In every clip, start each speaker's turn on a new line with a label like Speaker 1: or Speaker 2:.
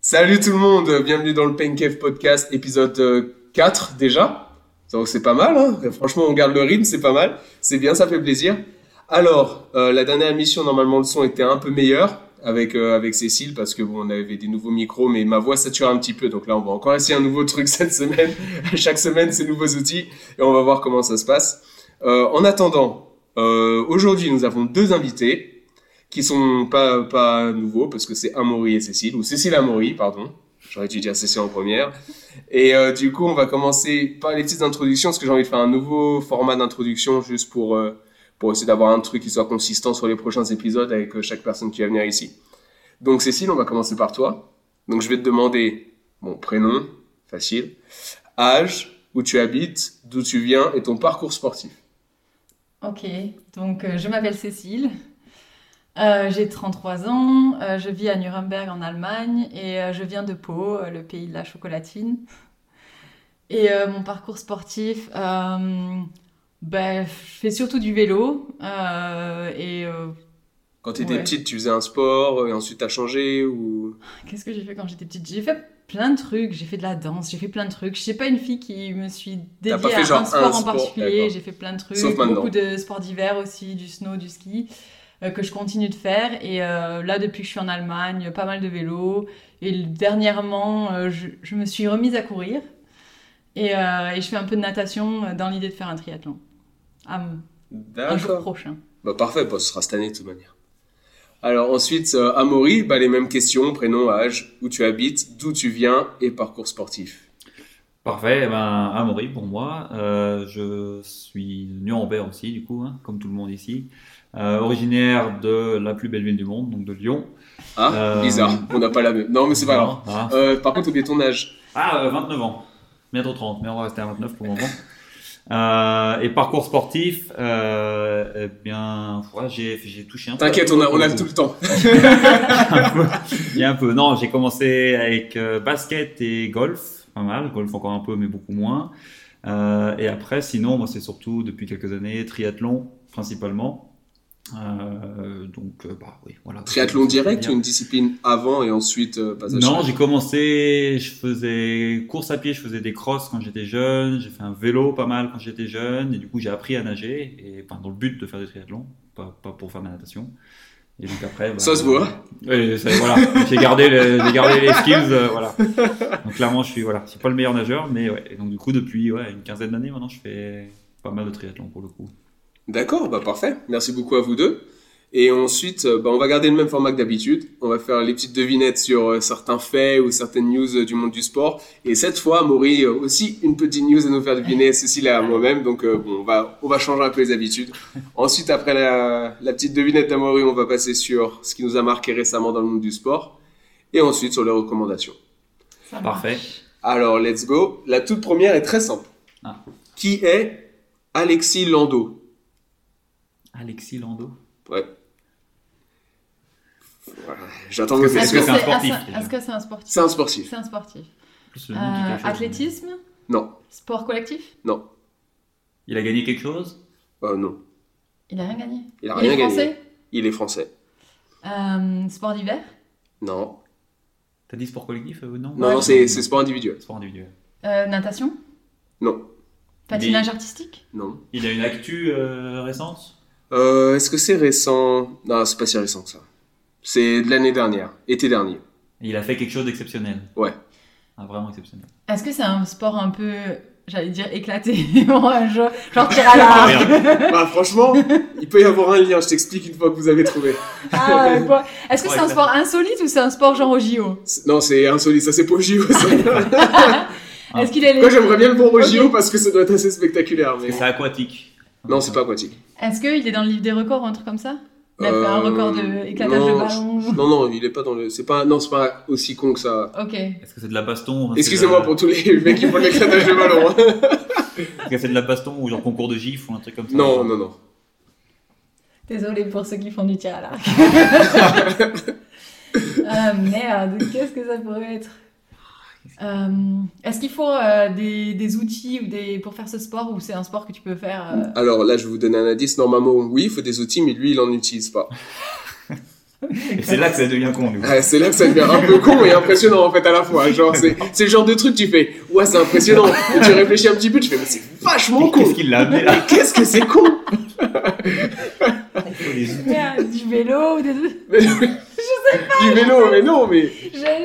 Speaker 1: Salut tout le monde, bienvenue dans le Pain Cave Podcast, épisode euh, 4 déjà. Donc c'est pas mal, hein franchement on garde le rythme, c'est pas mal, c'est bien, ça fait plaisir. Alors, euh, la dernière émission, normalement le son était un peu meilleur avec, euh, avec Cécile parce que bon, on avait des nouveaux micros, mais ma voix sature un petit peu, donc là on va encore essayer un nouveau truc cette semaine. Chaque semaine, ces nouveaux outils et on va voir comment ça se passe. Euh, en attendant, euh, aujourd'hui nous avons deux invités qui sont pas, pas nouveaux, parce que c'est Amaury et Cécile, ou Cécile Amaury, pardon. J'aurais dû dire Cécile en première. Et euh, du coup, on va commencer par les petites introductions, parce que j'ai envie de faire un nouveau format d'introduction, juste pour, euh, pour essayer d'avoir un truc qui soit consistant sur les prochains épisodes avec euh, chaque personne qui va venir ici. Donc Cécile, on va commencer par toi. Donc je vais te demander mon prénom, facile, âge, où tu habites, d'où tu viens et ton parcours sportif.
Speaker 2: Ok, donc euh, je m'appelle Cécile, Euh, j'ai 33 ans, euh, je vis à Nuremberg en Allemagne et euh, je viens de Pau, euh, le pays de la chocolatine. Et euh, mon parcours sportif, euh, ben, je fais surtout du vélo euh, et euh,
Speaker 1: Quand tu étais
Speaker 2: Ouais.
Speaker 1: petite, tu faisais un sport et ensuite tu as changé ou...
Speaker 2: Qu'est-ce que j'ai fait quand j'étais petite J'ai fait plein de trucs, j'ai fait de la danse, j'ai fait plein de trucs. Je sais pas une fille qui me suis
Speaker 1: T'as pas
Speaker 2: dédiée
Speaker 1: fait
Speaker 2: à
Speaker 1: genre
Speaker 2: un
Speaker 1: un
Speaker 2: sport en
Speaker 1: sport,
Speaker 2: particulier,
Speaker 1: d'accord.
Speaker 2: j'ai fait plein de trucs,
Speaker 1: Sauf maintenant.
Speaker 2: beaucoup de sports d'hiver aussi, du snow, du ski, euh, que je continue de faire. Et euh, là, depuis que je suis en Allemagne, pas mal de vélo. Et dernièrement, euh, je, je me suis remise à courir. Et, euh, et je fais un peu de natation euh, dans l'idée de faire un triathlon. Ah, un jour
Speaker 1: D'accord.
Speaker 2: prochain.
Speaker 1: Bah parfait, bah, ce sera cette année de toute manière. Alors ensuite, euh, Amaury, bah, les mêmes questions, prénom, âge, où tu habites, d'où tu viens et parcours sportif.
Speaker 3: Parfait, eh ben, Amaury pour moi. Euh, je suis de Nuremberg aussi, du coup, hein, comme tout le monde ici. Euh, originaire de la plus belle ville du monde, donc de Lyon.
Speaker 1: Ah,
Speaker 3: Euh,
Speaker 1: bizarre, on n'a pas la même. Non mais c'est pas grave.
Speaker 3: Non, hein.
Speaker 1: Euh, par contre, oubliez ton âge.
Speaker 3: Ah, euh, 29 ans. Bientôt 30, mais on va rester à 29 pour le moment. Euh, et parcours sportif, euh, eh bien, ouais, j'ai j'ai touché un peu.
Speaker 1: T'inquiète, on a, on a
Speaker 3: euh,
Speaker 1: tout le temps.
Speaker 3: un peu. Il y a un peu. Non, j'ai commencé avec euh, basket et golf, pas mal. Golf encore un peu, mais beaucoup moins. Euh, et après, sinon, moi, c'est surtout depuis quelques années triathlon principalement. Euh, donc, euh, bah oui, voilà.
Speaker 1: Triathlon direct ou
Speaker 3: ou
Speaker 1: une discipline avant et ensuite euh, passage
Speaker 3: Non, j'ai commencé, je faisais course à pied, je faisais des crosses quand j'étais jeune, j'ai fait un vélo pas mal quand j'étais jeune, et du coup j'ai appris à nager, et enfin, dans le but de faire des triathlons, pas, pas pour faire ma natation. Et donc après, bah,
Speaker 1: Ça se voit.
Speaker 3: Ouais, ça- voilà, j'ai gardé, le- j'ai gardé les skills, euh, voilà. Donc clairement, je suis, voilà, je suis pas le meilleur nageur, mais ouais. Et donc du coup, depuis ouais, une quinzaine d'années maintenant, je fais pas mal de triathlon pour le coup.
Speaker 1: D'accord, bah parfait. Merci beaucoup à vous deux. Et ensuite, euh, bah, on va garder le même format que d'habitude. On va faire les petites devinettes sur euh, certains faits ou certaines news euh, du monde du sport. Et cette fois, Maury, euh, aussi une petite news à nous faire deviner, Cécile et à moi-même. Donc euh, bon, on va, on va changer un peu les habitudes. Ensuite, après la, la petite devinette d'Amaury, on va passer sur ce qui nous a marqué récemment dans le monde du sport. Et ensuite, sur les recommandations.
Speaker 2: Ça
Speaker 3: Parfait.
Speaker 2: marche.
Speaker 1: Alors, let's go. La toute première est très simple.
Speaker 3: Ah.
Speaker 1: Qui est Alexis Landau
Speaker 3: Alexis Lando.
Speaker 1: Ouais. Voilà. J'attends
Speaker 3: Parce
Speaker 1: vos
Speaker 3: que
Speaker 2: Est-ce
Speaker 3: Est-ce
Speaker 2: que
Speaker 1: questions.
Speaker 3: c'est un
Speaker 2: c'est-
Speaker 3: sportif,
Speaker 2: est-ce-
Speaker 3: déjà
Speaker 2: est-ce que c'est un sportif
Speaker 1: C'est un sportif.
Speaker 2: C'est un sportif.
Speaker 3: Plus le
Speaker 2: Euh,
Speaker 3: nom dit quelque chose.
Speaker 2: athlétisme
Speaker 1: Non.
Speaker 2: Sport collectif
Speaker 3: Il a gagné quelque chose
Speaker 1: Euh, non.
Speaker 2: Il a rien gagné.
Speaker 1: Il a
Speaker 2: Il
Speaker 1: rien
Speaker 2: est
Speaker 1: gagné.
Speaker 2: français
Speaker 1: Il est français.
Speaker 2: Euh, Sport d'hiver
Speaker 1: Non.
Speaker 3: T'as dit sport collectif euh, Non.
Speaker 1: Non, non, c'est c'est sport individuel.
Speaker 3: Sport individuel.
Speaker 2: Euh, Natation
Speaker 1: Non.
Speaker 2: Patinage artistique
Speaker 1: Non.
Speaker 3: Il a une actu euh, récente
Speaker 1: Euh, Est-ce que c'est récent Non, c'est pas si récent que ça. C'est de l'année dernière, été dernier.
Speaker 3: Il a fait quelque chose d'exceptionnel.
Speaker 1: Ouais.
Speaker 3: Ah, vraiment exceptionnel.
Speaker 2: Est-ce que c'est un sport un peu, j'allais dire éclaté Bon, un jeu- Genre tir à
Speaker 3: Ah,
Speaker 2: l'arc
Speaker 1: bah, franchement, il peut y avoir un lien, je t'explique une fois que vous avez trouvé.
Speaker 2: Ah, ouais, quoi. Est-ce que
Speaker 3: Ouais,
Speaker 2: c'est un
Speaker 3: ça-
Speaker 2: sport insolite ou c'est un sport genre au JO
Speaker 1: C'est- Non, c'est insolite, ça c'est pour JO. ça.
Speaker 3: Ah.
Speaker 2: Est-ce qu'il est,
Speaker 1: Moi j'aimerais bien le voir au JO parce que ça doit être assez spectaculaire. Mais...
Speaker 3: Est-ce que c'est aquatique
Speaker 1: Non, c'est pas aquatique.
Speaker 2: Est-ce qu'il est dans le livre des records ou un truc comme ça Il a fait un
Speaker 1: Euh,
Speaker 2: record de éclatage
Speaker 1: non,
Speaker 2: de ballon
Speaker 1: Non, non, il est pas dans le. C'est pas. Non, c'est pas aussi con que ça.
Speaker 2: Ok.
Speaker 3: Est-ce que c'est de la baston
Speaker 1: Excusez-moi pour tous les mecs qui font de l'éclatage de ballon. hein.
Speaker 3: Est-ce que c'est de la baston ou genre concours de gif ou un truc comme ça
Speaker 1: Non, non, non.
Speaker 2: Désolée pour ceux qui font du tir à l'arc. Ah merde, qu'est-ce que ça pourrait être
Speaker 3: Ah,
Speaker 2: Euh, Est-ce qu'il faut euh, des, des outils ou des, pour faire ce sport ou c'est un sport que tu peux faire euh,
Speaker 1: Alors là, je vais vous donner un indice. Normalement, oui, il faut des outils, mais lui, il en utilise pas.
Speaker 3: Et c'est là que ça devient con, du coup.
Speaker 1: Ouais, c'est là que ça devient un peu con et impressionnant en fait à la fois. Genre, c'est, c'est le genre de truc, tu fais ouais, c'est impressionnant. Et tu réfléchis un petit peu, tu fais mais c'est vachement con.
Speaker 3: Qu'est-ce qu'il l'a amené là
Speaker 1: Qu'est-ce que c'est con
Speaker 2: du vélo ou des...
Speaker 1: Mais oui. Du vélo, mais non, mais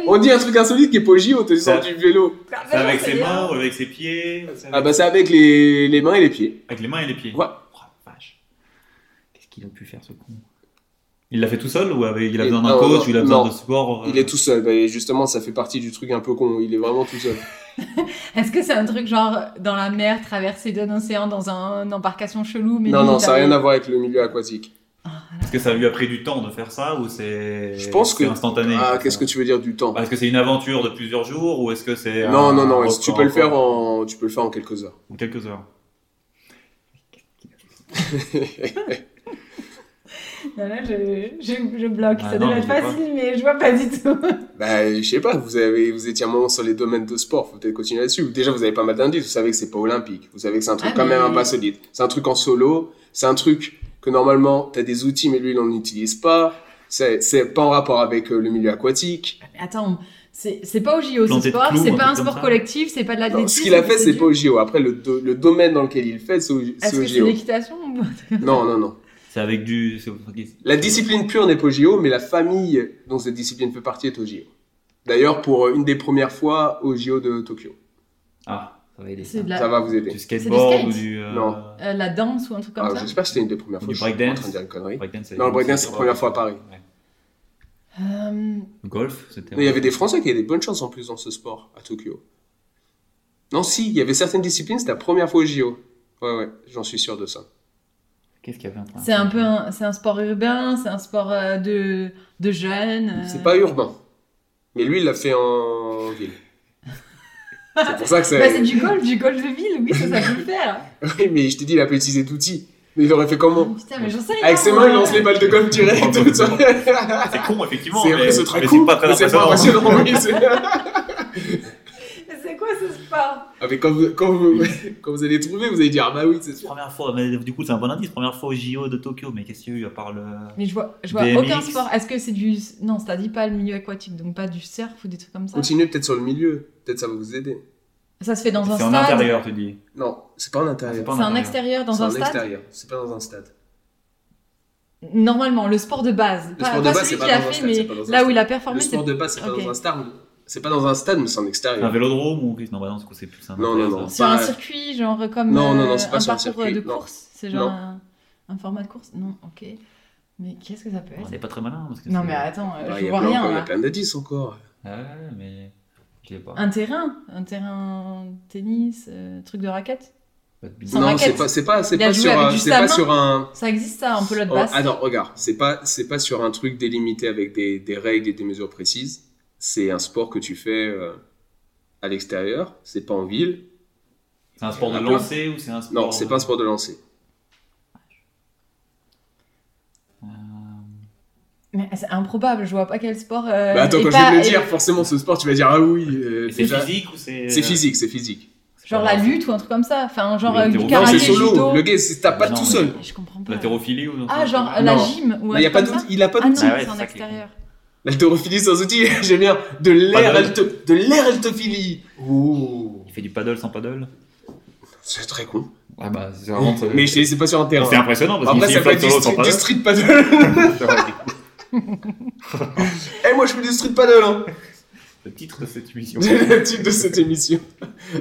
Speaker 1: on dit un truc insolite qui est pas au JO, te sens du vélo.
Speaker 2: Ah,
Speaker 3: C'est avec ses mains, ou avec ses pieds, c'est
Speaker 1: Ah
Speaker 3: avec,
Speaker 1: bah c'est avec les, les mains et les pieds.
Speaker 3: avec les mains et les pieds.
Speaker 1: Ouais.
Speaker 3: Oh, la vache. Qu'est-ce qu'il a pu faire, ce con Il l'a fait tout seul ou avec- il a
Speaker 1: Et-
Speaker 3: besoin d'un
Speaker 1: non,
Speaker 3: coach
Speaker 1: non,
Speaker 3: ou il a
Speaker 1: non.
Speaker 3: besoin de support euh,
Speaker 1: Il est tout seul, bah, et justement ça fait partie du truc un peu con, il est vraiment tout seul.
Speaker 2: Est-ce que c'est un truc genre dans la mer, traverser d'un océan dans un, une embarcation chelou mais
Speaker 1: Non, non, ça n'a rien à
Speaker 2: voir.
Speaker 1: voir avec le milieu aquatique.
Speaker 3: Est-ce que ça lui a pris du temps de faire ça ou c'est
Speaker 1: Je pense
Speaker 3: c'est
Speaker 1: que-
Speaker 3: instantané
Speaker 1: Ah, qu'est-ce que tu veux dire du temps
Speaker 3: Ah, Est-ce que c'est une aventure de plusieurs jours ou est-ce que c'est
Speaker 1: Non,
Speaker 3: un
Speaker 1: non, non,
Speaker 3: record
Speaker 1: tu peux le faire
Speaker 3: encore
Speaker 1: en, tu peux le faire en quelques heures.
Speaker 3: en quelques heures
Speaker 2: Là, je, je- je bloque.
Speaker 3: Ah
Speaker 2: ça
Speaker 3: non,
Speaker 2: devait
Speaker 3: mais
Speaker 2: être
Speaker 3: je l'ai pas.
Speaker 2: facile, mais je vois pas du tout.
Speaker 1: Bah, je sais pas, vous, avez, vous étiez un moment sur les domaines de sport, faut peut-être continuer là-dessus. Déjà, vous avez pas mal d'indices, vous savez que c'est pas olympique, vous savez que c'est un truc
Speaker 2: Ah,
Speaker 1: quand même
Speaker 2: mais-
Speaker 1: un pas solide. C'est un truc en solo, c'est un truc que normalement, t'as des outils, mais lui, il en utilise pas. C'est c'est pas en rapport avec euh, le milieu aquatique.
Speaker 2: Attends, c'est c'est pas au JO ce
Speaker 3: Planter de
Speaker 2: sport,
Speaker 3: clous,
Speaker 2: c'est
Speaker 3: un
Speaker 2: pas un
Speaker 3: truc comme
Speaker 2: sport
Speaker 3: ça.
Speaker 2: collectif, Ah, c'est pas de
Speaker 1: Non,
Speaker 2: l'athlétisme.
Speaker 1: ce qu'il a fait, c'est
Speaker 2: du- Ah,
Speaker 1: pas au JO. Après, le, do- le domaine dans lequel il fait, c'est au, c'est
Speaker 2: Est-ce
Speaker 1: au
Speaker 2: que c'est
Speaker 1: JO.
Speaker 2: l'équitation ou-
Speaker 1: Non, non, non.
Speaker 3: C'est avec du. c'est-
Speaker 1: La discipline pure n'est pas au JO, mais la famille dont cette discipline fait partie est au JO. D'ailleurs, pour euh, une des premières fois au JO de Tokyo.
Speaker 3: Ah, ça va aider.
Speaker 2: C'est de
Speaker 3: ça.
Speaker 2: la,
Speaker 1: Ça va vous aider.
Speaker 3: Du skateboard
Speaker 2: skate
Speaker 3: ou du. euh,
Speaker 1: Non.
Speaker 2: euh, la danse ou un truc comme
Speaker 1: Ah,
Speaker 2: ça
Speaker 1: J'espère que c'était une des premières fois.
Speaker 3: Du
Speaker 1: je suis
Speaker 3: breakdance.
Speaker 1: en train de dire une connerie.
Speaker 3: breakdance, c'est-
Speaker 1: Non, le breakdance, c'est la première fois à Paris.
Speaker 3: Ouais.
Speaker 2: Euh,
Speaker 3: Golf, c'était.
Speaker 1: Mais il y avait des Français qui avaient des bonnes chances en plus dans ce sport à Tokyo. Non, si, il y avait certaines disciplines, c'était la première fois au JO. Ouais, ouais, j'en suis sûr de ça.
Speaker 3: Qu'est-ce qu'il y avait après
Speaker 2: C'est un peu un, c'est un sport urbain, c'est un sport euh, de, de jeunes. euh.
Speaker 1: C'est pas urbain. Mais lui, il l'a fait en ville. c'est pour ça que
Speaker 2: Bah,
Speaker 1: c'est.
Speaker 2: c'est du golf, du golf de ville, oui, ça, ça peut le faire.
Speaker 1: Oui, mais je t'ai dit, il a pas utilisé d'outils. Mais il aurait fait comment
Speaker 2: Putain, mais j'en sais rien.
Speaker 1: Avec ses mains, il
Speaker 2: moi.
Speaker 1: lance les balles de golf direct.
Speaker 3: Oh,
Speaker 1: c'est
Speaker 3: C'est con, effectivement.
Speaker 1: vrai,
Speaker 3: mais
Speaker 1: c'est très
Speaker 3: mais
Speaker 1: cool.
Speaker 3: C'est pas très
Speaker 1: mais c'est pas
Speaker 3: impressionnant.
Speaker 1: impressionnant, oui, c'est-
Speaker 2: Mais C'est quoi ce sport
Speaker 1: Ah, mais quand vous, quand, vous, quand vous allez trouver, vous allez dire Ah bah oui, c'est sûr.
Speaker 3: Première fois, mais du coup, c'est un bon indice. Première fois au JO de Tokyo, mais qu'est-ce qu'il y a eu à part le.
Speaker 2: Mais je vois, je vois
Speaker 3: BMX.
Speaker 2: aucun sport. Est-ce que c'est du. Non, ça dit pas le milieu aquatique, donc pas du surf ou des trucs comme ça.
Speaker 1: Continuez peut-être sur le milieu. Peut-être ça va vous aider.
Speaker 2: Ça se fait dans un
Speaker 3: C'est en
Speaker 2: stade.
Speaker 3: intérieur, tu dis.
Speaker 1: Non, c'est pas en
Speaker 3: Ah, c'est
Speaker 1: intérieur.
Speaker 3: pas en
Speaker 2: C'est en
Speaker 3: intérieur.
Speaker 2: extérieur, dans
Speaker 1: C'est
Speaker 2: un
Speaker 1: en
Speaker 2: stade.
Speaker 1: extérieur, c'est pas dans un stade.
Speaker 2: Normalement, le sport de base.
Speaker 1: Le sport de base, c'est
Speaker 2: celui
Speaker 1: pas
Speaker 2: qu'il a
Speaker 1: dans un
Speaker 2: fait,
Speaker 1: stade. c'est
Speaker 2: mais
Speaker 1: pas dans un
Speaker 2: là où il
Speaker 1: stade.
Speaker 2: a performé,
Speaker 1: Le sport
Speaker 2: c'est
Speaker 1: de base, c'est pas
Speaker 2: Ok.
Speaker 1: dans un stade. C'est pas dans un stade, mais c'est en
Speaker 3: C'est un
Speaker 1: extérieur.
Speaker 3: vélodrome ou. Non, bah non, du coup, c'est plus un.
Speaker 1: Non, non, non.
Speaker 2: sur un
Speaker 1: pas-
Speaker 2: circuit, genre comme
Speaker 1: Non, non, non,
Speaker 2: euh,
Speaker 1: c'est pas
Speaker 2: un
Speaker 1: sur un
Speaker 2: parcours
Speaker 1: circuit,
Speaker 2: de
Speaker 1: non.
Speaker 2: course. C'est genre
Speaker 1: Non.
Speaker 2: un, un format de course. Non, ok. Mais qu'est-ce que ça peut
Speaker 3: On
Speaker 2: être
Speaker 3: n'est pas très malin. Parce que
Speaker 2: Non,
Speaker 3: c'est-
Speaker 2: mais attends, euh,
Speaker 1: Ah,
Speaker 2: je
Speaker 1: il y a
Speaker 2: vois
Speaker 1: plein-
Speaker 2: rien.
Speaker 1: Il y a
Speaker 2: là.
Speaker 1: plein d'indices encore.
Speaker 3: Ah, ouais, mais. Je l'ai pas.
Speaker 2: Un terrain, un terrain tennis, euh, truc de raquette.
Speaker 3: Pas de
Speaker 2: Sans
Speaker 3: bizarre.
Speaker 1: Non,
Speaker 2: raquette.
Speaker 1: c'est pas, c'est pas, c'est
Speaker 2: Il a
Speaker 1: pas
Speaker 2: joué
Speaker 1: sur,
Speaker 2: avec
Speaker 1: un-
Speaker 2: du
Speaker 1: c'est pas
Speaker 2: sablon.
Speaker 1: sur un.
Speaker 2: Ça existe ça, un peu de
Speaker 1: Oh,
Speaker 2: basse.
Speaker 1: attends, regarde, c'est pas, c'est pas sur un truc délimité avec des, des règles et des mesures précises. C'est un sport que tu fais euh, à l'extérieur. C'est pas en ville.
Speaker 3: C'est un sport de
Speaker 1: Un peu.
Speaker 3: lancer ou c'est un sport.
Speaker 1: Non, c'est pas un sport de lancer.
Speaker 3: Euh,
Speaker 2: Mais c'est improbable, je vois pas quel sport. euh,
Speaker 1: Bah attends,
Speaker 2: est
Speaker 1: quand je vais
Speaker 2: pas-
Speaker 1: te le
Speaker 2: est-
Speaker 1: dire, forcément, ce sport, tu vas dire ah oui. euh,
Speaker 3: mais C'est
Speaker 1: déjà.
Speaker 3: physique ou c'est. euh,
Speaker 1: C'est physique, c'est physique.
Speaker 2: Genre la lutte ou un truc comme ça. Enfin, genre
Speaker 3: Le
Speaker 2: euh, du
Speaker 3: terreau.
Speaker 1: Non,
Speaker 2: karaté,
Speaker 1: c'est
Speaker 2: judo.
Speaker 1: solo. Le gars, c'est- t'as pas
Speaker 3: Non,
Speaker 1: tout
Speaker 3: mais-
Speaker 1: seul.
Speaker 2: Je comprends pas.
Speaker 3: L'haltérophilie ou non
Speaker 2: Ah, genre euh,
Speaker 1: Non.
Speaker 2: la gym ou un
Speaker 1: Là, y a
Speaker 2: truc
Speaker 1: pas
Speaker 2: comme
Speaker 1: d'out-
Speaker 2: ça
Speaker 1: il a pas
Speaker 2: Ah non,
Speaker 1: d'outils.
Speaker 3: Ah ouais,
Speaker 2: c'est en
Speaker 3: c'est ça qui est con.
Speaker 2: extérieur.
Speaker 1: L'haltérophilie sans outils, j'aime bien. De l'air
Speaker 3: Paddle.
Speaker 1: alto- de l'air haltophilie. Ouh.
Speaker 3: Il fait du paddle sans paddle
Speaker 1: C'est très con.
Speaker 3: Ah bah c'est
Speaker 1: Mais je te dis, c'est pas sur un terrain.
Speaker 3: c'est impressionnant parce
Speaker 1: Après,
Speaker 3: qu'il
Speaker 1: ça peut
Speaker 3: fait
Speaker 1: être du,
Speaker 3: solo sans
Speaker 1: street- du
Speaker 3: paddle.
Speaker 1: street paddle. Eh, moi, je fais du street paddle, hein.
Speaker 3: Le titre de cette émission.
Speaker 1: C'est le titre de cette émission.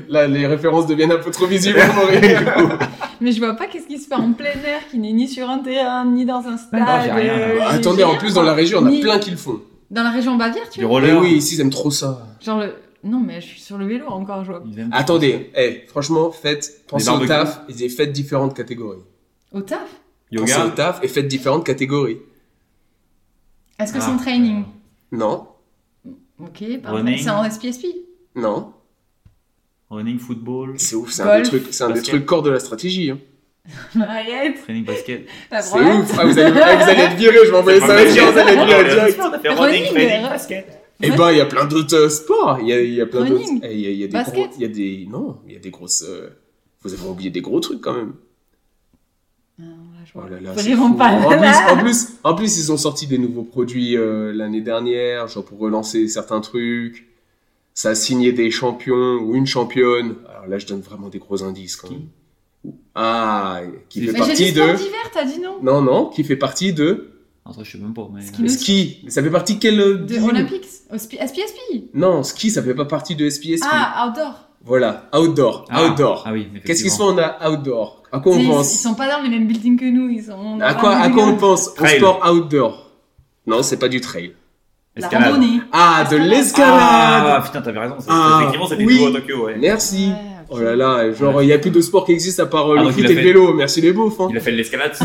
Speaker 1: Là, les références deviennent un peu trop visibles pour rire.
Speaker 2: Mais je vois pas qu'est-ce qui se fait en plein air, qui n'est ni sur un terrain, ni dans un stade.
Speaker 3: Bah non, j'ai rien,
Speaker 2: euh,
Speaker 3: là.
Speaker 2: j'ai-
Speaker 1: Attendez,
Speaker 2: j'ai
Speaker 1: en
Speaker 2: rien,
Speaker 1: plus,
Speaker 2: quoi.
Speaker 1: dans la région, on a
Speaker 2: Ni-
Speaker 1: plein qui le font.
Speaker 2: Dans la région Bavière, tu
Speaker 3: Du
Speaker 2: vois
Speaker 1: Eh
Speaker 3: roller.
Speaker 1: oui, ici, ils aiment trop ça.
Speaker 2: Genre le. Non, mais je suis sur le vélo encore, je vois.
Speaker 3: Ils aiment-
Speaker 1: Attendez, eh, franchement, faites, pensez au
Speaker 3: barbecues.
Speaker 1: taf et faites différentes catégories.
Speaker 2: Au taf
Speaker 1: Pensez au
Speaker 3: Yoga.
Speaker 1: taf et faites différentes catégories.
Speaker 2: Est-ce que
Speaker 3: Ah,
Speaker 2: c'est en training
Speaker 1: Non,
Speaker 2: Ok, pardon.
Speaker 3: Running.
Speaker 2: C'est en SPSP
Speaker 1: non,
Speaker 3: Running, football,
Speaker 1: c'est ouf, c'est un,
Speaker 2: Golf.
Speaker 1: des trucs, c'est un des
Speaker 3: Basket.
Speaker 1: trucs corps de la stratégie. hein.
Speaker 2: Arrête
Speaker 3: training basket.
Speaker 2: T'as
Speaker 1: C'est
Speaker 2: droit
Speaker 1: ouf, ah, vous, allez, ah, vous allez être viré, je m'envoie ça
Speaker 3: Basket.
Speaker 1: avec vous allez être viré
Speaker 3: Running,
Speaker 1: direct.
Speaker 3: fait
Speaker 2: Running,
Speaker 3: running, training,
Speaker 2: euh,
Speaker 3: basket.
Speaker 1: Eh ben, il y a plein d'autres euh, sports. Il y a, il y a plein d'autres.
Speaker 2: Running.
Speaker 1: eh, Il y a, il y a des
Speaker 2: Basket.
Speaker 1: gros- Il y a des. Non, il y a des grosses. euh, Vous avez oublié des gros trucs quand même.
Speaker 2: Non, là, je vois
Speaker 1: Oh là là, c'est
Speaker 2: vraiment
Speaker 1: fou.
Speaker 2: pas.
Speaker 1: En plus, en plus, en plus, ils ont sorti des nouveaux produits euh, l'année dernière, genre pour relancer certains trucs. Ça a signé des champions ou une championne. Alors là, je donne vraiment des gros indices quand même. Ah, qui
Speaker 3: Qui
Speaker 1: fait
Speaker 2: Mais j'ai
Speaker 1: partie
Speaker 2: dit
Speaker 1: de.
Speaker 2: sport d'hiver, t'as dit non
Speaker 1: Non, non, qui fait partie de.
Speaker 3: Attends, Ah, je sais même pas, mais. euh,
Speaker 2: Ski. Le
Speaker 1: ski. Mais ça fait partie de quelle. euh,
Speaker 2: De
Speaker 1: discipline
Speaker 2: Olympics au spi- à SPSP
Speaker 1: Non, ski, ça fait pas partie de SPSP.
Speaker 2: Ah, outdoor
Speaker 1: Voilà, outdoor.
Speaker 3: Ah,
Speaker 1: outdoor.
Speaker 3: Ah oui,
Speaker 1: Qu'est-ce qui se fait
Speaker 3: effectivement.
Speaker 1: en a- outdoor À quoi on
Speaker 2: Tu sais, ils, ils
Speaker 1: pense
Speaker 2: sont hein. pas dans les mêmes buildings que nous, ils sont.
Speaker 1: À quoi, à quoi on pense Au
Speaker 3: Trail.
Speaker 1: sport outdoor Non, c'est pas du trail.
Speaker 2: La
Speaker 3: Escalade.
Speaker 2: randonnée.
Speaker 1: Ah, de
Speaker 2: Escalade.
Speaker 1: l'escalade
Speaker 3: Ah putain, t'avais raison. c'est-
Speaker 1: Ah,
Speaker 3: effectivement, c'était
Speaker 1: oui.
Speaker 3: tout à Tokyo, ouais.
Speaker 1: Merci
Speaker 2: Ouais, ok.
Speaker 1: Oh là là, genre, il n'y a plus de sport qui existe à part euh,
Speaker 3: Ah,
Speaker 1: le
Speaker 3: donc
Speaker 1: foot
Speaker 3: il
Speaker 1: et
Speaker 3: a
Speaker 1: le
Speaker 3: fait-
Speaker 1: vélo. Merci les beaufs. hein.
Speaker 3: Il a fait de l'escalade sans,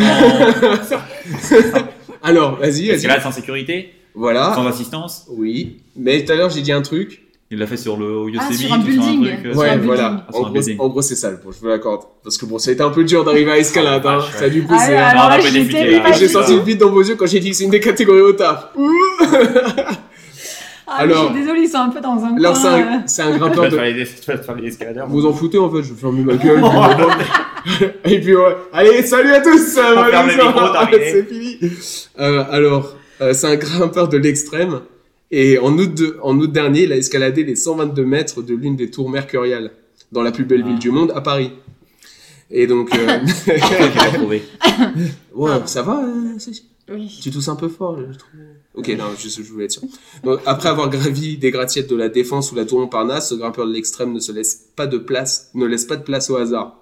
Speaker 1: Alors, vas-y, vas-y.
Speaker 3: l'escalade sans sécurité, sans
Speaker 1: Voilà.
Speaker 3: assistance.
Speaker 1: Oui. Mais tout à l'heure, j'ai dit un truc.
Speaker 3: Il l'a fait sur le au Yosemite,
Speaker 2: Ah, sur un
Speaker 3: ou
Speaker 2: building.
Speaker 3: truc, euh,
Speaker 2: Sur un
Speaker 1: Ouais,
Speaker 3: sur-
Speaker 1: voilà.
Speaker 3: Ah, sur
Speaker 1: En
Speaker 3: un
Speaker 1: gros,
Speaker 3: building.
Speaker 1: en gros, c'est ça, bon, je vous l'accorde. Parce que bon, ça a été un peu dur d'arriver à escalade. hein.
Speaker 3: Ah, ouais.
Speaker 1: Ça a dû
Speaker 2: Ah,
Speaker 1: pousser.
Speaker 2: ouais,
Speaker 1: hein.
Speaker 3: on
Speaker 2: alors
Speaker 3: a
Speaker 2: là,
Speaker 3: pas
Speaker 2: j'étais
Speaker 3: défini,
Speaker 2: tellement
Speaker 3: là.
Speaker 1: Et j'ai
Speaker 3: ça.
Speaker 1: sorti le vide dans vos yeux quand j'ai dit c'est une des catégories au taf.
Speaker 2: Ah, mais je
Speaker 1: Alors-
Speaker 2: suis désolée, ils sont un peu dans un.
Speaker 1: Là,
Speaker 2: coin,
Speaker 1: c'est
Speaker 2: euh,
Speaker 1: un, c'est un
Speaker 3: Tu vas
Speaker 1: grimpeur
Speaker 3: te
Speaker 1: de.
Speaker 3: faire les- tu vas te faire les escaladeurs.
Speaker 1: Vous en foutez en fait, je vais fermer ma gueule. Et puis ouais. Allez, salut à tous ça va,
Speaker 3: ferme le
Speaker 1: bonsoir.
Speaker 3: micro, terminé.
Speaker 1: C'est fini Euh, Alors, euh, c'est un grimpeur de l'extrême. Et en août, de- en août dernier, il a escaladé les 122 mètres de l'une des tours mercuriales, dans la plus belle
Speaker 3: Ah.
Speaker 1: ville du monde, à Paris. Et donc... euh,
Speaker 3: J'ai pas trouvé.
Speaker 1: ouais, ça va euh, c'est-
Speaker 2: Oui.
Speaker 1: tu tousses un peu fort, je trouve. Ok, non, je, je voulais être sûr. Donc, après avoir gravi des gratte-ciels de la Défense ou la Tour Montparnasse, ce grimpeur de l'extrême ne se laisse pas de place, ne laisse pas de place au hasard.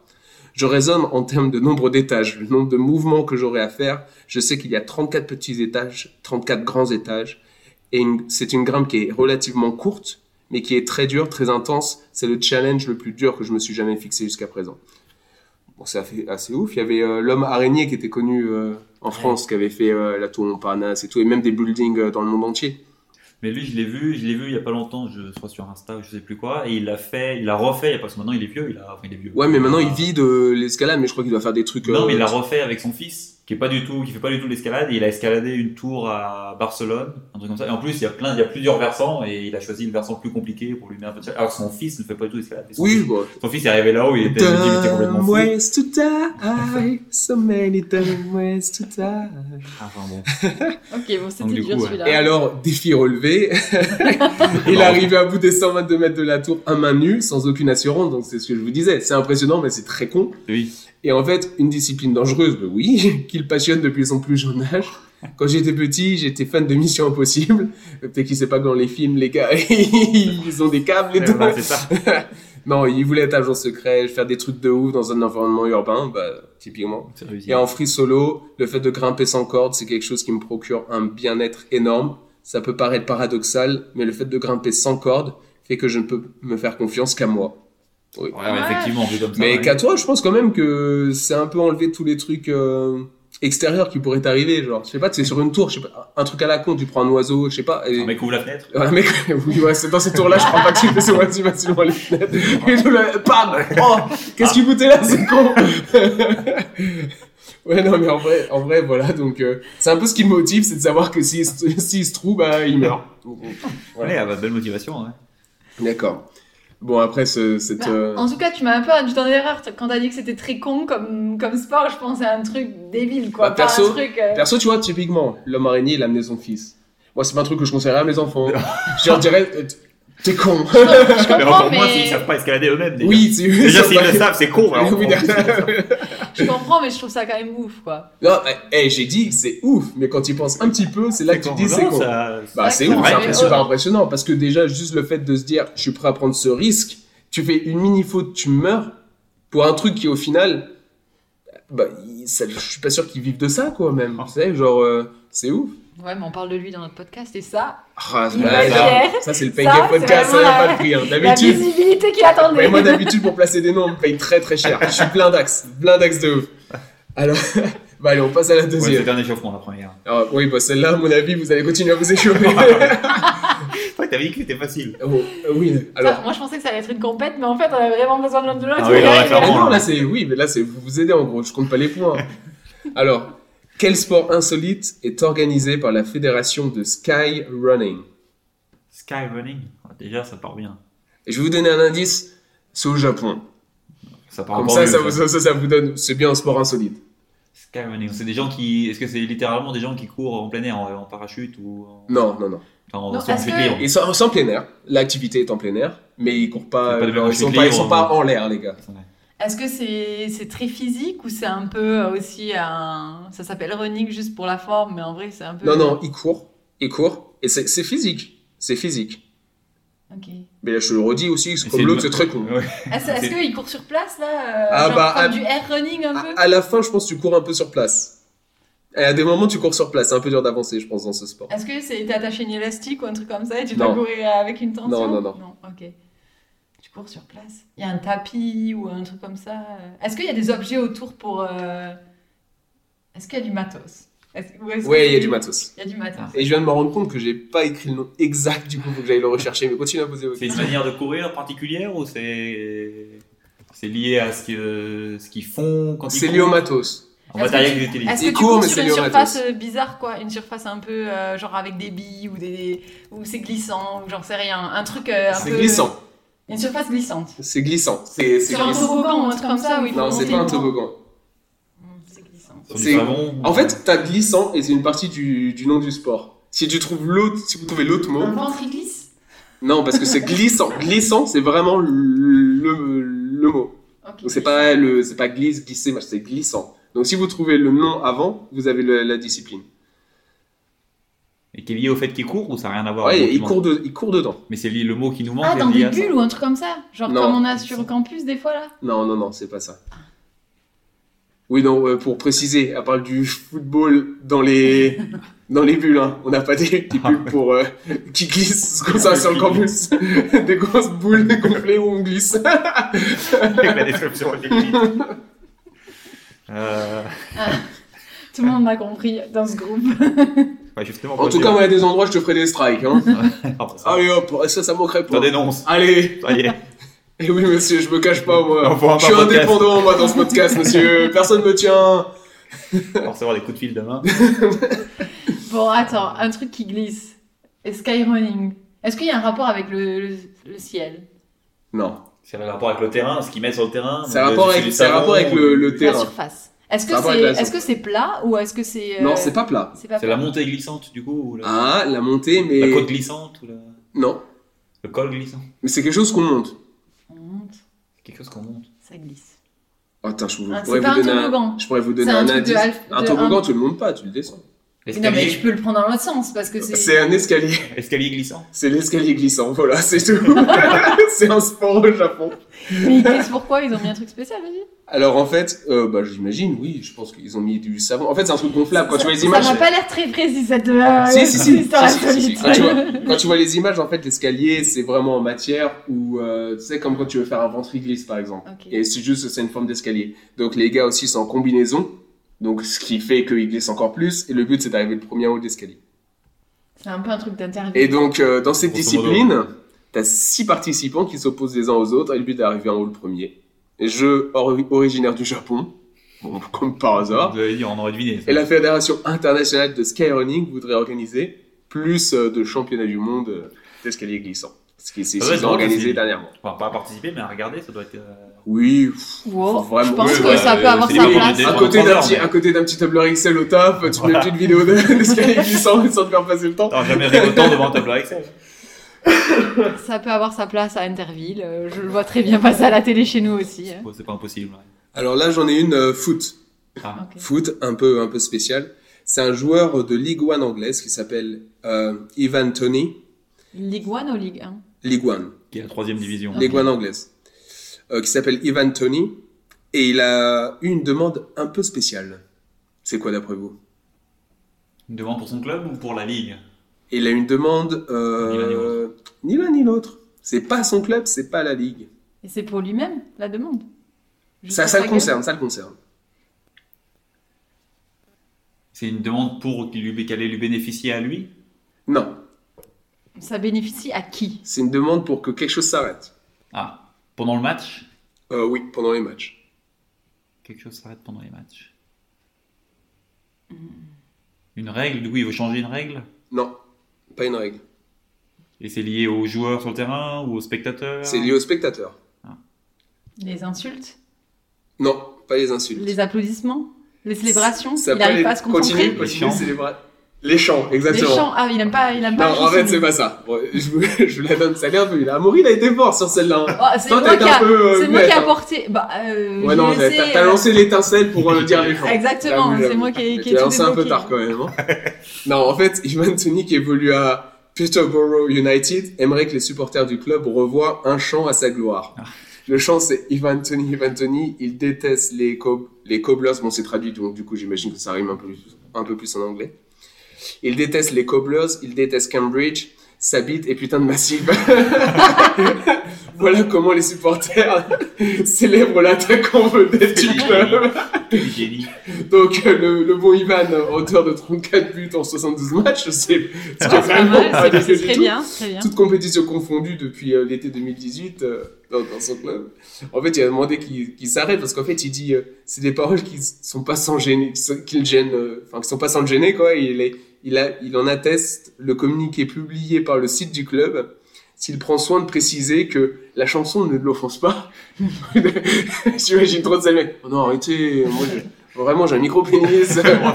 Speaker 1: Je raisonne en termes de nombre d'étages, le nombre de mouvements que j'aurai à faire. Je sais qu'il y a 34 petits étages, 34 grands étages. Et une- c'est une grimpe qui est relativement courte, mais qui est très dure, très intense. C'est le challenge le plus dur que je me suis jamais fixé jusqu'à présent. Bon, c'est assez, assez ouf. Il y avait euh, l'homme araignée qui était connu euh, en France, qui avait fait euh, la tour Montparnasse et tout, et même des buildings euh, dans le monde entier.
Speaker 3: Mais lui, je l'ai vu, je l'ai vu il y a pas longtemps, je crois sur Insta ou je sais plus quoi, et il l'a fait, il l'a refait, parce que maintenant il est vieux, il a, enfin il est vieux.
Speaker 1: Ouais, mais maintenant il
Speaker 3: a-
Speaker 1: vit de l'escalade, mais je crois qu'il doit faire des trucs.
Speaker 3: Non,
Speaker 1: euh,
Speaker 3: mais il l'a refait avec son fils, qui est pas du tout, qui fait pas du tout l'escalade, et il a escaladé une tour à Barcelone, un truc comme ça. Et en plus, il y a plein, il y a plusieurs versants, et il a choisi le versant le plus compliqué pour lui mettre un peu de challenge. Alors que son fils ne fait pas du tout l'escalade. Et Son,
Speaker 1: Oui,
Speaker 3: fils-
Speaker 1: bon.
Speaker 3: son fils est arrivé là-haut, il était, il était complètement
Speaker 1: Dumb
Speaker 3: fou.
Speaker 1: ways to die, so many dumb ways to die.
Speaker 3: Ah, Enfin bon.
Speaker 2: Ok, bon,
Speaker 3: Donc,
Speaker 2: c'était
Speaker 3: du
Speaker 2: dur
Speaker 3: coup,
Speaker 2: celui-là.
Speaker 1: Et alors, défi relevé, il est arrivé à bout des 122 mètres de la tour à main nue, sans aucune assurance, donc c'est ce que je vous disais. C'est impressionnant, mais c'est très con.
Speaker 3: Oui.
Speaker 1: Et en fait, une discipline dangereuse, bah oui, qu'il passionne depuis son plus jeune âge. Quand j'étais petit, j'étais fan de Mission Impossible. Peut-être qu'il sait pas que dans les films, les gars, ils ont des câbles et
Speaker 3: Ouais,
Speaker 1: tout.
Speaker 3: voilà, c'est ça.
Speaker 1: Non, il voulait être agent secret, faire des trucs de ouf dans un environnement urbain, bah, typiquement.
Speaker 3: C'est réussi.
Speaker 1: Et en free solo, le fait de grimper sans corde, c'est quelque chose qui me procure un bien-être énorme. Ça peut paraître paradoxal, mais le fait de grimper sans corde fait que je ne peux me faire confiance qu'à moi. Oui.
Speaker 3: Ouais, ouais, effectivement, vu comme ça.
Speaker 1: Mais
Speaker 3: ouais.
Speaker 1: qu'à toi, je pense quand même que c'est un peu enlever tous les trucs euh, extérieurs qui pourraient t'arriver. Genre, je sais pas, tu es sur une tour, je sais pas, un truc à la con, tu prends un oiseau, je sais pas. Et...
Speaker 3: Un mec ouvre la fenêtre.
Speaker 1: Ouais, mec, oui, ouais, c'est dans ces tours-là, je crois pas que tu fais ce oiseau facilement les fenêtres. Et je le... Bam Oh Qu'est-ce qui foutait là, c'est con Ouais, non, mais en vrai, en vrai voilà, donc euh, c'est un peu ce qui me motive, c'est de savoir que s'il se- s'il se trouve, bah, il meurt.
Speaker 3: Mm, Ouais, ah bah, belle motivation, ouais.
Speaker 1: D'accord. Bon, après, ce, cette.
Speaker 2: Bah,
Speaker 1: euh,
Speaker 2: En tout cas, tu m'as un peu induit en erreur t- quand t'as dit que c'était très con comme, comme sport. Je pensais à un truc débile, quoi.
Speaker 1: Bah,
Speaker 2: pas
Speaker 1: perso-
Speaker 2: un truc. euh,
Speaker 1: Perso, tu vois, typiquement, l'homme araignée, il a amené son fils. Moi, c'est pas un truc que je conseillerais à mes enfants. je leur dirais, euh, t'es con.
Speaker 2: Je
Speaker 3: Mais encore
Speaker 2: comprends,
Speaker 3: moins s'ils
Speaker 2: mais,
Speaker 3: savent pas escalader eux-mêmes. déjà.
Speaker 1: oui, c'est
Speaker 3: Déjà,
Speaker 1: c'est
Speaker 3: s'ils le
Speaker 1: vrai.
Speaker 3: savent, c'est con. alors,
Speaker 1: Oui,
Speaker 3: en plus,
Speaker 2: je comprends, mais je trouve ça quand même ouf, quoi.
Speaker 1: non, bah, hey, j'ai dit, c'est ouf, mais quand tu penses un petit peu, c'est là que tu
Speaker 3: con.
Speaker 1: dis, c'est
Speaker 3: Non,
Speaker 1: con.
Speaker 3: ça-
Speaker 1: Bah, c'est
Speaker 2: Ouais,
Speaker 1: ouf,
Speaker 3: ouais,
Speaker 1: c'est
Speaker 3: mais-
Speaker 1: super impressionnant, parce que déjà, juste le fait de se dire, je suis prêt à prendre ce risque, tu fais une mini faute, tu meurs, pour un truc qui, au final, bah, il- ça- je suis pas sûr qu'ils vivent de ça, quoi, même.
Speaker 3: Ah.
Speaker 1: Tu sais, genre, euh, c'est ouf.
Speaker 2: Ouais, mais on parle de lui dans notre podcast et ça,
Speaker 1: Ah,
Speaker 2: Il
Speaker 1: là, là,
Speaker 3: me
Speaker 2: gère.
Speaker 1: ça, c'est le
Speaker 2: Ça,
Speaker 1: Pancake
Speaker 2: c'est
Speaker 1: Podcast, ça
Speaker 2: vraiment
Speaker 1: n'a
Speaker 2: la-
Speaker 1: pas de prix. hein.
Speaker 2: la
Speaker 1: D'habitude,
Speaker 2: visibilité qu'il attendait.
Speaker 1: Ouais, moi d'habitude pour placer des noms, on me paye très très cher. Je suis plein d'axes, plein d'axes de ouf. Alors, bah allez, on passe à la
Speaker 3: Ouais,
Speaker 1: deuxième.
Speaker 3: C'était un échauffement, la première.
Speaker 1: Alors, oui, bah celle-là, à mon avis, vous allez continuer à vous échauffer.
Speaker 3: Ouais, t'avais dit que c'était facile.
Speaker 1: Bon, euh, oui,
Speaker 2: Ça,
Speaker 1: alors.
Speaker 2: moi, je pensais que ça allait être une compète, mais en fait, on avait vraiment besoin de l'un de l'autre.
Speaker 3: Ah oui, non, ouais,
Speaker 1: Ah
Speaker 3: clairement.
Speaker 1: non, là c'est oui, mais là c'est vous vous aidez en gros, je compte pas les points. Alors, quel sport insolite est organisé par la fédération de sky running
Speaker 3: Sky Running, Ah, déjà ça part bien.
Speaker 1: Et je vais vous donner un indice, c'est au Japon.
Speaker 3: Ça part
Speaker 1: Comme
Speaker 3: encore
Speaker 1: ça,
Speaker 3: mieux,
Speaker 1: ça, vous- ça, ça vous donne, c'est bien un sport insolite.
Speaker 3: Skyrunning, c'est des gens qui. Est-ce que c'est littéralement des gens qui courent en plein air, en, en parachute ou en-
Speaker 1: Non, non, non.
Speaker 3: Enfin, en
Speaker 2: Non,
Speaker 3: sorte
Speaker 2: est-ce
Speaker 3: de
Speaker 2: que-
Speaker 3: libre.
Speaker 1: Ils sont, ils sont en plein air. L'activité est en plein air, mais ils courent pas.
Speaker 3: C'est pas le
Speaker 1: genre,
Speaker 3: même
Speaker 1: ils sont
Speaker 3: cyclisme,
Speaker 1: pas, ils sont pas
Speaker 3: hein.
Speaker 1: en l'air, les gars.
Speaker 2: Est-ce que c'est c'est très physique ou c'est un peu euh, aussi un. Ça s'appelle running juste pour la forme, mais en vrai, c'est un peu.
Speaker 1: Non, non, ils courent, ils courent, et c'est c'est physique, c'est physique.
Speaker 2: Ok.
Speaker 1: Mais là, je le redis aussi, c'est
Speaker 3: Et
Speaker 1: comme
Speaker 3: c'est
Speaker 1: l'autre,
Speaker 3: une-
Speaker 1: c'est très cool.
Speaker 3: Ouais.
Speaker 2: Ah, c'est- Est-ce
Speaker 3: C'est-
Speaker 2: qu'ils courent sur place là euh,
Speaker 1: Ah,
Speaker 2: genre
Speaker 1: bah,
Speaker 2: comme
Speaker 1: ah,
Speaker 2: du air running un
Speaker 1: À,
Speaker 2: peu
Speaker 1: à la fin, je pense que tu cours un peu sur place. Et à des moments, tu cours sur place. C'est un peu dur d'avancer, je pense, dans ce sport.
Speaker 2: Est-ce que c'est t'es attaché à une élastique ou un truc comme ça et tu
Speaker 1: Non.
Speaker 2: dois courir avec une tension
Speaker 1: Non, non, non.
Speaker 2: ok. Tu cours sur place. Il y a un tapis ou un truc comme ça. euh. Est-ce qu'il y a des objets autour pour. euh, Est-ce qu'il y a du matos Est-ce- ou est-ce que
Speaker 1: Ouais, il y a
Speaker 2: c'est-
Speaker 1: du matos.
Speaker 2: Il y a du matos.
Speaker 1: Et je viens de me rendre compte que j'ai pas écrit le nom exact, du coup, faut que j'aille le rechercher. Mais continue à poser vos
Speaker 3: C'est
Speaker 1: questions.
Speaker 3: une manière de courir particulière ou c'est c'est lié à ce que ce qu'ils font quand ils
Speaker 1: C'est
Speaker 3: courent
Speaker 1: lié au matos.
Speaker 3: Au
Speaker 2: Est-ce
Speaker 3: matériel
Speaker 2: que
Speaker 3: qu'ils utilisent.
Speaker 2: Est-ce que
Speaker 1: Ils
Speaker 2: tu
Speaker 1: courent,
Speaker 2: cours
Speaker 1: mais
Speaker 2: sur
Speaker 1: c'est
Speaker 2: une
Speaker 1: lié au matos.
Speaker 2: surface euh, bizarre quoi Une surface un peu euh, genre avec des billes ou des. ou c'est glissant ou j'en sais rien. Un truc euh, un
Speaker 1: C'est
Speaker 2: peu-
Speaker 1: glissant.
Speaker 2: Une surface glissante.
Speaker 1: C'est glissant. C'est c'est
Speaker 2: Sur un
Speaker 1: glissant.
Speaker 2: toboggan ou un truc comme ça où il faut
Speaker 1: Non, c'est
Speaker 2: monter
Speaker 1: pas un
Speaker 2: une pente.
Speaker 1: toboggan.
Speaker 2: Hum, C'est glissant.
Speaker 3: Sur du
Speaker 1: c'est-
Speaker 3: savon
Speaker 1: En fait, t'as glissant et c'est une partie du, du nom du sport. Si tu trouves l'autre, si vous trouvez l'autre mot,
Speaker 2: Un ventre il glisse
Speaker 1: non, parce que c'est glissant. Glissant, c'est vraiment le, le, le mot.
Speaker 2: Ok.
Speaker 1: Donc c'est pas le, c'est pas glisse, glisser, machin, c'est glissant. Donc si vous trouvez le nom avant, vous avez le- la discipline.
Speaker 3: et qui est lié au fait qu'ils courent ou ça n'a rien à voir avec
Speaker 1: Ouais,
Speaker 3: le
Speaker 1: il
Speaker 3: mouvement
Speaker 1: court, de, il court dedans.
Speaker 3: Mais c'est lié le mot qui nous manque.
Speaker 2: Ah,
Speaker 3: est
Speaker 2: dans
Speaker 3: lié
Speaker 2: des
Speaker 3: à ça.
Speaker 2: bulles ou un truc comme ça Genre
Speaker 1: Non.
Speaker 2: comme on a sur le campus des fois là
Speaker 1: Non, non, non, c'est pas ça. Oui, non, euh, pour préciser, à parle du football dans les, dans les bulles, hein. on n'a pas des petites
Speaker 3: Ah
Speaker 1: bulles pour, euh, qui glissent comme ça sur le campus. des grosses boules gonflées où on glisse.
Speaker 3: Avec la description effective. Euh,
Speaker 2: Tout le monde m'a compris dans ce groupe.
Speaker 3: ouais, justement,
Speaker 1: En tout cas, moi, il y a des endroits, je te ferai des strikes. Hein.
Speaker 3: Ah,
Speaker 1: Allez hop, ça, ça manquerait
Speaker 3: on
Speaker 1: pas.
Speaker 3: dénonce.
Speaker 1: Allez,
Speaker 3: Ça y est.
Speaker 1: et oui, monsieur, je me cache pas,
Speaker 3: On
Speaker 1: moi.
Speaker 3: fera un
Speaker 1: Je suis
Speaker 3: podcast.
Speaker 1: indépendant, moi, dans ce podcast, monsieur. Personne me tient.
Speaker 3: On va recevoir des coups de fil demain.
Speaker 2: Bon, attends, un truc qui glisse. Et skyrunning. Est-ce qu'il y a un rapport avec le, le, le ciel
Speaker 1: Non.
Speaker 3: C'est un rapport avec le terrain, ce qu'ils mettent sur le terrain.
Speaker 1: C'est un
Speaker 3: Donc,
Speaker 1: rapport
Speaker 3: c'est
Speaker 1: avec-
Speaker 3: du
Speaker 1: c'est un
Speaker 3: savon,
Speaker 1: rapport avec le- le
Speaker 3: du-
Speaker 1: terrain.
Speaker 2: La surface. Est-ce que
Speaker 1: Ça va
Speaker 2: c'est
Speaker 1: être la
Speaker 2: est-ce que c'est plat ou est-ce que c'est. euh,
Speaker 1: Non, c'est pas plat.
Speaker 2: C'est pas
Speaker 3: C'est
Speaker 2: plat.
Speaker 3: la montée glissante, du coup. ou la-
Speaker 1: Ah, la montée, mais.
Speaker 3: La côte glissante ou la-
Speaker 1: Non.
Speaker 3: le col glissant.
Speaker 1: Mais c'est quelque chose qu'on monte.
Speaker 2: On monte,
Speaker 3: Quelque chose qu'on monte.
Speaker 2: ça glisse.
Speaker 1: Attends, je, vous-
Speaker 2: Ah,
Speaker 1: je pourrais
Speaker 2: c'est pas
Speaker 1: vous
Speaker 2: un
Speaker 1: donner
Speaker 2: toboggan.
Speaker 1: Je pourrais vous donner
Speaker 2: C'est un
Speaker 1: un,
Speaker 2: truc de
Speaker 1: indice.
Speaker 2: half-
Speaker 1: un
Speaker 2: de
Speaker 1: toboggan,
Speaker 2: un-
Speaker 1: tu le montes pas, tu le descends.
Speaker 2: Non, mais je
Speaker 3: Escalier,
Speaker 2: peux le prendre dans l'autre sens parce que c'est.
Speaker 1: C'est un escalier.
Speaker 3: escalier glissant.
Speaker 1: C'est l'escalier glissant, voilà, c'est tout. c'est un sport au Japon.
Speaker 2: Mais ils glissent pourquoi Ils ont mis un truc spécial, vas-y.
Speaker 1: Alors en fait, euh, bah, j'imagine, oui, je pense qu'ils ont mis du savon. En fait, c'est un truc gonflable. Quand tu vois les
Speaker 2: Ça
Speaker 1: images,
Speaker 2: n'a pas l'air très précis cette. euh,
Speaker 1: Si, si, si,
Speaker 2: cette histoire
Speaker 1: si, si, si, si.
Speaker 2: insolite.
Speaker 1: Quand tu vois- quand tu vois les images, en fait, l'escalier, c'est vraiment en matière où, euh, tu sais, comme quand tu veux faire un ventriglisse, par exemple.
Speaker 2: Ok.
Speaker 1: Et c'est juste, c'est une forme d'escalier. Donc les gars aussi sont en combinaison. Donc ce qui fait qu'ils glissent encore plus. Et le but, c'est d'arriver le premier en haut de l'escalier.
Speaker 2: C'est un peu un truc d'interview.
Speaker 1: Et donc, euh, dans cette
Speaker 3: Grosso modo.
Speaker 1: discipline, t'as six participants qui s'opposent les uns aux autres. Et le but, c'est d'arriver en haut le premier. Et jeu or- originaire du Japon. Bon, comme par hasard.
Speaker 3: Vous avez dit, on aurait deviné. ça.
Speaker 1: Et la Fédération internationale de skyrunning voudrait organiser plus euh, de championnats du monde euh, d'escalier glissant. Ce qui s'est
Speaker 3: Ça doit être drôle,
Speaker 1: organisé
Speaker 3: aussi.
Speaker 1: dernièrement.
Speaker 3: Enfin, pas à participer, mais à regarder, ça doit être. euh,
Speaker 1: Oui, pff,
Speaker 2: Wow,
Speaker 1: Vraiment,
Speaker 2: je pense
Speaker 1: oui,
Speaker 2: que
Speaker 1: bah,
Speaker 2: ça peut
Speaker 3: euh,
Speaker 2: avoir
Speaker 3: c'est
Speaker 2: sa
Speaker 3: des
Speaker 2: place.
Speaker 3: des-
Speaker 1: à
Speaker 3: bon,
Speaker 1: côté d'un
Speaker 3: bonheur,
Speaker 1: petit,
Speaker 3: mais-
Speaker 1: à côté d'un petit tableur Excel au taf, tu mets une petite vidéo de- d'escalier glissant sans te faire passer le temps.
Speaker 3: T'auras Ah, jamais ri autant devant un tableau Excel.
Speaker 2: Ça peut avoir sa place à Interville. euh, Je le vois très bien passer à la télé chez nous aussi. hein.
Speaker 3: Bon, c'est pas impossible. ouais.
Speaker 1: Alors là, j'en ai une euh, foot.
Speaker 2: Ok.
Speaker 1: Foot, un peu, un peu spécial. C'est un joueur de Ligue 1 anglaise qui s'appelle euh, Ivan Tony.
Speaker 2: Ligue 1 ou Ligue 1
Speaker 1: Ligue 1.
Speaker 3: Qui est la troisième division.
Speaker 2: Ok.
Speaker 1: Ligue 1 anglaise, euh, qui s'appelle Ivan Tony, et il a eu une demande un peu spéciale. C'est quoi d'après vous
Speaker 3: Une demande pour son club ou pour la ligue
Speaker 1: Il a une demande euh, ni l'un ni l'autre. C'est pas son club, c'est pas la ligue.
Speaker 2: Et c'est pour lui-même la demande Juste
Speaker 1: Ça,
Speaker 2: pour
Speaker 1: ça
Speaker 2: sa
Speaker 1: le
Speaker 2: gueule
Speaker 1: concerne, ça le concerne.
Speaker 3: C'est une demande pour qu'il lui- qu'elle allait lui bénéficier à lui
Speaker 1: Non,
Speaker 2: Ça bénéficie à qui
Speaker 1: c'est une demande pour que quelque chose s'arrête.
Speaker 3: Ah, pendant le match
Speaker 1: Euh, oui, pendant les matchs.
Speaker 3: Quelque chose s'arrête pendant les matchs. Une règle, du coup, il veut changer une règle
Speaker 1: Non, pas une règle.
Speaker 3: Et c'est lié aux joueurs sur le terrain ou aux spectateurs
Speaker 1: C'est lié au spectateur.
Speaker 2: Les insultes
Speaker 1: Non, pas les insultes.
Speaker 2: Les applaudissements Les célébrations
Speaker 1: Ça
Speaker 2: Il
Speaker 1: peut
Speaker 2: n'arrive
Speaker 1: aller-
Speaker 2: pas à se
Speaker 1: Continue,
Speaker 2: concentrer
Speaker 1: continue,
Speaker 3: Les chants.
Speaker 1: c'est les bras- Les chants,
Speaker 2: Les
Speaker 1: exactement.
Speaker 2: chants, ah, il n'aime pas, il aime pas
Speaker 1: Non,
Speaker 2: les
Speaker 1: en fait,
Speaker 2: chansons.
Speaker 1: c'est pas ça. Bon, je, vous, je vous la donne, ça a l'air de... La Amaury, il a été fort sur celle-là. hein.
Speaker 2: Oh, c'est
Speaker 1: Toi,
Speaker 2: moi
Speaker 1: t'as été
Speaker 2: qui
Speaker 1: un
Speaker 2: a,
Speaker 1: peu... euh,
Speaker 2: c'est moi qui
Speaker 1: muette,
Speaker 2: a
Speaker 1: hein.
Speaker 2: apporté. Bah, euh,
Speaker 1: Ouais,
Speaker 2: je
Speaker 1: non,
Speaker 2: vais
Speaker 1: t'as
Speaker 2: laisser,
Speaker 1: t'as
Speaker 2: euh,
Speaker 1: lancé l'étincelle pour euh, dire les chants.
Speaker 2: Exactement,
Speaker 1: J'avoue,
Speaker 2: c'est
Speaker 1: j'avoue.
Speaker 2: moi qui, qui ai
Speaker 1: Tu l'as
Speaker 2: tout
Speaker 1: lancé un peu
Speaker 2: débloqué.
Speaker 1: tard quand même. hein. non, en fait, Ivan Tonic évolue à Peterborough United, aimerait que les supporters du club revoient un chant à sa gloire. Le chant, c'est Ivan Tony, Ivan Tony. Il déteste les, co les cobblers. Bon, c'est traduit, donc du coup, j'imagine que ça rime un peu, un peu plus en anglais. Il déteste les cobblers, il déteste Cambridge, sa bite est putain de massive. voilà comment les supporters célèbrent l'attaquant vedette du club.
Speaker 3: Du génie.
Speaker 1: Donc euh, le, le bon Ivan, euh, auteur de 34 buts en 72 matchs, c'est c'est
Speaker 2: Ah, C'est pas
Speaker 1: vraiment
Speaker 2: mal,
Speaker 1: pas
Speaker 2: c'est-
Speaker 1: dégueu
Speaker 2: c'est
Speaker 1: du
Speaker 2: très
Speaker 1: tout.
Speaker 2: bien, très bien.
Speaker 1: Toute compétition confondue depuis euh, l'été 2018 euh, dans, dans son club. En fait, il a demandé qu'il qu'il s'arrête parce qu'en fait, il dit euh, c'est des paroles qui s- sont pas sans gêner, qui sont- qui le gênent, euh, enfin qui sont pas sans le gêner quoi. Il est, il a, il en atteste le communiqué publié par le site du club. S'il prend soin de préciser que la chanson ne l'offense pas. J'imagine trop de ces mecs. Oh non, arrêtez, moi je- Vraiment, j'ai un micro-pénis,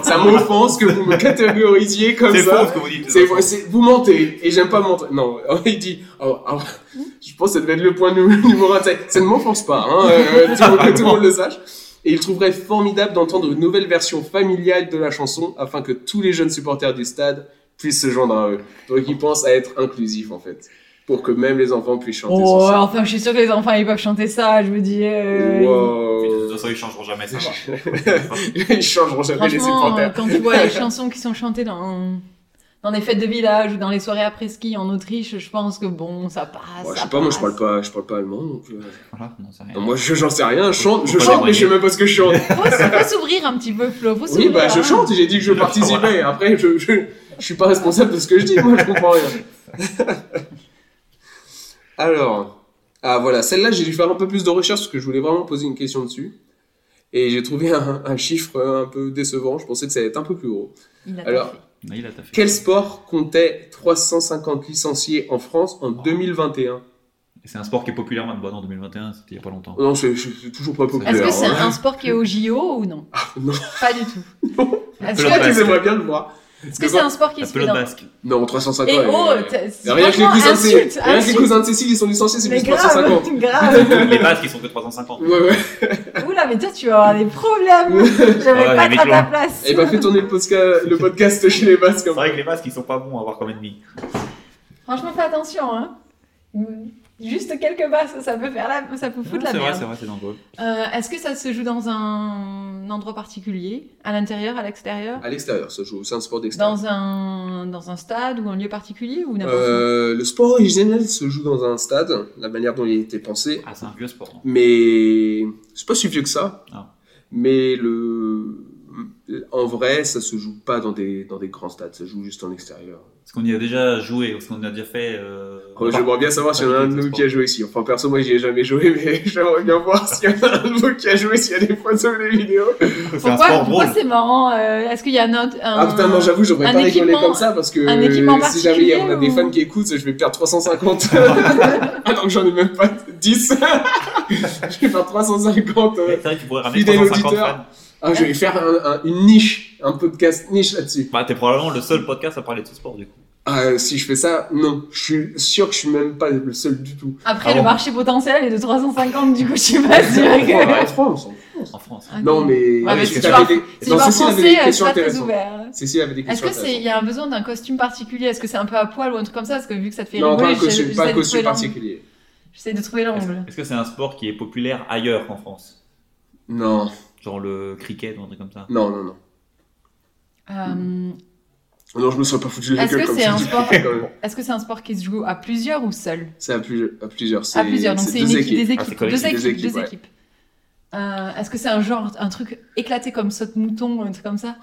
Speaker 1: ça m'offense que vous me catégorisiez comme
Speaker 3: C'est
Speaker 1: ça.
Speaker 3: faux ce que vous dites.
Speaker 1: C'est, c'est- vous mentez et j'aime pas mentir. Non, il dit. oh, oh, je pense que ça devait être le point nu- numéro un. Ça ça ne m'enfonce pas. Hein, euh, tout, le monde- tout le monde le sache. Et il trouverait formidable d'entendre une nouvelle version familiale de la chanson afin que tous les jeunes supporters du stade puissent se joindre à eux. Donc il pense à être inclusif en fait, pour que même les enfants puissent chanter. ce
Speaker 2: Oh,
Speaker 1: son.
Speaker 2: enfin, je suis sûre que les enfants ils peuvent chanter ça, je vous dis. euh,
Speaker 3: De toute
Speaker 1: Wow.
Speaker 3: façon, ils changeront jamais ça. va.
Speaker 1: Ils changeront jamais les
Speaker 2: Franchement, euh,
Speaker 1: supporters.
Speaker 2: quand tu vois les chansons qui sont chantées dans, dans les fêtes de village ou dans les soirées après-ski en Autriche, je pense que bon, ça passe.
Speaker 1: Ouais, je
Speaker 2: ça
Speaker 1: sais pas, moi je
Speaker 2: passe.
Speaker 1: parle pas, je parle pas allemand. donc, euh,
Speaker 3: Voilà, non, c'est rien.
Speaker 1: non, moi je- j'en sais rien. Je chante, je
Speaker 3: Faut pas
Speaker 1: chante, mais je sais
Speaker 3: témoigner.
Speaker 1: même pas ce que je chante.
Speaker 2: Faut, s- faut s'ouvrir un petit peu, Flo. Faut
Speaker 1: Oui,
Speaker 2: s'ouvrir,
Speaker 1: bah je
Speaker 2: hein.
Speaker 1: chante, j'ai dit que je participais. Après, je, je, je suis pas responsable de ce que je dis, moi, je comprends rien. Alors, ah voilà, celle-là, j'ai dû faire un peu plus de recherche parce que je voulais vraiment poser une question dessus. Et j'ai trouvé un, un chiffre un peu décevant, je pensais que ça allait être un peu plus gros.
Speaker 2: Il a
Speaker 1: Alors,
Speaker 2: tout fait.
Speaker 3: Non, il a taffé.
Speaker 1: Quel sport comptait 350 licenciés en France en 2021
Speaker 3: C'est un sport qui est populaire maintenant. Bah non, 2021, c'était il y a pas longtemps.
Speaker 1: Non, je je- je suis toujours pas populaire.
Speaker 2: Est-ce que c'est
Speaker 1: hein.
Speaker 2: un sport qui est au JO ou non
Speaker 1: Ah, non.
Speaker 2: Pas du tout. Est-ce
Speaker 1: Je crois
Speaker 2: que
Speaker 1: qu'ils aimeraient bien le voir.
Speaker 2: est-ce que c'est un sport qui
Speaker 3: La
Speaker 2: se fait
Speaker 3: pelote
Speaker 2: dans.
Speaker 3: basque.
Speaker 1: Non, 350.
Speaker 2: Et oh,
Speaker 1: euh,
Speaker 2: t'as-
Speaker 1: Rien que, les
Speaker 2: franchement,
Speaker 1: cousins de Cé-
Speaker 2: insulte,
Speaker 1: rien que les
Speaker 2: insulte.
Speaker 1: cousins de Cécile, ils sont licenciés, c'est
Speaker 2: Mais
Speaker 1: plus
Speaker 2: grave,
Speaker 1: 350.
Speaker 2: grave.
Speaker 3: Les basques, ils sont que 350.
Speaker 1: Ouais, ouais.
Speaker 2: Oula, mais toi, tu vas avoir des problèmes. Je vais
Speaker 3: Ouais,
Speaker 2: pas
Speaker 3: il est
Speaker 2: être à ta
Speaker 3: loin.
Speaker 2: place.
Speaker 1: Et bah, fait tourner le podcast, le podcast chez les hein. Basques.
Speaker 3: C'est vrai que les basques, ils sont pas bons à avoir comme ennemi.
Speaker 2: Franchement, fais attention, hein. Juste quelques basses, ça peut faire la, ça peut
Speaker 3: C'est
Speaker 2: foutre la
Speaker 3: vrai, c'est
Speaker 2: merde.
Speaker 3: vrai, c'est dangereux.
Speaker 2: Euh, Est-ce que ça se joue dans un endroit particulier, à l'intérieur, à l'extérieur,
Speaker 1: À l'extérieur, ça joue. C'est un sport d'extérieur.
Speaker 2: dans un dans un stade ou un lieu particulier ou n'importe où
Speaker 1: Euh, le sport originel se joue dans un stade, la manière dont il était pensé.
Speaker 3: Ah, c'est un vieux
Speaker 1: hein.
Speaker 3: sport. non
Speaker 1: Mais c'est pas si vieux que ça.
Speaker 3: Ah.
Speaker 1: Mais le. En vrai, ça se joue pas dans des, dans des grands stades, ça joue juste en extérieur.
Speaker 3: Parce qu'on y a déjà joué, parce qu'on a déjà fait. euh,
Speaker 1: Oh, J'aimerais bien savoir s'il y en a un de nous qui a joué ici. Enfin, perso, moi, j'y ai jamais joué, mais j'aimerais bien voir s'il y en a un de vous qui a joué, s'il y a des photos, des vidéos.
Speaker 3: C'est un
Speaker 2: Pourquoi
Speaker 3: sport
Speaker 2: pourquoi
Speaker 3: drôle.
Speaker 2: c'est marrant euh, Est-ce qu'il y a un autre un-
Speaker 1: Ah putain, non, j'avoue, j'aurais
Speaker 2: un
Speaker 1: pas rigolé
Speaker 2: équipement-
Speaker 1: comme ça parce que
Speaker 2: un équipement
Speaker 1: si jamais il y en a des
Speaker 2: particulier
Speaker 1: fans
Speaker 2: ou-
Speaker 1: qui écoutent, je vais perdre 350. Alors que Ah, j'en ai même pas 10. je vais faire 350. euh.
Speaker 3: C'est vrai que tu pourrais ramener
Speaker 1: Fidèle
Speaker 3: 350
Speaker 1: auditeur.
Speaker 3: fans.
Speaker 1: Ah, je vais faire un- un- une niche, un podcast niche là-dessus.
Speaker 3: Bah, t'es probablement le seul podcast à parler de ce sport, du coup.
Speaker 1: Ah, euh, si je fais ça, non, je suis sûr que je suis même pas le seul du tout.
Speaker 2: Après,
Speaker 3: Ah
Speaker 2: le
Speaker 3: bon
Speaker 2: marché potentiel est de 350, du coup, je suis pas sûre
Speaker 1: Ouais,
Speaker 2: Ah, que.
Speaker 1: en France.
Speaker 3: En France.
Speaker 1: Non, mais.
Speaker 2: Ouais, mais
Speaker 1: Cécile
Speaker 2: si tu parles-
Speaker 1: avait des-
Speaker 2: Si
Speaker 1: non,
Speaker 2: tu parles
Speaker 1: Cécile avait des
Speaker 2: français, euh, je suis
Speaker 1: questions
Speaker 2: pas très
Speaker 1: intéressantes.
Speaker 2: ouvert.
Speaker 1: Cécile avait des
Speaker 2: Est-ce
Speaker 1: questions
Speaker 2: que c'est il
Speaker 1: intéressantes.
Speaker 2: y a un besoin d'un costume particulier Est-ce que c'est un peu à poil ou un truc comme ça Parce que vu que ça te fait
Speaker 1: Non, pas un
Speaker 2: rigoler,
Speaker 1: costume,
Speaker 2: j'essaie-
Speaker 1: pas un
Speaker 2: j'essaie de trouver
Speaker 1: costume
Speaker 2: l'angle.
Speaker 1: particulier.
Speaker 2: J'essaie de trouver
Speaker 3: Est-ce
Speaker 2: l'angle.
Speaker 3: est-ce que c'est un sport qui est populaire ailleurs qu'en France
Speaker 1: Non,
Speaker 3: Genre le cricket ou un truc comme ça
Speaker 1: non, non, non.
Speaker 2: Euh,
Speaker 1: Non, je me serais pas foutu de la
Speaker 2: Est-ce
Speaker 1: gueule
Speaker 2: que
Speaker 1: comme
Speaker 2: c'est
Speaker 1: ça.
Speaker 2: un sport-
Speaker 1: quand même.
Speaker 2: Est-ce que c'est un sport qui se joue à plusieurs ou seul
Speaker 1: C'est à, plus- à plusieurs. c'est-
Speaker 2: À plusieurs, donc c'est une
Speaker 1: deux
Speaker 2: équipe, des
Speaker 3: Ah,
Speaker 2: équipes,
Speaker 3: c'est collectif,
Speaker 2: deux équipes,
Speaker 1: des
Speaker 2: deux
Speaker 1: équipes,
Speaker 2: équipes.
Speaker 1: ouais.
Speaker 2: Euh, Est-ce que c'est un genre, un truc éclaté comme saute-mouton ou un truc comme ça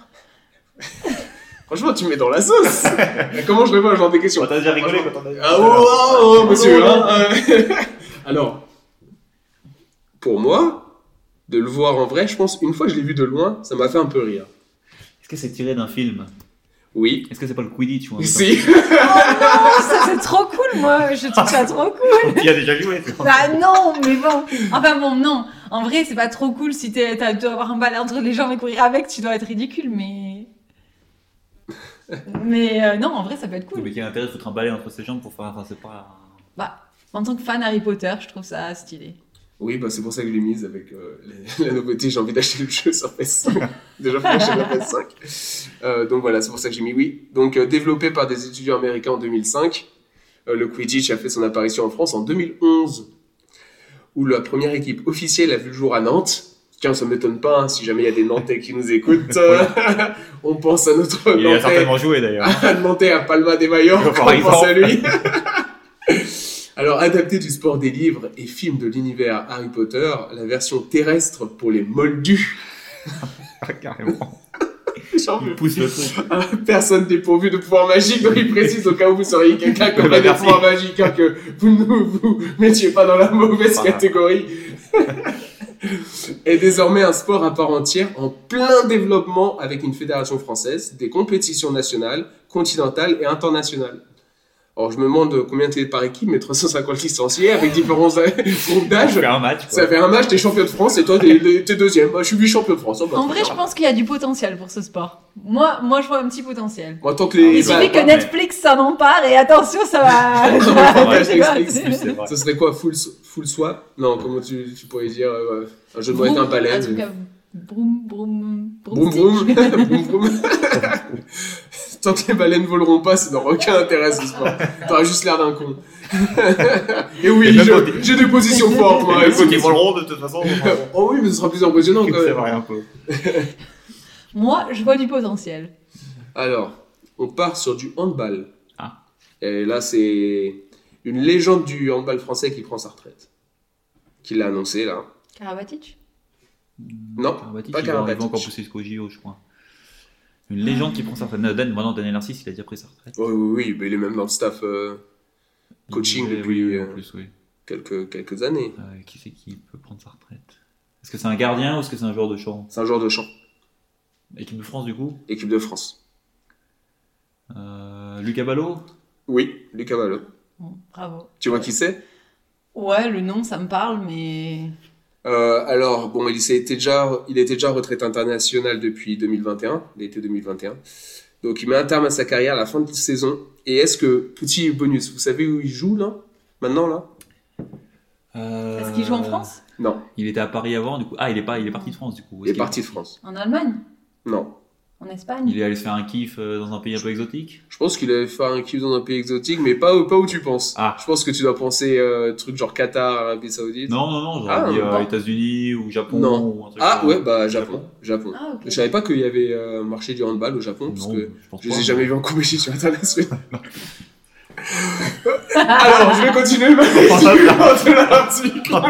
Speaker 1: Franchement, tu me mets dans la sauce. Mais Comment je réponds à ce genre de questions
Speaker 3: Bah, T'as déjà rigolé
Speaker 1: Franchement.
Speaker 3: quand on a dit
Speaker 1: Ah, oh, oh, oh, monsieur. hein, euh. Alors, pour moi, de le voir en vrai, je pense, une fois que je l'ai vu de loin, ça m'a fait un peu rire.
Speaker 3: Est-ce que c'est tiré d'un film
Speaker 1: Oui.
Speaker 3: Est-ce que c'est pas le Quidditch ou un truc
Speaker 1: Si.
Speaker 2: Oh, ça c'est trop cool, moi, je trouve ça trop cool.
Speaker 3: comme ça Il a déjà joué. c'est-
Speaker 2: Bah non, mais bon. Enfin bon, non. En vrai, c'est pas trop cool si t'es- t'as- tu dois avoir un balai entre les jambes et courir avec, tu dois être ridicule, mais. mais euh, non, en vrai, ça peut être cool.
Speaker 3: Mais quel intérêt de foutre un balai entre ses jambes pour faire. Enfin, c'est pas.
Speaker 2: En tant que fan Harry Potter, je trouve ça stylé.
Speaker 1: Oui, bah, c'est pour ça que je l'ai mise avec euh, la- la nouveauté. J'ai envie d'acheter le jeu sur PS5. Déjà, faut acheter la PS5. Euh, donc voilà, c'est pour ça que j'ai mis oui. Donc euh, développé par des étudiants américains en 2005, euh, le Quidditch a fait son apparition en France en 2011, où la première équipe officielle a vu le jour à Nantes. Tiens, ça m'étonne pas, hein, si jamais il y a des Nantais qui nous écoutent. euh, on pense à notre
Speaker 3: Il a
Speaker 1: Nantais
Speaker 3: certainement joué d'ailleurs.
Speaker 1: à demander à Palma de Mallorca,
Speaker 3: Par
Speaker 1: on
Speaker 3: exemple.
Speaker 1: pense à lui. Alors, adapté du sport des livres et film de l'univers Harry Potter, la version terrestre pour les moldus.
Speaker 3: Carrément.
Speaker 1: J'en
Speaker 3: Il
Speaker 1: veux
Speaker 3: pousse le truc.
Speaker 1: Personne dépourvu de pouvoir magique, donc il précise au cas où vous seriez quelqu'un qui
Speaker 3: Bah,
Speaker 1: aurait des
Speaker 3: merci.
Speaker 1: pouvoirs magiques, hein, que vous ne vous mettiez pas dans la mauvaise
Speaker 3: Voilà.
Speaker 1: catégorie. est désormais un sport à part entière en plein développement avec une fédération française, des compétitions nationales, continentales et internationales. Alors je me demande combien t'es par équipe, mais 350 licenciés avec différents groupes
Speaker 3: Il
Speaker 1: d'âge.
Speaker 3: fait un match. quoi.
Speaker 1: Ça fait un match, t'es champion de France et toi t'es t'es deuxième. Moi, je suis vice-champion de France. Oh, bah,
Speaker 2: En
Speaker 1: très
Speaker 2: vrai,
Speaker 1: bien.
Speaker 2: je pense qu'il y a du potentiel pour ce sport. Moi, moi je vois un petit potentiel.
Speaker 1: Moi, tant que
Speaker 3: Ah, mais
Speaker 1: les...
Speaker 2: Il
Speaker 3: bah,
Speaker 2: suffit que
Speaker 3: ouais, mais-
Speaker 2: Netflix s'en empare et attention, ça va. ça va-
Speaker 1: Ouais,
Speaker 2: je sais pas,
Speaker 1: Netflix,
Speaker 2: c'est-
Speaker 3: Plus, c'est vrai.
Speaker 1: Ce serait quoi Full, full swap Non, comment tu, tu pourrais dire euh, Un jeu de mots avec un
Speaker 2: Vroom, Ah, euh,
Speaker 1: balai.
Speaker 2: un truc à- Broum, broum,
Speaker 1: Broum broum. Broum, broum. Tant que les baleines voleront pas, ça n'aura aucun intérêt ce sport. T'auras juste l'air d'un con. Et
Speaker 3: Et
Speaker 1: oui,
Speaker 3: même
Speaker 1: je-
Speaker 3: quand t'es-
Speaker 1: j'ai des positions fortes. moi,
Speaker 3: Et même
Speaker 1: avec
Speaker 3: quand
Speaker 1: ce
Speaker 3: ils
Speaker 1: sport.
Speaker 3: voleront, de toute façon. on-
Speaker 1: Oh oui, mais ce sera plus impressionnant quand
Speaker 3: C'est
Speaker 1: même.
Speaker 3: vrai un peu.
Speaker 2: Moi, je vois du potentiel.
Speaker 1: Alors, on part sur du handball.
Speaker 3: Ah.
Speaker 1: Et là, c'est une légende du handball français qui prend sa retraite. Qui l'a annoncé là.
Speaker 2: Karabatic
Speaker 1: Non,
Speaker 3: Karabatic,
Speaker 1: pas
Speaker 3: il va- il va
Speaker 1: Karabatic.
Speaker 3: encore pousser jusqu'au JO, je crois. Une légende qui prend sa retraite. Non, Dan, maintenant, Daniel Narcisse, il a déjà pris sa retraite.
Speaker 1: Oui, Oh oui, oui, mais il est même dans le staff. euh, Coaching
Speaker 3: Oui,
Speaker 1: depuis,
Speaker 3: oui,
Speaker 1: euh,
Speaker 3: en plus, oui.
Speaker 1: quelques, quelques années.
Speaker 3: Euh, qui c'est qui peut prendre sa retraite Est-ce que c'est un gardien ou est-ce que c'est un joueur de champ
Speaker 1: C'est un joueur de champ,
Speaker 3: Équipe de France, du coup
Speaker 1: équipe de France.
Speaker 3: euh, Lucas Ballot
Speaker 1: Oui, Lucas Valo.
Speaker 2: Bon, Bravo.
Speaker 1: Tu vois qui c'est
Speaker 2: Ouais, le nom, ça me parle, mais.
Speaker 1: Euh, Alors, bon, il était, déjà, il était déjà retraité international depuis 2021, l'été 2021. Donc, il met un terme à sa carrière à la fin de saison. Et est-ce que, petit bonus, vous savez où il joue là Maintenant là
Speaker 3: Euh,
Speaker 2: Est-ce qu'il joue en France
Speaker 1: Non,
Speaker 3: Il était à Paris avant, du coup. Ah, il est, pas, il est parti de France, du coup.
Speaker 1: il
Speaker 3: Est-ce
Speaker 1: est
Speaker 3: qu'il-
Speaker 1: parti de France.
Speaker 2: En Allemagne
Speaker 1: Non.
Speaker 2: En Espagne
Speaker 3: Il est allé se faire un kiff euh, dans un pays un peu exotique
Speaker 1: Je pense qu'il avait fait un kiff dans un pays exotique, mais pas, où- pas où tu penses.
Speaker 3: Ah.
Speaker 1: Je pense que tu dois penser euh, truc genre Qatar, Arabie Saoudite.
Speaker 3: Non, non, non, j'aurais
Speaker 1: Ah,
Speaker 3: dit
Speaker 2: non.
Speaker 3: euh, États-unis ou Japon
Speaker 1: Non.
Speaker 3: ou un truc
Speaker 1: Ah
Speaker 3: comme-
Speaker 1: ouais, bah Japon. Japon.
Speaker 2: Ah, ok.
Speaker 1: Je savais pas qu'il y avait euh, un marché du handball au Japon,
Speaker 3: Non,
Speaker 1: parce que
Speaker 3: je pense
Speaker 1: Je
Speaker 3: pas.
Speaker 1: les ai jamais vus en compétition sur Internet. oui. Alors, je vais continuer ma lecture de l'article.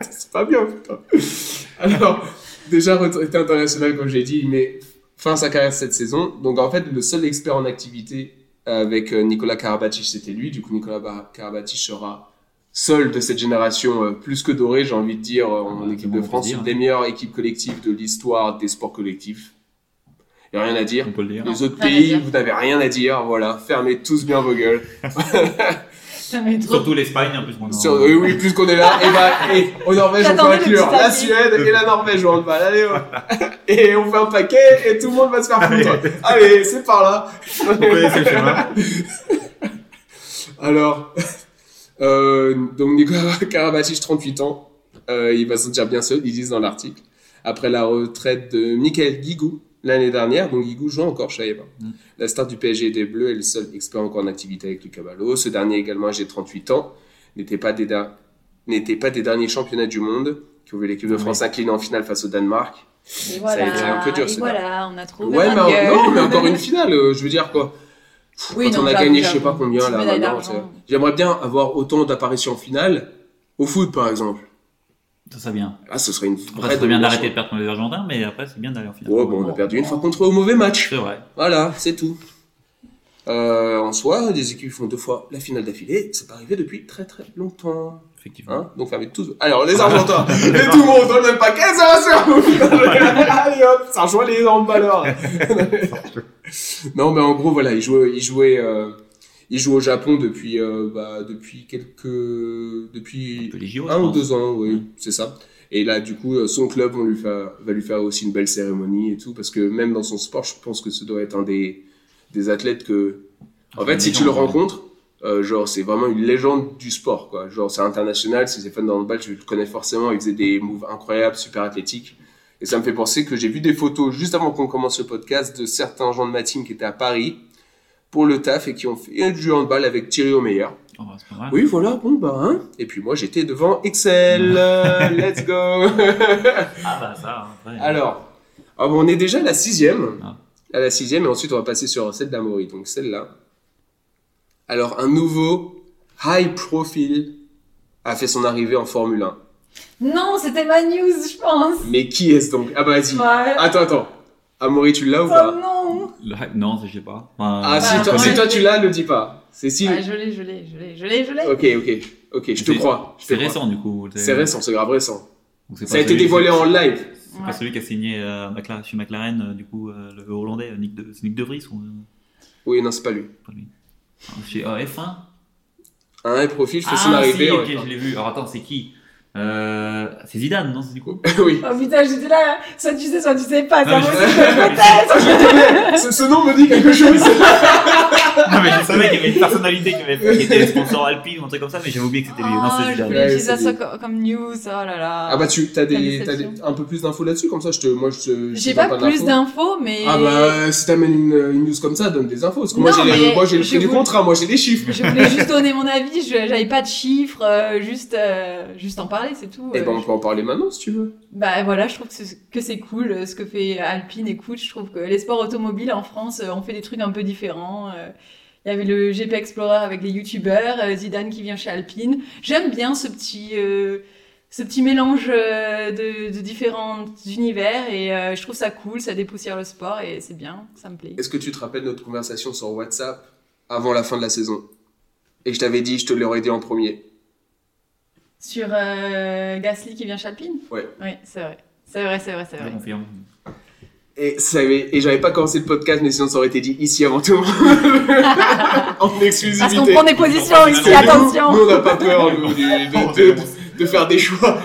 Speaker 1: C'est pas bien, putain. Alors, déjà retraité international, comme j'ai dit, mais fin à sa carrière cette saison. Donc, en fait, le seul expert en activité avec euh, Nicolas Karabatic, c'était lui. Du coup, Nicolas Bar- Karabatic sera seul de cette génération euh, plus que dorée, j'ai envie de dire, euh, en
Speaker 3: Ah,
Speaker 1: équipe
Speaker 3: comment on
Speaker 1: de
Speaker 3: peut
Speaker 1: France.
Speaker 3: dire,
Speaker 1: Une des meilleures équipes collectives de l'histoire des sports collectifs. Y a rien à dire.
Speaker 3: On peut le dire.
Speaker 1: Les autres
Speaker 2: rien à
Speaker 1: pays,
Speaker 2: dire.
Speaker 1: vous n'avez rien à dire, voilà, fermez tous bien vos gueules.
Speaker 2: Ça m'est trop.
Speaker 3: Surtout l'Espagne, en plus. on a-
Speaker 1: Sur- oui, oui, plus qu'on est là, et bah, et au Norvège, on peut
Speaker 2: J'attendais le
Speaker 1: inclure
Speaker 2: petit
Speaker 1: la
Speaker 2: avis.
Speaker 1: Suède et la Norvège au handball, allez, ouais. oh. Et on fait un paquet, et tout le monde va se faire foutre. Allez, c'est par là.
Speaker 3: Vous connaissez le schéma
Speaker 1: Alors, euh, donc Nicolas Karabatic, 38 ans, euh, il va se sentir bien seul, ils disent dans l'article, après la retraite de Michael Guigou l'année dernière, donc Guigou joue encore, je savais pas.
Speaker 3: Mm.
Speaker 1: La star du PSG et des Bleus est le seul expert encore en activité avec Lucas Ballot. Ce dernier également âgé de 38 ans, n'était pas des, da- n'était pas des derniers championnats du monde, qui ont vu l'équipe de
Speaker 3: Ah Oui.
Speaker 1: France inclinée en finale face au Danemark.
Speaker 2: Et voilà,
Speaker 1: a été un peu dur,
Speaker 2: et
Speaker 1: c'est
Speaker 2: voilà on a trouvé.
Speaker 1: Ouais,
Speaker 2: un
Speaker 1: mais, en-
Speaker 2: gueule.
Speaker 1: non, mais encore une finale, euh, je veux dire quoi. Pff,
Speaker 2: Oui,
Speaker 1: quand
Speaker 2: non,
Speaker 1: on a
Speaker 2: j'avoue,
Speaker 1: gagné, je sais
Speaker 2: j'avoue.
Speaker 1: pas combien
Speaker 2: Petite
Speaker 1: là
Speaker 2: médaille
Speaker 1: maintenant.
Speaker 2: d'argent.
Speaker 1: c'est- J'aimerais bien avoir autant d'apparitions en finale au foot, par exemple.
Speaker 3: Ça, ça vient.
Speaker 1: Là, ce serait une
Speaker 3: Après,
Speaker 1: vraie.
Speaker 3: c'est bien
Speaker 1: domination.
Speaker 3: d'arrêter de perdre contre les Argentins, mais après, c'est bien d'aller en finale.
Speaker 1: Ouais, bon, on a perdu une fois contre eux au mauvais match.
Speaker 3: C'est vrai.
Speaker 1: Voilà, c'est tout. Euh, en soi, des équipes font deux fois la finale d'affilée. C'est pas arrivé depuis très très longtemps.
Speaker 3: Effectivement.
Speaker 1: Hein Donc, fermez tous. Alors, les Argentins et tout le monde dans le même paquet, ça va se faire Allez hop, ça rejoint les énormes valeurs. Non, mais en gros, voilà, il jouait, il jouait, euh, Il joue au Japon depuis, euh, bah, depuis quelques. Depuis
Speaker 3: Depuis les JO, je
Speaker 1: un ou
Speaker 3: pense.
Speaker 1: deux ans, oui,
Speaker 3: Ouais.
Speaker 1: c'est ça. Et là, du coup, euh, son club on lui fa- va lui faire aussi une belle cérémonie et tout, parce que même dans son sport, je pense que ce doit être un des, des athlètes que. En fait, si tu le
Speaker 3: Ouais.
Speaker 1: rencontres, euh, genre, c'est vraiment une légende du sport, quoi. Genre, c'est international, si c'est fan de handball, je le connais forcément, il faisait des moves incroyables, super athlétiques. Et ça me fait penser que j'ai vu des photos juste avant qu'on commence le podcast de certains gens de ma team qui étaient à Paris pour le taf et qui ont fait du handball avec Thierry Omeyer.
Speaker 3: Oh, c'est pas mal.
Speaker 1: Oui, voilà, bon, bah, hein. Et puis moi, j'étais devant Excel. euh, Let's go.
Speaker 3: Ah bah ça, hein, ouais.
Speaker 1: Alors, ah, bon, on est déjà à la sixième.
Speaker 3: Ah.
Speaker 1: À la sixième, et ensuite, on va passer sur celle d'Amaury. Donc, celle-là. Alors, un nouveau high profile a fait son arrivée en Formule 1.
Speaker 2: Non, c'était ma news, je pense.
Speaker 1: Mais qui est-ce donc Ah, bah, vas-y.
Speaker 2: Ouais.
Speaker 1: Attends, attends. Amaury, tu l'as ou
Speaker 2: Oh
Speaker 1: pas
Speaker 2: non
Speaker 3: Le- Non, je sais pas. Enfin,
Speaker 1: Ah,
Speaker 3: je
Speaker 1: si,
Speaker 2: Bah,
Speaker 1: toi,
Speaker 3: connais.
Speaker 1: si
Speaker 2: ouais.
Speaker 1: toi, tu l'as, le dis pas. Cécile.
Speaker 2: Ouais, Ah, Je l'ai, je l'ai, je l'ai, je l'ai, Bah, je l'ai.
Speaker 1: Ok, ok. Ok, je te
Speaker 3: C'est-
Speaker 1: crois. je te
Speaker 3: C'est
Speaker 1: crois.
Speaker 3: récent, du coup.
Speaker 1: C'est récent, c'est grave récent.
Speaker 3: Donc, c'est
Speaker 1: Ça a
Speaker 3: pas
Speaker 1: été
Speaker 3: celui-
Speaker 1: dévoilé en live.
Speaker 3: C'est pas
Speaker 2: Ouais.
Speaker 3: celui qui a signé euh, McLaren- chez McLaren, euh, du coup, euh, le Hollandais, euh, Nick de, c'est Nick de Vries ou euh,
Speaker 1: Oui, non, c'est pas lui.
Speaker 3: pas lui. Ah, Chez euh, F1
Speaker 1: Un high profile fait
Speaker 3: Ah,
Speaker 1: son arrivée.
Speaker 3: si,
Speaker 1: en
Speaker 3: ok, je l'ai vu. Alors attends, c'est qui Euh, C'est Zidane, non c'est du coup
Speaker 1: oui.
Speaker 2: Oh putain, j'étais là, soit tu sais, soit tu sais pas, ça
Speaker 3: Non, mais
Speaker 2: moi
Speaker 3: je-
Speaker 2: aussi,
Speaker 1: Ah,
Speaker 2: peut-être
Speaker 1: ce, ce nom me dit quelque chose.
Speaker 3: Ah, mais je savais qu'il y avait une personnalité qui, avait, qui était sponsor Alpine ou un truc comme ça, mais j'avais oublié que c'était lui. Non,
Speaker 2: Oh,
Speaker 3: c'est
Speaker 2: je
Speaker 3: Zidane.
Speaker 2: voulais
Speaker 1: Ah, Ouais,
Speaker 2: utiliser
Speaker 1: c'est
Speaker 2: ça co- comme news, oh là là.
Speaker 1: Ah bah tu t'as des,
Speaker 2: Quelle
Speaker 1: t'as des-
Speaker 2: déception.
Speaker 1: un peu plus d'infos là-dessus comme ça je te moi je te je
Speaker 2: J'ai
Speaker 1: te donne
Speaker 2: pas plus
Speaker 1: d'infos.
Speaker 2: d'infos, mais.
Speaker 1: Ah bah si t'amènes une, une news comme ça donne des infos parce que moi
Speaker 2: Non,
Speaker 1: j'ai les-
Speaker 2: mais
Speaker 1: moi j'ai le
Speaker 2: je
Speaker 1: prix du
Speaker 2: voulais-
Speaker 1: contrat moi j'ai des chiffres.
Speaker 2: Je voulais juste donner mon avis, je- j'avais pas de chiffres, euh, juste, euh, juste en parler, c'est tout.
Speaker 1: Et
Speaker 2: Euh,
Speaker 1: ben on
Speaker 2: je-
Speaker 1: peut en parler maintenant si tu veux.
Speaker 2: Bah voilà, je trouve que c'est- que c'est cool euh, ce que fait Alpine et Coach. Je trouve que les sports automobiles en France, euh, on fait des trucs un peu différents. euh, Il y avait le GP Explorer avec les youtubeurs, euh, Zidane qui vient chez Alpine. J'aime bien ce petit, euh, ce petit mélange euh, de, de différents univers et euh, je trouve ça cool, ça dépoussière le sport et c'est bien, ça me plaît.
Speaker 1: Est-ce que tu te rappelles notre conversation sur WhatsApp avant la fin de la saison et je t'avais dit je te l'aurais dit en premier.
Speaker 2: Sur euh, Gasly qui vient chez Alpine
Speaker 1: Ouais.
Speaker 2: Oui, c'est vrai. C'est vrai, c'est vrai, c'est
Speaker 3: Je
Speaker 2: vrai.
Speaker 3: confirme.
Speaker 1: Et, ça avait- et j'avais pas commencé le podcast, mais sinon ça aurait été dit ici avant tout. en exclusivité.
Speaker 2: Parce qu'on prend des positions
Speaker 3: Parce
Speaker 2: ici,
Speaker 3: que
Speaker 1: nous,
Speaker 2: attention
Speaker 1: Nous, on n'a pas peur nous, du-
Speaker 2: Oh,
Speaker 1: de, de- de faire des choix.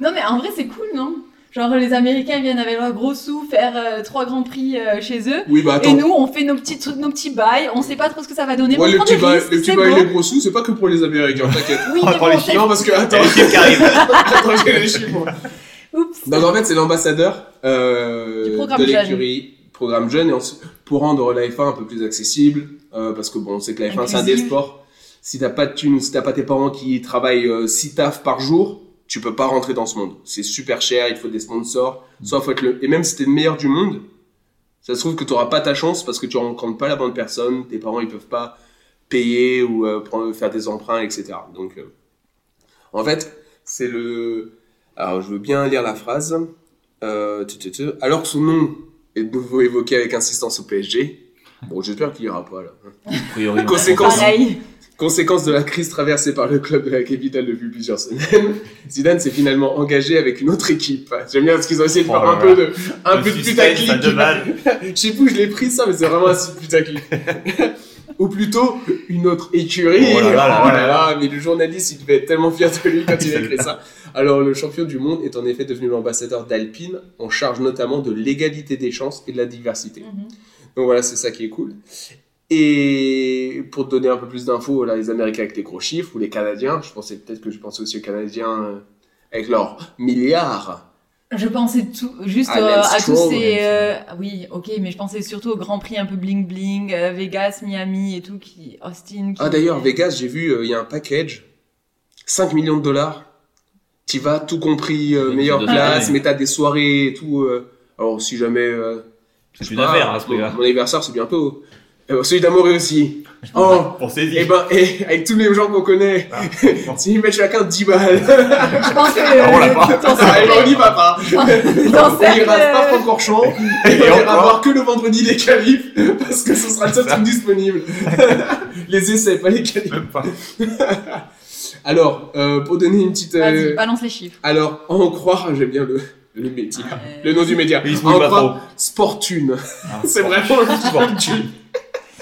Speaker 2: Non, mais en vrai, c'est cool, non Genre, les Américains viennent avec leur gros sous faire euh, trois grands prix euh, chez eux.
Speaker 1: Oui, bah
Speaker 2: Et
Speaker 1: attends.
Speaker 2: nous, on fait nos petits, trucs- nos petits bails, on sait pas trop ce que ça va donner.
Speaker 1: Ouais,
Speaker 2: mais
Speaker 1: le
Speaker 2: on prend
Speaker 1: petit
Speaker 2: des
Speaker 1: bail,
Speaker 2: risques,
Speaker 1: le petit
Speaker 2: c'est
Speaker 1: bail,
Speaker 2: beau.
Speaker 1: les gros sous, c'est pas que pour les Américains, t'inquiète.
Speaker 2: Oui, mais
Speaker 3: prend Ah, les
Speaker 2: bon, c'est-
Speaker 1: Non, parce que, attends,
Speaker 3: Et les chiffres qui arrivent.
Speaker 1: attends, j'ai les chiffres.
Speaker 2: Oups.
Speaker 1: Donc en fait, c'est l'ambassadeur euh,
Speaker 2: Du programme
Speaker 1: de
Speaker 2: jeune.
Speaker 1: l'écurie, programme jeune, et ensuite, pour rendre la F1 un peu plus accessible, euh, parce que bon, c'est que la F1, c'est un des
Speaker 2: Inclusive.
Speaker 1: sports. Si t'as pas de thunes, si t'as pas tes parents qui travaillent 6 taf par jour, tu peux pas rentrer dans ce monde. C'est super cher, il te faut des sponsors, soit faut être le... Et même si t'es le meilleur du monde, ça se trouve que t'auras pas ta chance parce que tu rencontres pas la bonne personne, tes parents ils peuvent pas payer ou euh, prendre- faire des emprunts, etc. Donc, euh, en fait, c'est le. Alors, je veux bien lire la phrase. Euh, tu, tu, tu. Alors que son nom est de nouveau évoqué avec insistance au PSG. Bon, j'espère qu'il n'y aura pas là.
Speaker 3: A priori, on-
Speaker 1: Conséquence.
Speaker 2: Pareil.
Speaker 1: Conséquence de la crise traversée par le club de la capitale depuis plusieurs semaines, Zidane s'est finalement engagé avec une autre équipe. J'aime bien parce qu'ils ont essayé de
Speaker 3: Oh
Speaker 1: faire
Speaker 3: là
Speaker 1: un
Speaker 3: là.
Speaker 1: peu de, un
Speaker 3: Le
Speaker 1: peu de
Speaker 3: suspense
Speaker 1: putaclic.
Speaker 3: à deux balles.
Speaker 1: Je sais plus où je l'ai pris ça, mais c'est vraiment un site putaclic. Ou plutôt une autre écurie.
Speaker 3: Oh là là là
Speaker 1: Oh
Speaker 3: là
Speaker 1: là, mais le journaliste, il devait être tellement fier de lui quand il a
Speaker 3: Il
Speaker 1: écrit ça. Alors, le champion du monde est en effet devenu l'ambassadeur d'Alpine, en charge notamment de l'égalité des chances et de la diversité.
Speaker 2: Mhm.
Speaker 1: Donc voilà, c'est ça qui est cool. Et pour te donner un peu plus d'infos, là, les Américains avec les gros chiffres, ou les Canadiens, je pensais peut-être que je pensais aussi aux Canadiens euh, avec leurs milliards.
Speaker 2: Je pensais tout, juste
Speaker 1: Ah,
Speaker 2: euh,
Speaker 1: Lance
Speaker 2: à tous
Speaker 1: Stroll,
Speaker 2: ces.
Speaker 1: Lance.
Speaker 2: euh, oui, ok, mais je pensais surtout au Grand Prix un peu bling bling, euh, Vegas, Miami et tout, qui, Austin. qui-
Speaker 1: Ah d'ailleurs, Vegas, j'ai vu, euh, il y a un package, 5 millions de dollars. T'y vas, tout compris, euh,
Speaker 3: Ouais,
Speaker 1: meilleure
Speaker 3: de
Speaker 1: classe,
Speaker 3: dingue.
Speaker 1: mais t'as des soirées et tout. euh, alors si jamais... euh,
Speaker 3: C'est une affaire, à ce
Speaker 1: mon,
Speaker 3: prix-là.
Speaker 1: mon anniversaire, c'est bientôt. Euh, celui d'Amoré aussi. Oh,
Speaker 3: Pour saisir.
Speaker 1: et ben, et avec tous les gens qu'on connaît, s'ils mettent chacun 10 balles.
Speaker 2: Je pense que.
Speaker 3: Ah, on l'a pas.
Speaker 2: T'en sais
Speaker 1: Ah, et ben, on
Speaker 2: rien.
Speaker 1: y va pas.
Speaker 2: Dans
Speaker 1: on ira
Speaker 2: certaines-
Speaker 1: pas pour Corchon et,
Speaker 3: Et
Speaker 1: on ira
Speaker 3: encore.
Speaker 1: voir que le vendredi les qualifs parce que ce sera le seul truc disponible. les essais, pas les qualifs.
Speaker 3: Même pas.
Speaker 1: Alors, euh, pour donner une petite. euh,
Speaker 2: Vas-y, balance les chiffres. Euh,
Speaker 1: alors, à en croire, j'aime bien le, le métier. Le nom du média.
Speaker 3: Il se
Speaker 1: À en
Speaker 3: mouille pas
Speaker 1: croire,
Speaker 3: trop.
Speaker 1: Sportune.
Speaker 3: Ah,
Speaker 1: C'est vraiment le Sportune.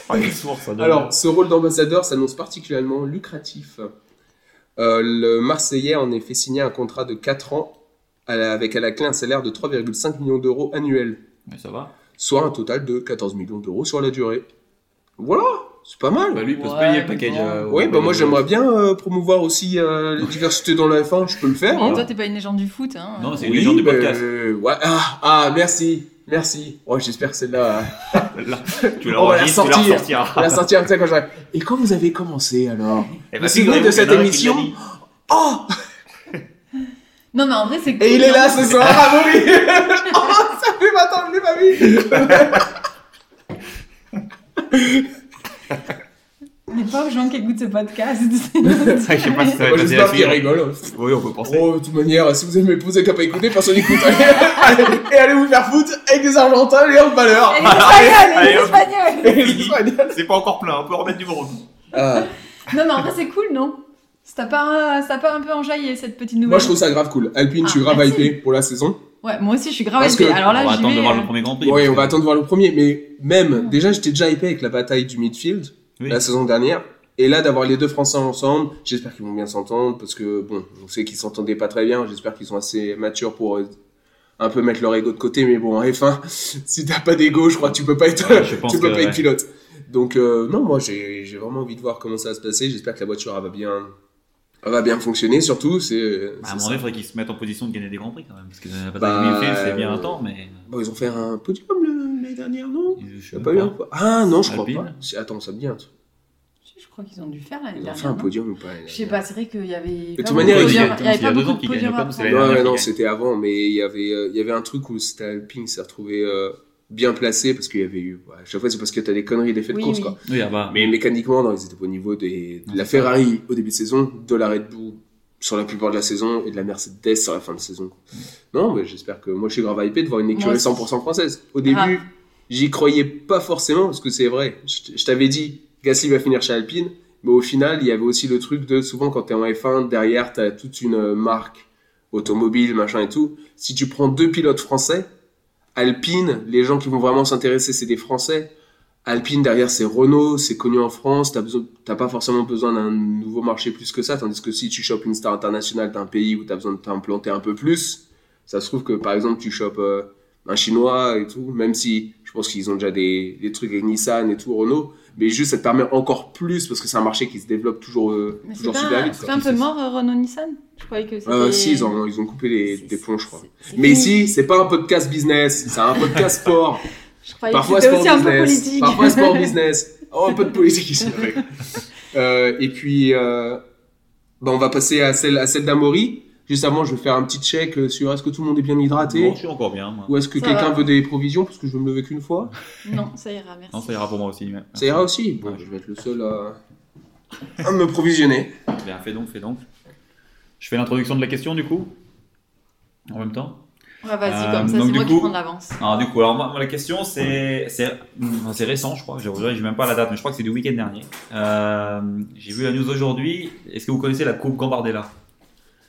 Speaker 3: pas une source. hein, de-
Speaker 1: Alors, ce rôle d'ambassadeur s'annonce particulièrement lucratif. Euh, le Marseillais a en effet signé un contrat de 4 ans à la- avec à la clé un salaire de 3,5 millions d'euros annuels,
Speaker 3: Mais ça va.
Speaker 1: soit un total de 14 millions d'euros sur la durée. Voilà, c'est pas mal.
Speaker 4: Bah, lui, il peut se
Speaker 2: Ouais,
Speaker 4: payer le
Speaker 2: mais
Speaker 4: package.
Speaker 2: bon.
Speaker 4: euh, au-
Speaker 1: Oui, bah
Speaker 4: au-
Speaker 1: moi j'aimerais bien euh, promouvoir aussi euh, la diversité dans la F1, je peux le faire.
Speaker 2: Bon,
Speaker 1: hein.
Speaker 2: toi, t'es pas une légende du foot, hein.
Speaker 3: Non, c'est une
Speaker 1: Oui,
Speaker 3: légende du
Speaker 1: bah,
Speaker 3: podcast.
Speaker 1: euh, ouais. ah, ah, merci, merci. Oh, j'espère que celle-là, euh,
Speaker 3: Là, tu la
Speaker 1: On va la
Speaker 3: enregistres, tu hein.
Speaker 1: sortir.
Speaker 3: la ressortiras.
Speaker 1: on la sortir comme ça quand j'arrive. Et quand vous avez commencé alors
Speaker 3: Eh ben,
Speaker 1: Le
Speaker 3: figurez-vous
Speaker 1: signe de
Speaker 3: qu'il y en
Speaker 1: cette
Speaker 3: a un qui
Speaker 1: émission-
Speaker 3: l'a dit. Ah
Speaker 1: Oh
Speaker 2: Non, mais en vrai, c'est
Speaker 1: Et il est
Speaker 2: cool,
Speaker 1: là
Speaker 2: hein.
Speaker 1: ce soir, ah oui Oh, ça fait 20 ans que je l'ai pas vu
Speaker 2: N'est pas aux gens qui écoutent ce podcast.
Speaker 3: Ça, je sais pas si ça
Speaker 1: Moi,
Speaker 3: va être
Speaker 1: J'espère qu'il
Speaker 3: assez
Speaker 1: rigole. hein.
Speaker 3: Oui, on peut penser.
Speaker 1: Oh, de toute manière, si vous aimez mes qui n'a pas écouté, personne n'écoute. et allez vous faire foutre avec des Argentins, les handballeurs
Speaker 2: Elle est espagnole, elle
Speaker 3: Allez,
Speaker 2: est
Speaker 3: hop.
Speaker 2: espagnole.
Speaker 1: Et les Espagnols.
Speaker 3: C'est pas encore plein, on peut remettre du monde.
Speaker 1: Ah,
Speaker 2: Non, mais en vrai, c'est cool, non ça part, euh, ça part un peu en jaillé, cette petite nouvelle.
Speaker 1: Moi je trouve ça grave cool. Alpine, je suis
Speaker 2: Ah,
Speaker 1: grave
Speaker 2: merci.
Speaker 1: hypé pour la saison.
Speaker 2: Ouais, moi aussi, je suis grave
Speaker 1: Parce
Speaker 2: hypée.
Speaker 1: que-
Speaker 2: Alors
Speaker 3: on va
Speaker 2: là, j'y
Speaker 3: attendre de
Speaker 2: vais,
Speaker 4: hein.
Speaker 3: voir le
Speaker 2: euh,
Speaker 3: premier Grand Prix.
Speaker 1: Oui, on va
Speaker 3: parce
Speaker 1: attendre de voir le premier, mais même,
Speaker 2: Mm.
Speaker 1: déjà, j'étais déjà hypé avec la bataille du midfield
Speaker 3: Oui.
Speaker 1: la saison dernière. Et là, d'avoir les deux Français ensemble, j'espère qu'ils vont bien s'entendre parce que, bon, on sait qu'ils s'entendaient pas très bien. J'espère qu'ils sont assez matures pour euh, un peu mettre leur ego de côté. Mais bon, en F1, si t'as pas d'ego, je crois que tu peux pas être,
Speaker 3: Ouais, je pense
Speaker 1: tu peux
Speaker 3: que,
Speaker 1: pas être
Speaker 3: ouais.
Speaker 1: pilote. Donc, euh, non, moi, j'ai j'ai vraiment envie de voir comment ça va se passer. J'espère que la voiture elle va bien, elle va bien fonctionner. Surtout, c'est.
Speaker 3: que- Bah,
Speaker 1: c'est
Speaker 3: à mon
Speaker 1: ça.
Speaker 3: avis, il faudrait qu'ils se mettent en position de gagner des Grands Prix quand même. Parce que la
Speaker 1: Bah,
Speaker 3: bataille de Milfield, c'est bien
Speaker 1: euh,
Speaker 3: un temps, mais.
Speaker 1: Bon, ils ont fait un podium le- l'année dernière, non
Speaker 3: Je sais
Speaker 1: T'as pas eu un po- Ah non, je crois
Speaker 3: Alpine.
Speaker 1: pas. C'est- Attends, ça me dit un truc.
Speaker 2: Je crois qu'ils ont dû faire l'année
Speaker 1: Ils ont
Speaker 2: dernière.
Speaker 1: fait un
Speaker 2: non
Speaker 1: podium ou pas l'année
Speaker 2: Je sais
Speaker 1: dernière
Speaker 2: pas, c'est vrai qu'il y avait.
Speaker 1: toute
Speaker 2: pas
Speaker 1: manière,
Speaker 2: beaucoup de
Speaker 1: il y a-
Speaker 2: podiums- il y avait
Speaker 3: il y a
Speaker 2: pas
Speaker 3: deux
Speaker 2: beaucoup
Speaker 3: ans
Speaker 2: de
Speaker 3: qu'ils gagnent
Speaker 2: podiums
Speaker 3: pas,
Speaker 2: à
Speaker 3: parce que
Speaker 2: prendre.
Speaker 3: l'année
Speaker 1: Ouais, ouais,
Speaker 3: dernière,
Speaker 1: non,
Speaker 3: qui gagne.
Speaker 1: c'était avant, mais il y avait, euh, il y avait un truc où c'était Alpine qui s'est retrouvé euh, bien placé parce qu'il y avait eu. ouais, à chaque fois, c'est parce que t'as des conneries d'effet de
Speaker 2: Oui,
Speaker 1: course,
Speaker 2: oui.
Speaker 1: quoi.
Speaker 3: Oui, ah bah.
Speaker 1: Mais mécaniquement, non, ils étaient au niveau des, de la Ferrari au début de saison, de la Red Bull sur la plupart de la saison et de la Mercedes sur la fin de saison. quoi. Non, mais j'espère que. Moi, je suis grave hypé de voir une écurie
Speaker 2: aussi.
Speaker 1: 100% française. Au
Speaker 2: Grave.
Speaker 1: début, j'y croyais pas forcément parce que c'est vrai. Je, t- je t'avais dit, Gasly va finir chez Alpine, mais au final, il y avait aussi le truc de souvent quand t'es en F1, derrière t'as toute une euh, marque automobile, machin et tout. Si tu prends deux pilotes français, Alpine, les gens qui vont vraiment s'intéresser, c'est des Français. Alpine derrière c'est Renault, c'est connu en France, t'as besoin- t'as pas forcément besoin d'un nouveau marché plus que ça, tandis que si tu chopes une star internationale d'un pays où t'as besoin de t'implanter un peu plus, ça se trouve que par exemple tu chopes euh, un chinois et tout, même si je pense qu'ils ont déjà des, des trucs avec Nissan et tout, Renault, mais juste ça te permet encore plus parce que c'est un marché qui se développe toujours, euh,
Speaker 2: Mais c'est
Speaker 1: toujours
Speaker 2: pas,
Speaker 1: super vite.
Speaker 2: c'est
Speaker 1: quoi.
Speaker 2: pas un peu mort euh, Renault Nissan Je croyais que c'était.
Speaker 1: Euh, si, ils ont, ils ont coupé les,
Speaker 2: C'est-
Speaker 1: des ponts, je crois.
Speaker 2: c'est- c'est
Speaker 1: Mais
Speaker 2: fini.
Speaker 1: ici, c'est pas un podcast business, c'est un podcast sport.
Speaker 2: je croyais
Speaker 1: Parfois
Speaker 2: que c'était
Speaker 1: sport
Speaker 2: Ah, aussi un peu
Speaker 1: business.
Speaker 2: politique.
Speaker 1: Parfois sport business. Oh, un peu de politique ici. avec. Euh, et puis, euh, bah, on va passer à celle, à celle d'Amaury. Juste avant, je vais faire un petit check euh, sur est-ce que tout le monde est bien hydraté
Speaker 3: Bon, je suis encore bien, moi.
Speaker 1: ou est-ce que
Speaker 2: Ça
Speaker 1: quelqu'un
Speaker 2: va.
Speaker 1: veut des provisions parce que je veux me lever qu'une fois.
Speaker 2: Non, ça ira, merci.
Speaker 3: Non, ça ira pour moi aussi. Ah. ouais.
Speaker 1: Ça ira aussi. Bon, je vais être le seul à, à me provisionner.
Speaker 3: Eh Bien, fais donc, fais donc. Je fais l'introduction de la question, du coup En même temps
Speaker 2: Ouais, vas-y,
Speaker 3: Euh,
Speaker 2: comme ça,
Speaker 3: donc,
Speaker 2: c'est
Speaker 3: du
Speaker 2: moi qui
Speaker 3: coup-
Speaker 2: prends de l'avance.
Speaker 3: Alors, du coup, alors, moi, moi, la question, c'est c'est enfin, c'est récent, je crois. Je n'ai même pas la date, mais je crois que c'est du week-end dernier. Euh, J'ai vu la news aujourd'hui. Est-ce que vous connaissez la Coupe Gambardella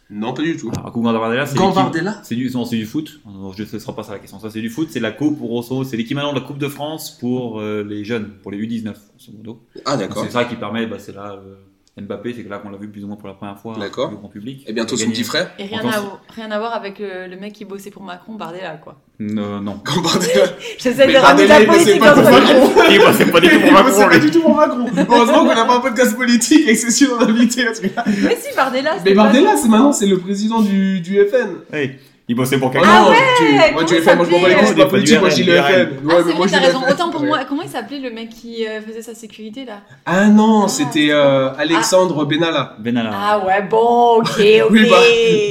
Speaker 1: Non, pas du tout.
Speaker 3: Alors, La Coupe Gambardella, c'est l'équipe-
Speaker 1: Gambardella
Speaker 3: c'est du, non, c'est du foot. Non, je ne laisserai pas ça la question. Ça, c'est du foot. C'est la Coupe, grosso. C'est l'équivalent de la Coupe de France pour euh, les jeunes, pour les U19, grosso modo.
Speaker 1: Ah,
Speaker 3: Donc,
Speaker 1: d'accord.
Speaker 3: C'est ça qui permet, bah, c'est là euh, Mbappé, c'est que là qu'on l'a vu plus ou moins pour la première fois
Speaker 1: D'accord.
Speaker 3: au grand public.
Speaker 1: Et bientôt Eh son
Speaker 3: Gagné.
Speaker 1: petit frère
Speaker 2: Et rien,
Speaker 3: Encore,
Speaker 2: à,
Speaker 3: c'est-
Speaker 2: rien à voir avec euh, le, mec qui bossait pour Macron, Bardella, quoi.
Speaker 3: Euh, non.
Speaker 1: Gambardella
Speaker 2: J'essaie de
Speaker 1: Mais
Speaker 2: ramener la
Speaker 1: Bardella, il bossait
Speaker 2: politique
Speaker 1: pas pour
Speaker 2: entre les
Speaker 1: Macron.
Speaker 3: Oui, bah, c'est pas du tout pour
Speaker 1: Moi,
Speaker 3: Macron,
Speaker 1: c'est pas
Speaker 3: lui.
Speaker 1: du tout pour Macron. Heureusement qu'on n'a pas un podcast politique et que c'est sûr d'inviter. parce que-
Speaker 2: deux. Mais si, Bardella, c'était
Speaker 1: Mais
Speaker 2: Ah, pas-
Speaker 1: Bardella, c'est maintenant, c'est le président du, du FN.
Speaker 3: Hey, il bossait pour
Speaker 1: Oh
Speaker 3: quelqu'un.
Speaker 2: Ah
Speaker 1: non,
Speaker 2: ouais,
Speaker 1: tu- moi,
Speaker 2: comment
Speaker 1: du
Speaker 2: il
Speaker 1: FN, moi je m'en bats les couilles, c'est
Speaker 3: s'appelait
Speaker 1: pas politique, moi je dis le
Speaker 3: Ah,
Speaker 1: FN.
Speaker 3: c'est
Speaker 2: Ah,
Speaker 1: Ouais,
Speaker 2: c'est
Speaker 1: mais
Speaker 2: vrai,
Speaker 1: moi je
Speaker 2: t'as
Speaker 1: dis
Speaker 2: raison.
Speaker 1: le
Speaker 2: Autant pour
Speaker 1: Ouais.
Speaker 2: moi, comment il s'appelait le mec qui euh, faisait sa sécurité là
Speaker 1: Ah non, c'était euh, Alexandre Benalla.
Speaker 3: Benalla.
Speaker 2: Ah ouais, bon, ok, ok.
Speaker 1: Oui, bah,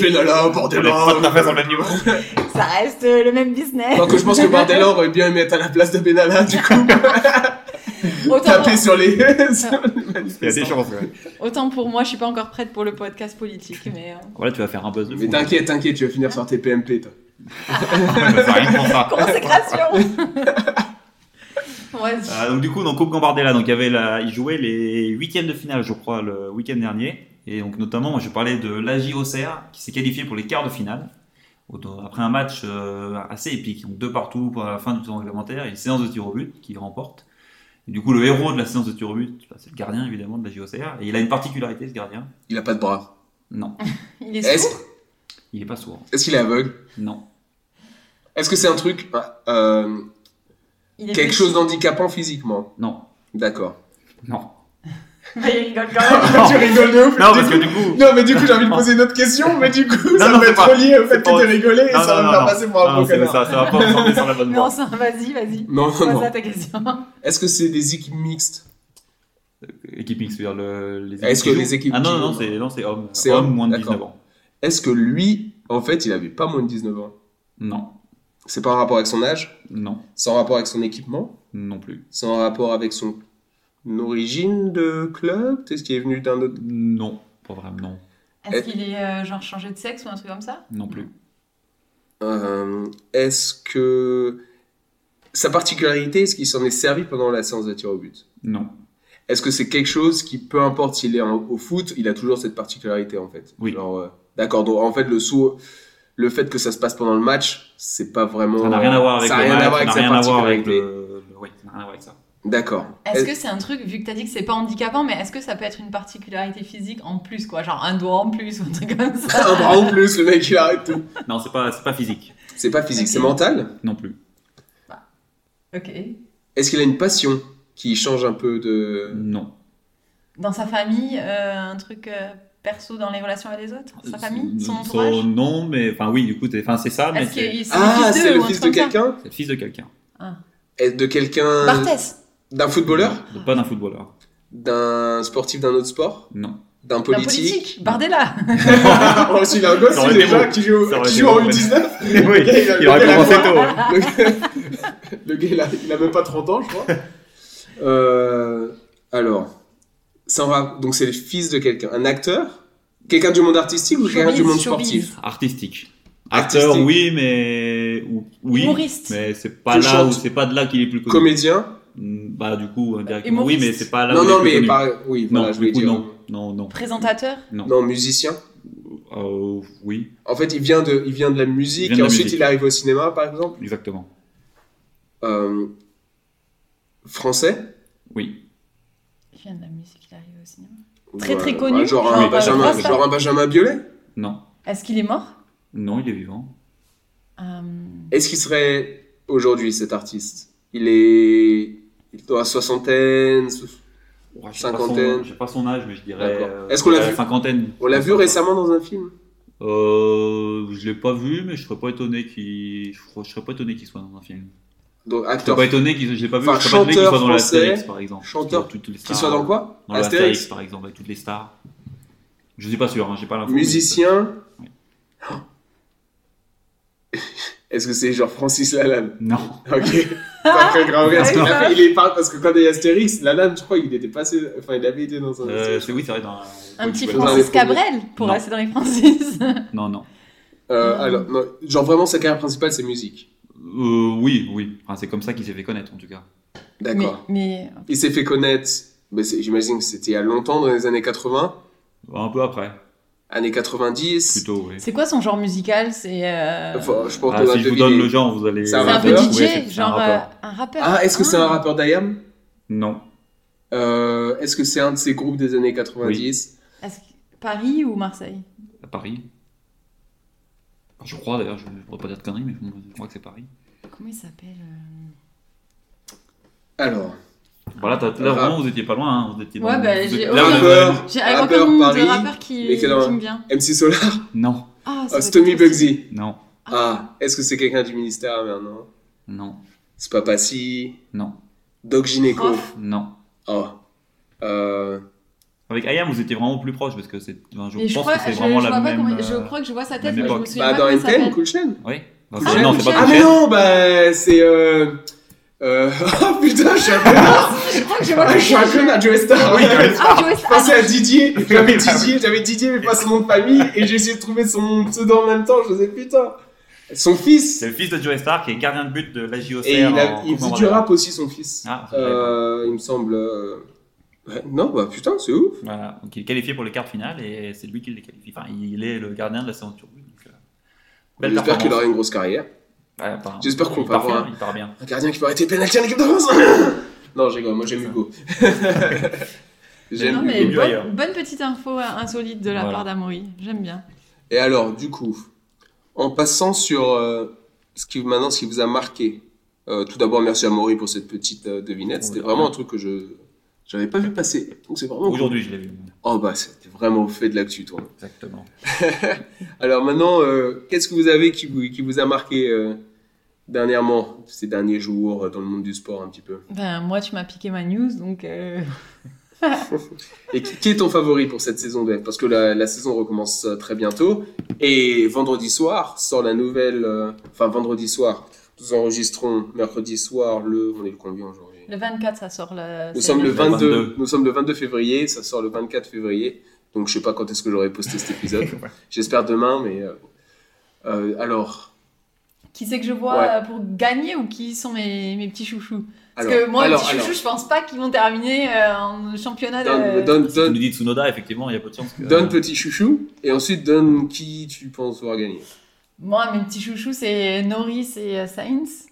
Speaker 1: Benalla, Bardella.
Speaker 3: On est pas tout à fait sur le même niveau.
Speaker 2: Ça reste euh, le même business.
Speaker 1: Donc je pense que Bardella aurait bien aimé être à la place de Benalla, du coup,
Speaker 2: Autant
Speaker 1: taper
Speaker 2: pour,
Speaker 1: sur les. sur
Speaker 3: Il y a des
Speaker 1: les
Speaker 3: chances. ouais.
Speaker 2: autant pour moi, je suis pas encore prête pour le podcast politique, mais. euh,
Speaker 3: Voilà, tu vas faire un buzz de
Speaker 1: Mais
Speaker 3: fou.
Speaker 1: t'inquiète, t'inquiète, tu vas finir sur tes PMP, toi.
Speaker 3: Ouais, bah, c'est rien pour ça.
Speaker 2: Consécration Vas-y.
Speaker 1: Ah.
Speaker 3: Euh, donc du coup, dans Coupe Gambardella, donc il y avait la, ils jouaient les huitièmes de finale, je crois, le week-end dernier. Et donc notamment, moi, je parlais de l'AJ Auxerre qui s'est qualifié pour les quarts de finale Autant- après un match euh, assez épique, donc deux partout pour la fin du temps réglementaire et une séance de tir au but qui remporte. Et du coup, le héros de la séance de turbut, bah, c'est le gardien évidemment de la JOCR. Et il a une particularité, ce gardien.
Speaker 1: Il n'a pas de bras.
Speaker 3: Non,
Speaker 2: Il est
Speaker 1: Est-ce
Speaker 2: sourd
Speaker 3: il est pas sourd.
Speaker 1: est-ce qu'il est aveugle
Speaker 3: Non.
Speaker 1: Est-ce que c'est un truc. euh,
Speaker 2: Il est
Speaker 1: quelque
Speaker 2: petit.
Speaker 1: chose d'handicapant physiquement
Speaker 3: Non.
Speaker 1: D'accord.
Speaker 3: Non.
Speaker 2: Mais il rigole quand même.
Speaker 1: tu rigoles de ouf
Speaker 3: Non,
Speaker 1: du
Speaker 3: parce
Speaker 1: coup-
Speaker 3: que du coup.
Speaker 1: Non, mais du coup, j'ai envie de poser une autre question, mais du coup, ça
Speaker 3: non,
Speaker 1: me
Speaker 3: c'est
Speaker 1: fait trop
Speaker 3: pas-
Speaker 1: lié au
Speaker 3: c'est
Speaker 1: fait
Speaker 3: pas-
Speaker 1: que t'es rigolé et ça
Speaker 3: Non, non,
Speaker 1: va
Speaker 3: non,
Speaker 1: me faire
Speaker 3: non.
Speaker 1: passer pour un
Speaker 3: Non,
Speaker 1: bon
Speaker 3: ah, c'est-
Speaker 1: connard.
Speaker 3: ça, ça va pas me sortir sur la bonne
Speaker 2: Mais on
Speaker 3: voie.
Speaker 2: s'en- Vas-y, vas-y.
Speaker 1: Non, non,
Speaker 2: Pose-la
Speaker 1: non.
Speaker 2: ta question.
Speaker 1: Est-ce que c'est des équipes mixtes
Speaker 3: Équipe mixte, c'est-à-dire le- les
Speaker 1: Est-ce
Speaker 3: qui
Speaker 1: que
Speaker 3: jouent.
Speaker 1: les équipes
Speaker 3: Ah non,
Speaker 1: qui
Speaker 3: non, non,
Speaker 1: jouent,
Speaker 3: c'est non, c'est homme.
Speaker 1: C'est
Speaker 3: homme,
Speaker 1: homme,
Speaker 3: moins de
Speaker 1: d'accord.
Speaker 3: 19 ans.
Speaker 1: Est-ce que lui, en fait, il avait pas moins de 19 ans
Speaker 3: Non.
Speaker 1: C'est pas en rapport avec son âge
Speaker 3: Non.
Speaker 1: C'est en rapport avec son équipement
Speaker 3: Non plus.
Speaker 1: C'est en rapport avec son origine de club Est-ce qu'il est venu d'un autre
Speaker 3: Non. Pas vraiment. Non.
Speaker 2: Est-ce qu'il est euh, genre changé de sexe ou un truc comme ça
Speaker 3: Non plus.
Speaker 1: Euh, Est-ce que. Sa particularité, est-ce qu'il s'en est servi pendant la séance de tir au but
Speaker 3: Non.
Speaker 1: Est-ce que c'est quelque chose qui, peu importe s'il est en- au foot, il a toujours cette particularité en fait
Speaker 3: Oui.
Speaker 1: Genre, euh, D'accord, donc en fait, le sou- le fait que ça se passe pendant le match, c'est pas vraiment.
Speaker 3: Ça n'a rien à voir avec
Speaker 1: Oh, ça
Speaker 3: le
Speaker 1: a rien
Speaker 3: match,
Speaker 1: à voir avec
Speaker 3: ça
Speaker 1: sa
Speaker 3: n'a rien à voir avec
Speaker 1: particularité.
Speaker 3: le... le- Oui, ça n'a rien à voir avec ça.
Speaker 1: D'accord.
Speaker 2: Est-ce
Speaker 1: Est-
Speaker 2: que c'est un truc, vu que t'as dit que c'est pas handicapant, mais est-ce que ça peut être une particularité physique en plus, quoi Genre un doigt en plus ou un truc comme ça
Speaker 1: Un bras en plus, le mec il arrête tout.
Speaker 3: Non, c'est pas, c'est pas physique.
Speaker 1: C'est pas physique,
Speaker 2: Ok.
Speaker 1: c'est mental.
Speaker 3: Non plus.
Speaker 2: Ok.
Speaker 1: Est-ce qu'il a une passion qui change un peu de.
Speaker 3: Non.
Speaker 2: Dans sa famille, euh, un truc euh, perso dans les relations avec les autres Sa famille Son
Speaker 3: Son-
Speaker 2: entourage
Speaker 3: Non, mais enfin oui, du coup, t'es- enfin c'est ça, mais
Speaker 2: Est-ce
Speaker 3: c'est
Speaker 2: qu'il c'est
Speaker 1: Ah, c'est
Speaker 2: d'eux
Speaker 1: le
Speaker 2: ou un
Speaker 1: fils de
Speaker 2: truc comme ça
Speaker 1: quelqu'un
Speaker 3: c'est le fils de quelqu'un.
Speaker 1: Est-ce De quelqu'un.
Speaker 2: Barthès
Speaker 1: D'un footballeur
Speaker 3: De- Pas d'un footballeur.
Speaker 1: D'un sportif d'un autre sport
Speaker 3: Non.
Speaker 1: D'un
Speaker 2: La
Speaker 1: politique
Speaker 2: politique Bardella
Speaker 1: Oh, s'il a un gosse,
Speaker 3: Ça aurait
Speaker 1: il est
Speaker 3: été
Speaker 1: déjà
Speaker 3: beau.
Speaker 1: qui joue,
Speaker 3: Ça aurait
Speaker 1: qui
Speaker 3: été
Speaker 1: joue
Speaker 3: beau,
Speaker 1: en
Speaker 3: en
Speaker 1: U19
Speaker 3: fait. oui,
Speaker 1: il a
Speaker 3: il aurait
Speaker 1: bien
Speaker 3: commencé
Speaker 1: la
Speaker 3: tôt. hein.
Speaker 1: Le gars, le gars, il, a, il a même pas 30 ans, je crois. Euh, alors, ça va. Donc, c'est le fils de quelqu'un. Un acteur Quelqu'un du monde artistique ou quelqu'un du
Speaker 2: Showbiz,
Speaker 1: monde
Speaker 2: showbiz.
Speaker 1: sportif
Speaker 3: Artistique.
Speaker 1: Artistique.
Speaker 3: Acteur, oui, mais ou- oui,
Speaker 2: Humoriste.
Speaker 3: mais c'est pas
Speaker 1: Qui
Speaker 3: là où
Speaker 1: chante.
Speaker 3: c'est pas de là qu'il est plus connu.
Speaker 1: Comédien
Speaker 3: Mm, Bah du coup, directement. Ah, Oui,
Speaker 2: Humoriste.
Speaker 3: mais c'est pas là
Speaker 1: Non,
Speaker 3: où
Speaker 1: non,
Speaker 3: il est
Speaker 1: mais
Speaker 3: plus connu.
Speaker 1: par... oui, voilà,
Speaker 3: non,
Speaker 1: je
Speaker 3: du
Speaker 1: voulais
Speaker 3: coup,
Speaker 1: dire.
Speaker 3: non, non, non,
Speaker 2: Présentateur
Speaker 1: Non, musicien.
Speaker 3: Euh, oui,
Speaker 1: En fait, il vient de, il vient de la musique
Speaker 3: Il vient de
Speaker 1: et
Speaker 3: la
Speaker 1: ensuite
Speaker 3: musique.
Speaker 1: il arrive au cinéma, par exemple.
Speaker 3: exactement.
Speaker 1: Euh, français
Speaker 3: Oui,
Speaker 2: Il vient de la musique, il arrive au cinéma. Très, très
Speaker 1: Ouais,
Speaker 2: connu, Ah,
Speaker 1: Genre,
Speaker 2: genre
Speaker 1: un
Speaker 3: un
Speaker 1: Benjamin,
Speaker 3: Rasta.
Speaker 1: genre un Benjamin Biolay
Speaker 3: non,
Speaker 2: Est-ce qu'il est mort
Speaker 3: non, il est vivant.
Speaker 2: Euh,
Speaker 1: Est-ce qu'il serait aujourd'hui cet artiste Il est. Il doit soixantaine. sou-
Speaker 3: Ouais, je sais pas son-
Speaker 1: Cinquantaine.
Speaker 3: Je sais pas son âge, mais je dirais.
Speaker 1: D'accord.
Speaker 3: euh,
Speaker 1: Est-ce qu'on l'a
Speaker 3: je dirais
Speaker 1: vu
Speaker 3: Cinquantaine.
Speaker 1: On l'a vu récemment dans un film
Speaker 3: Euh, je l'ai pas vu, mais je serais pas étonné qu'il, je crois- je serais pas étonné qu'il soit dans un film.
Speaker 1: Donc,
Speaker 3: Je serais
Speaker 1: acteur.
Speaker 3: pas étonné qu'il, je l'ai pas vu.
Speaker 1: Enfin,
Speaker 3: je serais pas étonné qu'il soit
Speaker 1: chanteur
Speaker 3: dans l'Astérix,
Speaker 1: français,
Speaker 3: par exemple.
Speaker 1: chanteur
Speaker 3: Parce qu'il y a toutes les
Speaker 1: Qu'il
Speaker 3: stars,
Speaker 1: soit dans quoi
Speaker 3: Ah, Dans
Speaker 1: Astérix.
Speaker 3: l'Astérix, par exemple, avec toutes les stars. Je suis pas sûr, hein, j'ai pas l'info. mais-
Speaker 1: Musicien
Speaker 3: Oui.
Speaker 1: Est-ce que c'est genre Francis Lalanne
Speaker 3: Non,
Speaker 1: Ok. Après, grave,
Speaker 3: Ah,
Speaker 1: parce qu'il
Speaker 2: Ouais,
Speaker 1: a
Speaker 2: ça.
Speaker 1: fait- il est par- parce que quand il y a Astérix, Lalanne, je crois, il était passé. Enfin, il avait été dans un.
Speaker 3: Euh, c'est oui, c'est vrai dans.
Speaker 2: Un
Speaker 3: oui,
Speaker 2: petit
Speaker 3: je
Speaker 1: bah, Dans
Speaker 3: vois.
Speaker 1: les
Speaker 2: Francis
Speaker 1: premiers.
Speaker 2: Cabrel pour
Speaker 3: Non.
Speaker 2: rester dans les Francis.
Speaker 3: Non, non.
Speaker 1: Euh, alors, non, genre vraiment, sa carrière principale, c'est musique.
Speaker 3: Euh, oui, oui. Enfin, c'est comme ça qu'il s'est fait connaître, en tout cas.
Speaker 1: D'accord.
Speaker 2: Mais,
Speaker 1: Il s'est fait connaître, mais c'est- j'imagine que c'était il y a longtemps, dans les années 80,
Speaker 3: Un peu après,
Speaker 1: années 90.
Speaker 3: plutôt. Oui.
Speaker 2: mais c'est quoi son genre musical C'est euh,
Speaker 1: Enfin, je pense
Speaker 3: Ah,
Speaker 1: qu'on a
Speaker 3: si je vous
Speaker 1: deviné.
Speaker 3: donne le genre, vous allez.
Speaker 1: C'est un
Speaker 2: c'est un peu
Speaker 1: rappeur
Speaker 2: DJ,
Speaker 3: Oui, c'est- c'est
Speaker 2: genre
Speaker 3: un
Speaker 2: euh,
Speaker 3: rappeur.
Speaker 2: un rappeur.
Speaker 1: Ah, est-ce que c'est un rappeur d'IAM
Speaker 3: Non,
Speaker 1: euh, Est-ce que c'est un de ces groupes des années 90
Speaker 2: Est-ce que- Paris ou Marseille
Speaker 3: à Paris. Je crois d'ailleurs, je ne voudrais pas dire de conneries, mais je crois que c'est Paris.
Speaker 2: Comment il s'appelle euh
Speaker 1: Alors,
Speaker 3: Voilà, t'as- là
Speaker 1: Rap.
Speaker 3: vraiment, vous étiez pas loin. Hein, vous étiez
Speaker 2: Ouais,
Speaker 3: dans-
Speaker 2: bah,
Speaker 3: vous étiez-
Speaker 2: j'ai-
Speaker 3: Là, on a-
Speaker 1: rappeur,
Speaker 2: J'ai un
Speaker 1: Rappeur,
Speaker 2: grand nombre
Speaker 1: Paris,
Speaker 2: de rappeurs qui,
Speaker 1: mais quel
Speaker 2: qui me vient.
Speaker 1: MC Solar,
Speaker 3: Non,
Speaker 2: Ah, ça
Speaker 1: euh,
Speaker 2: doit
Speaker 1: Stomy
Speaker 2: être possible.
Speaker 1: Bugsy.
Speaker 3: non,
Speaker 1: Ah, est-ce que c'est quelqu'un du ministère maintenant
Speaker 3: non,
Speaker 1: C'est pas Passy,
Speaker 3: non,
Speaker 1: Doc Gynéco.
Speaker 2: Prof.
Speaker 3: non.
Speaker 1: Oh. Euh,
Speaker 3: Avec Ayam, vous étiez vraiment plus proche parce que c'est. enfin, je
Speaker 2: Mais je
Speaker 3: pense
Speaker 2: crois,
Speaker 3: que c'est
Speaker 2: je-
Speaker 3: vraiment
Speaker 2: je
Speaker 3: la
Speaker 2: vois pas
Speaker 3: même.
Speaker 2: comment- je
Speaker 3: euh,
Speaker 2: crois que je vois sa tête,
Speaker 3: même
Speaker 2: mais je me
Speaker 3: époque.
Speaker 2: souviens
Speaker 1: bah,
Speaker 2: pas
Speaker 1: dans
Speaker 2: comment il
Speaker 1: NTM,
Speaker 2: s'appelle.
Speaker 1: Cool Chain.
Speaker 3: Oui. Enfin,
Speaker 1: Cool
Speaker 3: Ah, c'est-
Speaker 1: Chain,
Speaker 3: non,
Speaker 1: Cool
Speaker 3: c'est pas
Speaker 1: Chain. Ah, mais non, bah, c'est. Euh... Euh... Oh putain, je suis un connard!
Speaker 2: Je crois que je vois
Speaker 1: Ah, je suis un connard, Joe Star!
Speaker 3: Oui, Joe
Speaker 2: Ah, Joey
Speaker 1: Je
Speaker 2: Star.
Speaker 1: pensais à Didier, j'avais
Speaker 3: Oui, bah oui.
Speaker 1: Didier, j'avais Didier, mais pas son nom de famille, et j'ai essayé de trouver son pseudo en même temps, je me disais putain, son fils!
Speaker 3: C'est le fils de Joe Star qui est gardien de but de la JOCR.
Speaker 1: Et il, a-
Speaker 3: en
Speaker 1: il
Speaker 3: Coupe
Speaker 1: faisait
Speaker 3: Vendée.
Speaker 1: du rap aussi, son fils.
Speaker 3: Ah, ça, je savais pas.
Speaker 1: Euh, il me semble. euh, ouais, non, bah putain, c'est ouf!
Speaker 3: Voilà, donc il est qualifié pour le quart final et c'est lui qui le qualifie. Enfin, il est le gardien de la séance turbo. Donc, euh, belle
Speaker 1: J'espère qu'il aura
Speaker 3: performance.
Speaker 1: une grosse carrière.
Speaker 3: Ouais, apparemment.
Speaker 1: J'espère qu'on
Speaker 3: Il
Speaker 1: va
Speaker 3: part
Speaker 1: voir
Speaker 3: bien, Il part bien.
Speaker 1: Un gardien qui peut arrêter le pénalty en équipe de France! Non, j'ai moi j'aime Hugo.
Speaker 2: Non,
Speaker 1: j'aime
Speaker 2: mais
Speaker 1: Hugo.
Speaker 3: mieux ailleurs.
Speaker 2: bonne, bonne petite info hein, insolite de la
Speaker 3: Voilà.
Speaker 2: part d'Amaury. J'aime bien.
Speaker 1: Et alors, du coup, en passant sur euh, ce qui maintenant ce qui vous a marqué. euh, tout d'abord, merci à Maury pour cette petite euh, devinette. C'était
Speaker 3: Ouais.
Speaker 1: vraiment un truc que je j'avais pas vu passer. Donc c'est vraiment. cool.
Speaker 3: Aujourd'hui, je l'ai vu.
Speaker 1: Oh bah c'était vraiment au fait de l'actu, toi.
Speaker 3: Exactement.
Speaker 1: Alors maintenant, euh, qu'est-ce que vous avez qui vous, qui vous a marqué euh, dernièrement, ces derniers jours, euh, dans le monde du sport un petit peu
Speaker 2: Ben, moi, tu m'as piqué ma news, donc. euh,
Speaker 1: Et qui, qui est ton favori pour cette saison d'F Parce que la, la saison recommence euh, très bientôt. Et vendredi soir sort la nouvelle. euh, Enfin, vendredi soir, nous enregistrons mercredi soir le. On est le combien aujourd'hui
Speaker 2: Le 24, ça sort le.
Speaker 1: Nous
Speaker 2: c'est
Speaker 1: sommes le
Speaker 3: le
Speaker 1: 22,
Speaker 3: 22.
Speaker 1: Nous sommes le 22 février. Ça sort le 24 février. Donc je sais pas quand est-ce que j'aurai posté cet épisode. J'espère demain, mais. euh, euh, alors.
Speaker 2: Qui c'est que je vois
Speaker 1: Ouais.
Speaker 2: euh, pour gagner ou qui sont mes, mes petits chouchous Parce
Speaker 1: alors
Speaker 2: que moi,
Speaker 1: alors,
Speaker 2: les petits
Speaker 1: alors.
Speaker 2: chouchous, je pense pas qu'ils vont terminer euh, en championnat de.
Speaker 1: Donne, donne,
Speaker 3: Si tu
Speaker 1: donne,
Speaker 3: nous dis Tsunoda, effectivement, il n'y a pas de chance. que-
Speaker 1: donne petit chouchou et ensuite donne qui tu penses avoir gagné.
Speaker 2: Moi, mes petits chouchous, c'est Norris et euh, Sainz.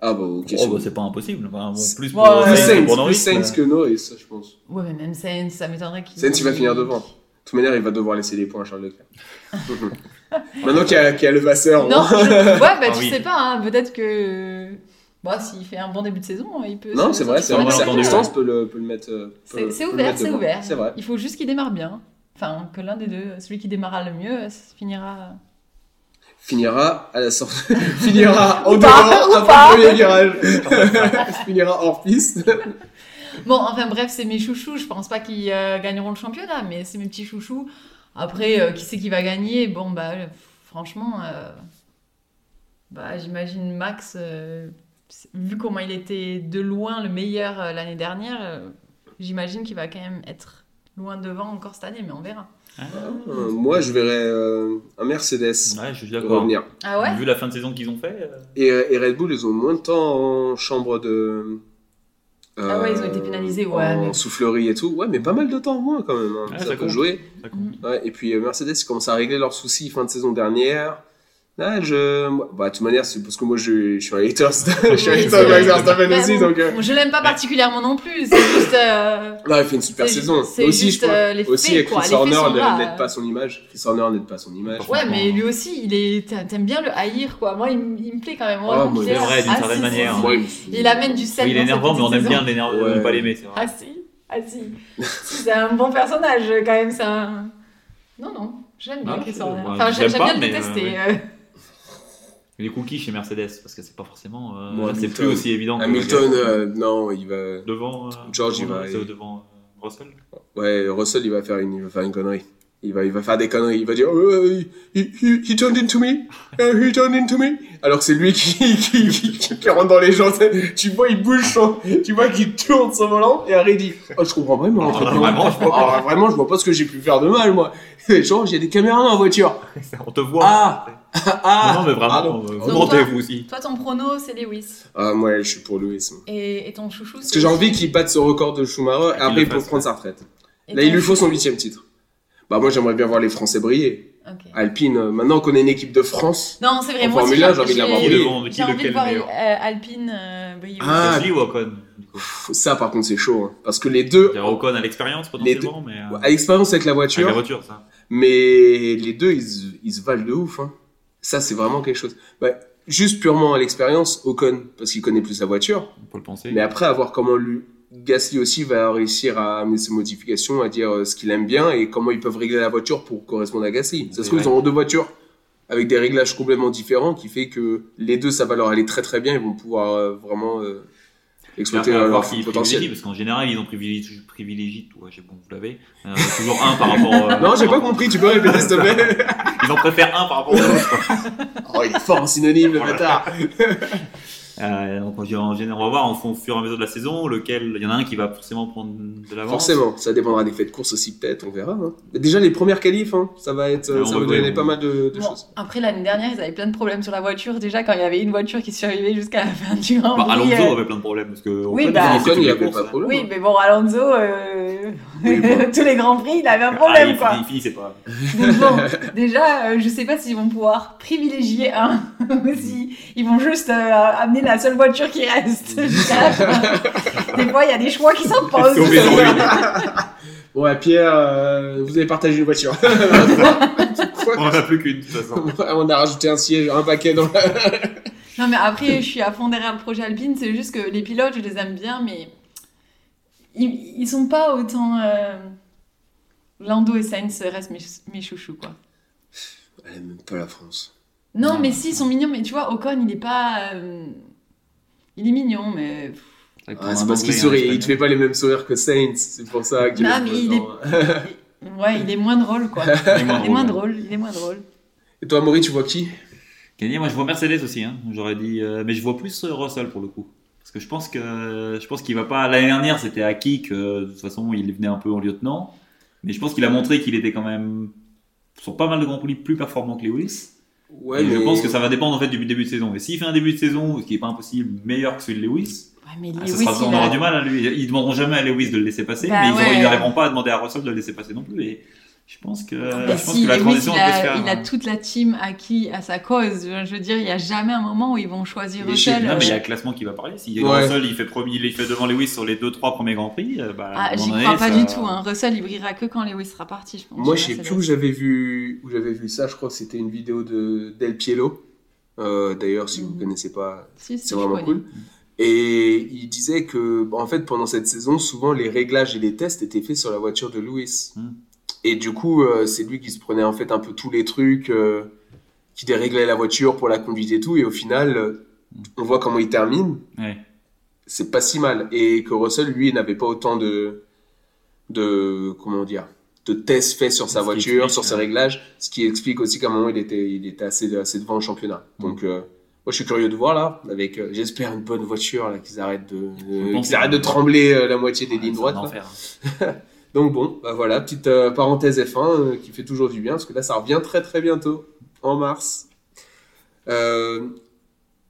Speaker 1: Ah bah ok.
Speaker 3: Oh, bah, c'est pas impossible. Enfin, bon,
Speaker 1: C'est-
Speaker 3: plus
Speaker 2: Ouais,
Speaker 3: pour
Speaker 2: ouais.
Speaker 1: plus
Speaker 3: Sainz que
Speaker 1: Sainz,
Speaker 3: pour
Speaker 1: plus
Speaker 3: Norris, euh,
Speaker 1: Sainz
Speaker 3: mais-
Speaker 1: que Norris, ça, je pense.
Speaker 2: Ouais, mais même Sainz, ça m'étonnerait qu'il.
Speaker 1: Sainz, il va finir devant. De toute manière, il va devoir laisser les points à Charles Leclerc. Maintenant qu'il y, a- qu'il y a le Vasseur. hein.
Speaker 2: Non, je- ouais, bah
Speaker 3: Ah
Speaker 2: tu
Speaker 3: oui.
Speaker 2: sais pas, hein, peut-être que. Bah, s'il fait un bon début de saison, hein, il peut.
Speaker 1: Non,
Speaker 2: se-
Speaker 1: c'est vrai,
Speaker 2: sortir
Speaker 1: c'est
Speaker 2: sur
Speaker 1: vrai.
Speaker 2: la
Speaker 3: Ouais,
Speaker 2: carrière.
Speaker 3: entendu,
Speaker 1: Circonstance peut le, peut le mettre. euh, peut-
Speaker 2: C'est- C'est
Speaker 1: peut le
Speaker 2: ouvert,
Speaker 1: mettre
Speaker 2: c'est
Speaker 1: devant.
Speaker 2: ouvert.
Speaker 1: C'est vrai.
Speaker 2: Il faut juste qu'il démarre bien. Enfin, que l'un des deux, celui qui démarra le mieux, ça finira.
Speaker 1: Finira à la sortie. Finira en
Speaker 2: Ou
Speaker 1: dehors
Speaker 2: pas, ou
Speaker 1: avant
Speaker 2: pas.
Speaker 1: le premier virage. Finira hors piste.
Speaker 2: Bon, enfin bref, c'est mes chouchous. Je pense pas qu'ils euh, gagneront le championnat, mais c'est mes petits chouchous. Après, euh, qui c'est qui va gagner Bon, bah, euh, franchement, euh, bah, j'imagine Max, euh, c'est- vu comment il était de loin le meilleur euh, l'année dernière, euh, j'imagine qu'il va quand même être loin devant encore cette année, mais on verra.
Speaker 1: Euh, Moi, je verrais euh, un Mercedes
Speaker 3: hein. Ouais, je suis d'accord.
Speaker 1: revenir.
Speaker 2: Ah ouais
Speaker 3: Vu la fin de saison qu'ils ont fait. euh,
Speaker 1: Et, euh, et Red Bull, ils ont moins de temps en chambre de. euh,
Speaker 2: Ah ouais, ils ont été pénalisés, ouais,
Speaker 1: En
Speaker 2: mais-
Speaker 1: soufflerie et tout. Ouais, mais pas mal de temps en moins quand même. hein.
Speaker 3: Ouais,
Speaker 1: ça
Speaker 3: ça
Speaker 1: peut
Speaker 3: compte.
Speaker 1: jouer.
Speaker 3: ça compte.
Speaker 2: Mhm.
Speaker 1: Ouais, et puis euh, Mercedes, ils commencent à régler leurs soucis fin de saison dernière. Là, je. moi- Bah, de toute manière, c'est parce que moi, je, je suis un hater. je suis un
Speaker 2: Oui,
Speaker 1: hater
Speaker 2: c'est
Speaker 1: de Max
Speaker 2: vrai.
Speaker 1: Verstappen
Speaker 2: Bah,
Speaker 1: aussi.
Speaker 2: bon,
Speaker 1: donc, euh,
Speaker 2: bon, je l'aime pas particulièrement non plus, c'est juste. euh,
Speaker 1: Là, il fait une super
Speaker 2: c'est ju-
Speaker 1: saison.
Speaker 2: c'est
Speaker 1: aussi,
Speaker 2: juste,
Speaker 1: je pense-
Speaker 2: euh, les
Speaker 1: aussi,
Speaker 2: faits,
Speaker 1: avec
Speaker 2: quoi,
Speaker 1: Chris
Speaker 2: les faits sont
Speaker 1: Horner
Speaker 2: là,
Speaker 1: n'aide
Speaker 2: euh.
Speaker 1: pas son image. Chris Horner n'aide pas son image.
Speaker 3: Parfois.
Speaker 2: Ouais, mais lui aussi, il est. t'a- T'aimes bien le haïr, quoi. Moi, il, m- il me plaît quand même.
Speaker 1: Ah, moi,
Speaker 2: qu'il
Speaker 1: c'est
Speaker 2: est-
Speaker 3: vrai, d'une
Speaker 2: Ah,
Speaker 3: certaine
Speaker 2: si,
Speaker 3: manière.
Speaker 2: si, si.
Speaker 1: Moi, il me-
Speaker 2: Il amène du sel.
Speaker 3: Oui, il
Speaker 2: dans
Speaker 3: est
Speaker 2: cette
Speaker 3: énervant, mais on aime
Speaker 2: saison.
Speaker 3: bien l'énerver,
Speaker 1: Ouais.
Speaker 3: ne pas l'aimer. c'est vrai.
Speaker 2: Ah si, ah si. Si, c'est un bon personnage, quand même. C'est un. Non, non, j'aime bien
Speaker 3: Ah,
Speaker 2: Chris
Speaker 3: je-
Speaker 2: Horner.
Speaker 3: ouais,
Speaker 2: Enfin,
Speaker 3: je
Speaker 2: j'aime
Speaker 3: l'aime
Speaker 2: j'aime
Speaker 3: pas,
Speaker 2: bien le
Speaker 3: mais, euh,
Speaker 2: détester. euh.
Speaker 3: Les cookies chez Mercedes, parce que c'est pas forcément. euh,
Speaker 1: Moi,
Speaker 3: c'est
Speaker 1: Hamilton.
Speaker 3: plus aussi évident. que-
Speaker 1: Hamilton, euh, non, il va.
Speaker 3: Devant. euh,
Speaker 1: George, il
Speaker 3: devant-
Speaker 1: va-
Speaker 3: c'est Devant euh, Russell.
Speaker 1: Ouais, Russell, il va faire une, il va faire une connerie. Il va, il va faire des conneries. Il va dire, oh, euh, he, he, he turned into me, Uh, he turned into me. Alors que c'est lui qui, qui, qui, qui- qui rentre dans les gens. Tu vois, il bouge son, tu vois qu'il tourne son volant et Harry dit, oh, je comprends vraiment.
Speaker 3: Ah,
Speaker 1: vraiment,
Speaker 3: vraiment, je comprends
Speaker 1: Ah, vraiment, je vois pas ce que j'ai pu faire de mal, moi. Genre, j'ai des caméras dans la voiture.
Speaker 3: On te voit.
Speaker 1: Ah. Ah,
Speaker 3: non, non, mais vraiment,
Speaker 1: Pardon.
Speaker 3: euh, vous
Speaker 1: Donc,
Speaker 3: mentez,
Speaker 2: toi-
Speaker 3: vous aussi.
Speaker 2: Toi, ton prono, c'est Lewis.
Speaker 1: ah, moi, je suis pour Lewis. moi.
Speaker 2: Et, et ton chouchou, c'est.
Speaker 1: Parce que j'ai envie qu'il batte ce record de Schumacher et
Speaker 3: qu'il
Speaker 1: après,
Speaker 3: le
Speaker 1: il peut
Speaker 3: fasse,
Speaker 1: prendre sa retraite.
Speaker 2: et
Speaker 1: Là, il
Speaker 2: ton-
Speaker 1: lui faut son huitième titre. Bah, moi, j'aimerais bien voir les Français briller.
Speaker 2: Ok.
Speaker 1: Alpine, euh, maintenant qu'on est une équipe de France.
Speaker 2: Non, c'est vrai.
Speaker 1: En
Speaker 2: moi aussi,
Speaker 1: Formule 1, j'ai envie de la voir
Speaker 3: Qui
Speaker 1: oui.
Speaker 3: devant
Speaker 2: J'ai
Speaker 3: qui
Speaker 2: envie de
Speaker 3: lequel
Speaker 2: voir
Speaker 3: meilleur
Speaker 2: euh, Alpine euh, briller.
Speaker 1: Ah,
Speaker 3: Gasly ou Ocon du coup
Speaker 1: Pff, Ça, par contre, c'est chaud. hein. Parce que les deux,
Speaker 3: Il y a Ocon à l'expérience
Speaker 1: Les deux-
Speaker 3: potentiellement, mais euh,
Speaker 1: à l'expérience avec la
Speaker 3: avec
Speaker 1: voiture,
Speaker 3: la voiture, ça.
Speaker 1: mais les deux, ils, se- ils se valent de ouf. hein. Ça, c'est vraiment quelque chose. Bah, juste purement à l'expérience, Ocon, parce qu'il connaît plus la voiture.
Speaker 3: On peut le penser.
Speaker 1: Mais après, à voir comment lui, Gasly aussi va réussir à amener ses modifications, à dire euh, ce qu'il aime bien et comment ils peuvent régler la voiture pour correspondre à Gasly. Ça se
Speaker 3: C'est
Speaker 1: trouve,
Speaker 3: vrai.
Speaker 1: ils auront deux voitures avec des réglages complètement différents qui fait que les deux, ça va leur aller très très bien. Ils vont pouvoir euh, vraiment euh, exploiter
Speaker 3: Après, à
Speaker 1: euh,
Speaker 3: voir
Speaker 1: leur
Speaker 3: s'ils
Speaker 1: potentiel.
Speaker 3: privilégient, parce qu'en général, ils ont privilégié, privilégié ouais, j'ai bon, vous l'avez, euh, toujours un par rapport. euh,
Speaker 1: Non, j'ai pas compris, tu peux répéter s'il te plaît
Speaker 3: Ils en préfèrent un par rapport à l'autre. quoi.
Speaker 1: Oh, il est fort en synonyme, le bâtard
Speaker 3: Euh, donc, en général, on va voir en- au fur et à mesure de la saison, lequel, il y en a un qui va forcément prendre de l'avance.
Speaker 1: Forcément, ça dépendra des faits de course aussi, peut-être, on verra. hein. Déjà, les premières qualifs, hein, ça va être, euh,
Speaker 3: Ah, on
Speaker 1: ça
Speaker 3: va
Speaker 1: va
Speaker 3: voir,
Speaker 1: donner
Speaker 3: on-
Speaker 1: pas mal de, de
Speaker 2: Bon,
Speaker 1: choses.
Speaker 2: après l'année dernière, ils avaient plein de problèmes sur la voiture. Déjà, quand il y avait une voiture qui survivait jusqu'à la fin du Grand
Speaker 3: Bah,
Speaker 2: Prix,
Speaker 3: Alonso
Speaker 2: euh,
Speaker 3: avait plein de problèmes, parce que.
Speaker 2: Oui,
Speaker 3: Ocon,
Speaker 2: bah,
Speaker 3: il fait
Speaker 1: Ocon,
Speaker 3: toutes
Speaker 1: il n'y
Speaker 3: les
Speaker 1: avait
Speaker 3: courses,
Speaker 1: pas de
Speaker 3: hein.
Speaker 1: problème. hein.
Speaker 2: Oui, mais bon, Alonso, euh,
Speaker 1: Oui, bon.
Speaker 2: tous les grands prix, il avait un
Speaker 3: Ah,
Speaker 2: problème,
Speaker 3: il,
Speaker 2: quoi.
Speaker 3: il finissait pas.
Speaker 2: Donc bon, déjà, euh, je sais pas s'ils vont pouvoir privilégier un aussi. Ils vont juste euh, amener la seule voiture qui reste. jusqu'à la fin. des fois, il y a des choix qui s'imposent.
Speaker 3: Sauver Zoé.
Speaker 1: Ouais, Pierre, euh, vous avez partagé une voiture.
Speaker 3: On en a plus qu'une, de toute façon.
Speaker 1: On a rajouté un siège, un paquet dans la...
Speaker 2: Non, mais après, je suis à fond derrière le projet Alpine. C'est juste que les pilotes, je les aime bien, mais ils, ils sont pas autant. euh, Lando et Sainz restent mes, mes chouchous, quoi.
Speaker 1: Elle aime même pas la France.
Speaker 2: Non,
Speaker 3: Non.
Speaker 2: mais si, ils sont mignons, mais tu vois, Ocon, il est pas. euh, Il est mignon, mais.
Speaker 1: Ah, c'est parce qu'il
Speaker 3: hein,
Speaker 1: sourit, il te fait pas les mêmes sourires que Saints, c'est pour ça que...
Speaker 2: Non, mais il est-
Speaker 1: hein.
Speaker 2: Ouais, il est moins drôle, quoi. Il est moins
Speaker 3: moins drôle.
Speaker 2: drôle, il est moins drôle.
Speaker 1: Et toi, Maury, tu vois qui
Speaker 3: Kanye, moi je vois Mercedes aussi, hein. j'aurais dit, euh, mais je vois plus euh, Russell pour le coup. Parce que je pense que je pense qu'il va pas. L'année dernière, c'était acquis que euh, de toute façon il venait un peu en lieutenant, mais je pense qu'il a montré qu'il était quand même sur pas mal de grands prix plus performant que Lewis.
Speaker 1: Ouais,
Speaker 3: et je pense que ça va dépendre en fait du début de saison. Et s'il fait un début de saison, ce qui est pas impossible, meilleur que celui de Lewis,
Speaker 2: Ouais, mais
Speaker 3: ah,
Speaker 2: Lewis,
Speaker 3: ça sera- on
Speaker 2: il a-
Speaker 3: aura du mal à lui. Ils demanderont jamais à Lewis de le laisser passer,
Speaker 2: Bah
Speaker 3: mais ils, auront-
Speaker 2: ouais.
Speaker 3: ils n'arriveront pas à demander à Russell de le laisser passer non plus. Et je pense que,
Speaker 2: Bah
Speaker 3: je pense
Speaker 2: si,
Speaker 3: que la
Speaker 2: Lewis,
Speaker 3: transition
Speaker 2: il
Speaker 3: elle peut se
Speaker 2: a,
Speaker 3: faire. hein.
Speaker 2: il a toute la team acquis à sa cause. Je veux dire, il n'y a jamais un moment où ils vont choisir
Speaker 1: Il est chez-
Speaker 2: Russell.
Speaker 3: Non, mais il y a le classement qui va parler. Si
Speaker 1: Ouais.
Speaker 3: Russell il fait, premier, il fait devant Lewis sur les 2-3 premiers Grands Prix, euh, bah, à
Speaker 2: Ah,
Speaker 3: un
Speaker 2: j'y
Speaker 3: moment
Speaker 2: crois pas
Speaker 3: donné,
Speaker 2: du
Speaker 3: ça-
Speaker 2: tout. Hein. Russell, il brillera que quand Lewis sera parti, je pense.
Speaker 1: Moi, je
Speaker 2: chez
Speaker 1: sais plus où
Speaker 2: Mercedes.
Speaker 1: j'avais vu, où j'avais vu ça. Je crois que c'était une vidéo de Del Pielo. Euh, D'ailleurs, si vous
Speaker 2: Mhm.
Speaker 1: connaissez pas,
Speaker 2: Si, si,
Speaker 1: c'est
Speaker 2: je
Speaker 1: vraiment
Speaker 2: connais.
Speaker 1: cool. Et il disait que, bah, en fait, pendant cette saison, souvent les réglages et les tests étaient faits sur la voiture de Lewis.
Speaker 3: Mhm.
Speaker 1: Et du coup, euh, c'est lui qui se prenait en fait un peu tous les trucs, euh, qui déréglait la voiture pour la conduite et tout. Et au final, euh, on voit comment il termine.
Speaker 3: Ouais.
Speaker 1: C'est pas si mal. Et que Russell, lui, n'avait pas autant de, de, comment dire, de tests faits sur sa
Speaker 3: Ce qui
Speaker 1: voiture,
Speaker 3: explique,
Speaker 1: sur ses
Speaker 3: euh,
Speaker 1: réglages, ce qui explique aussi qu'à un moment, il était, il était assez, assez devant le championnat.
Speaker 3: Hmm.
Speaker 1: Donc, euh, moi, je suis curieux de voir là, avec, euh, j'espère, une bonne voiture, là, qu'ils arrêtent de, euh,
Speaker 3: Je pense
Speaker 1: qu'ils arrêtent de
Speaker 3: que-
Speaker 1: trembler euh, la moitié des
Speaker 3: Ouais,
Speaker 1: lignes
Speaker 3: c'est un
Speaker 1: droites. là.
Speaker 3: enfer.
Speaker 1: Donc bon, bah voilà, petite euh, parenthèse F1 euh, qui fait toujours du bien, parce que là, ça revient très très bientôt, en mars. Euh,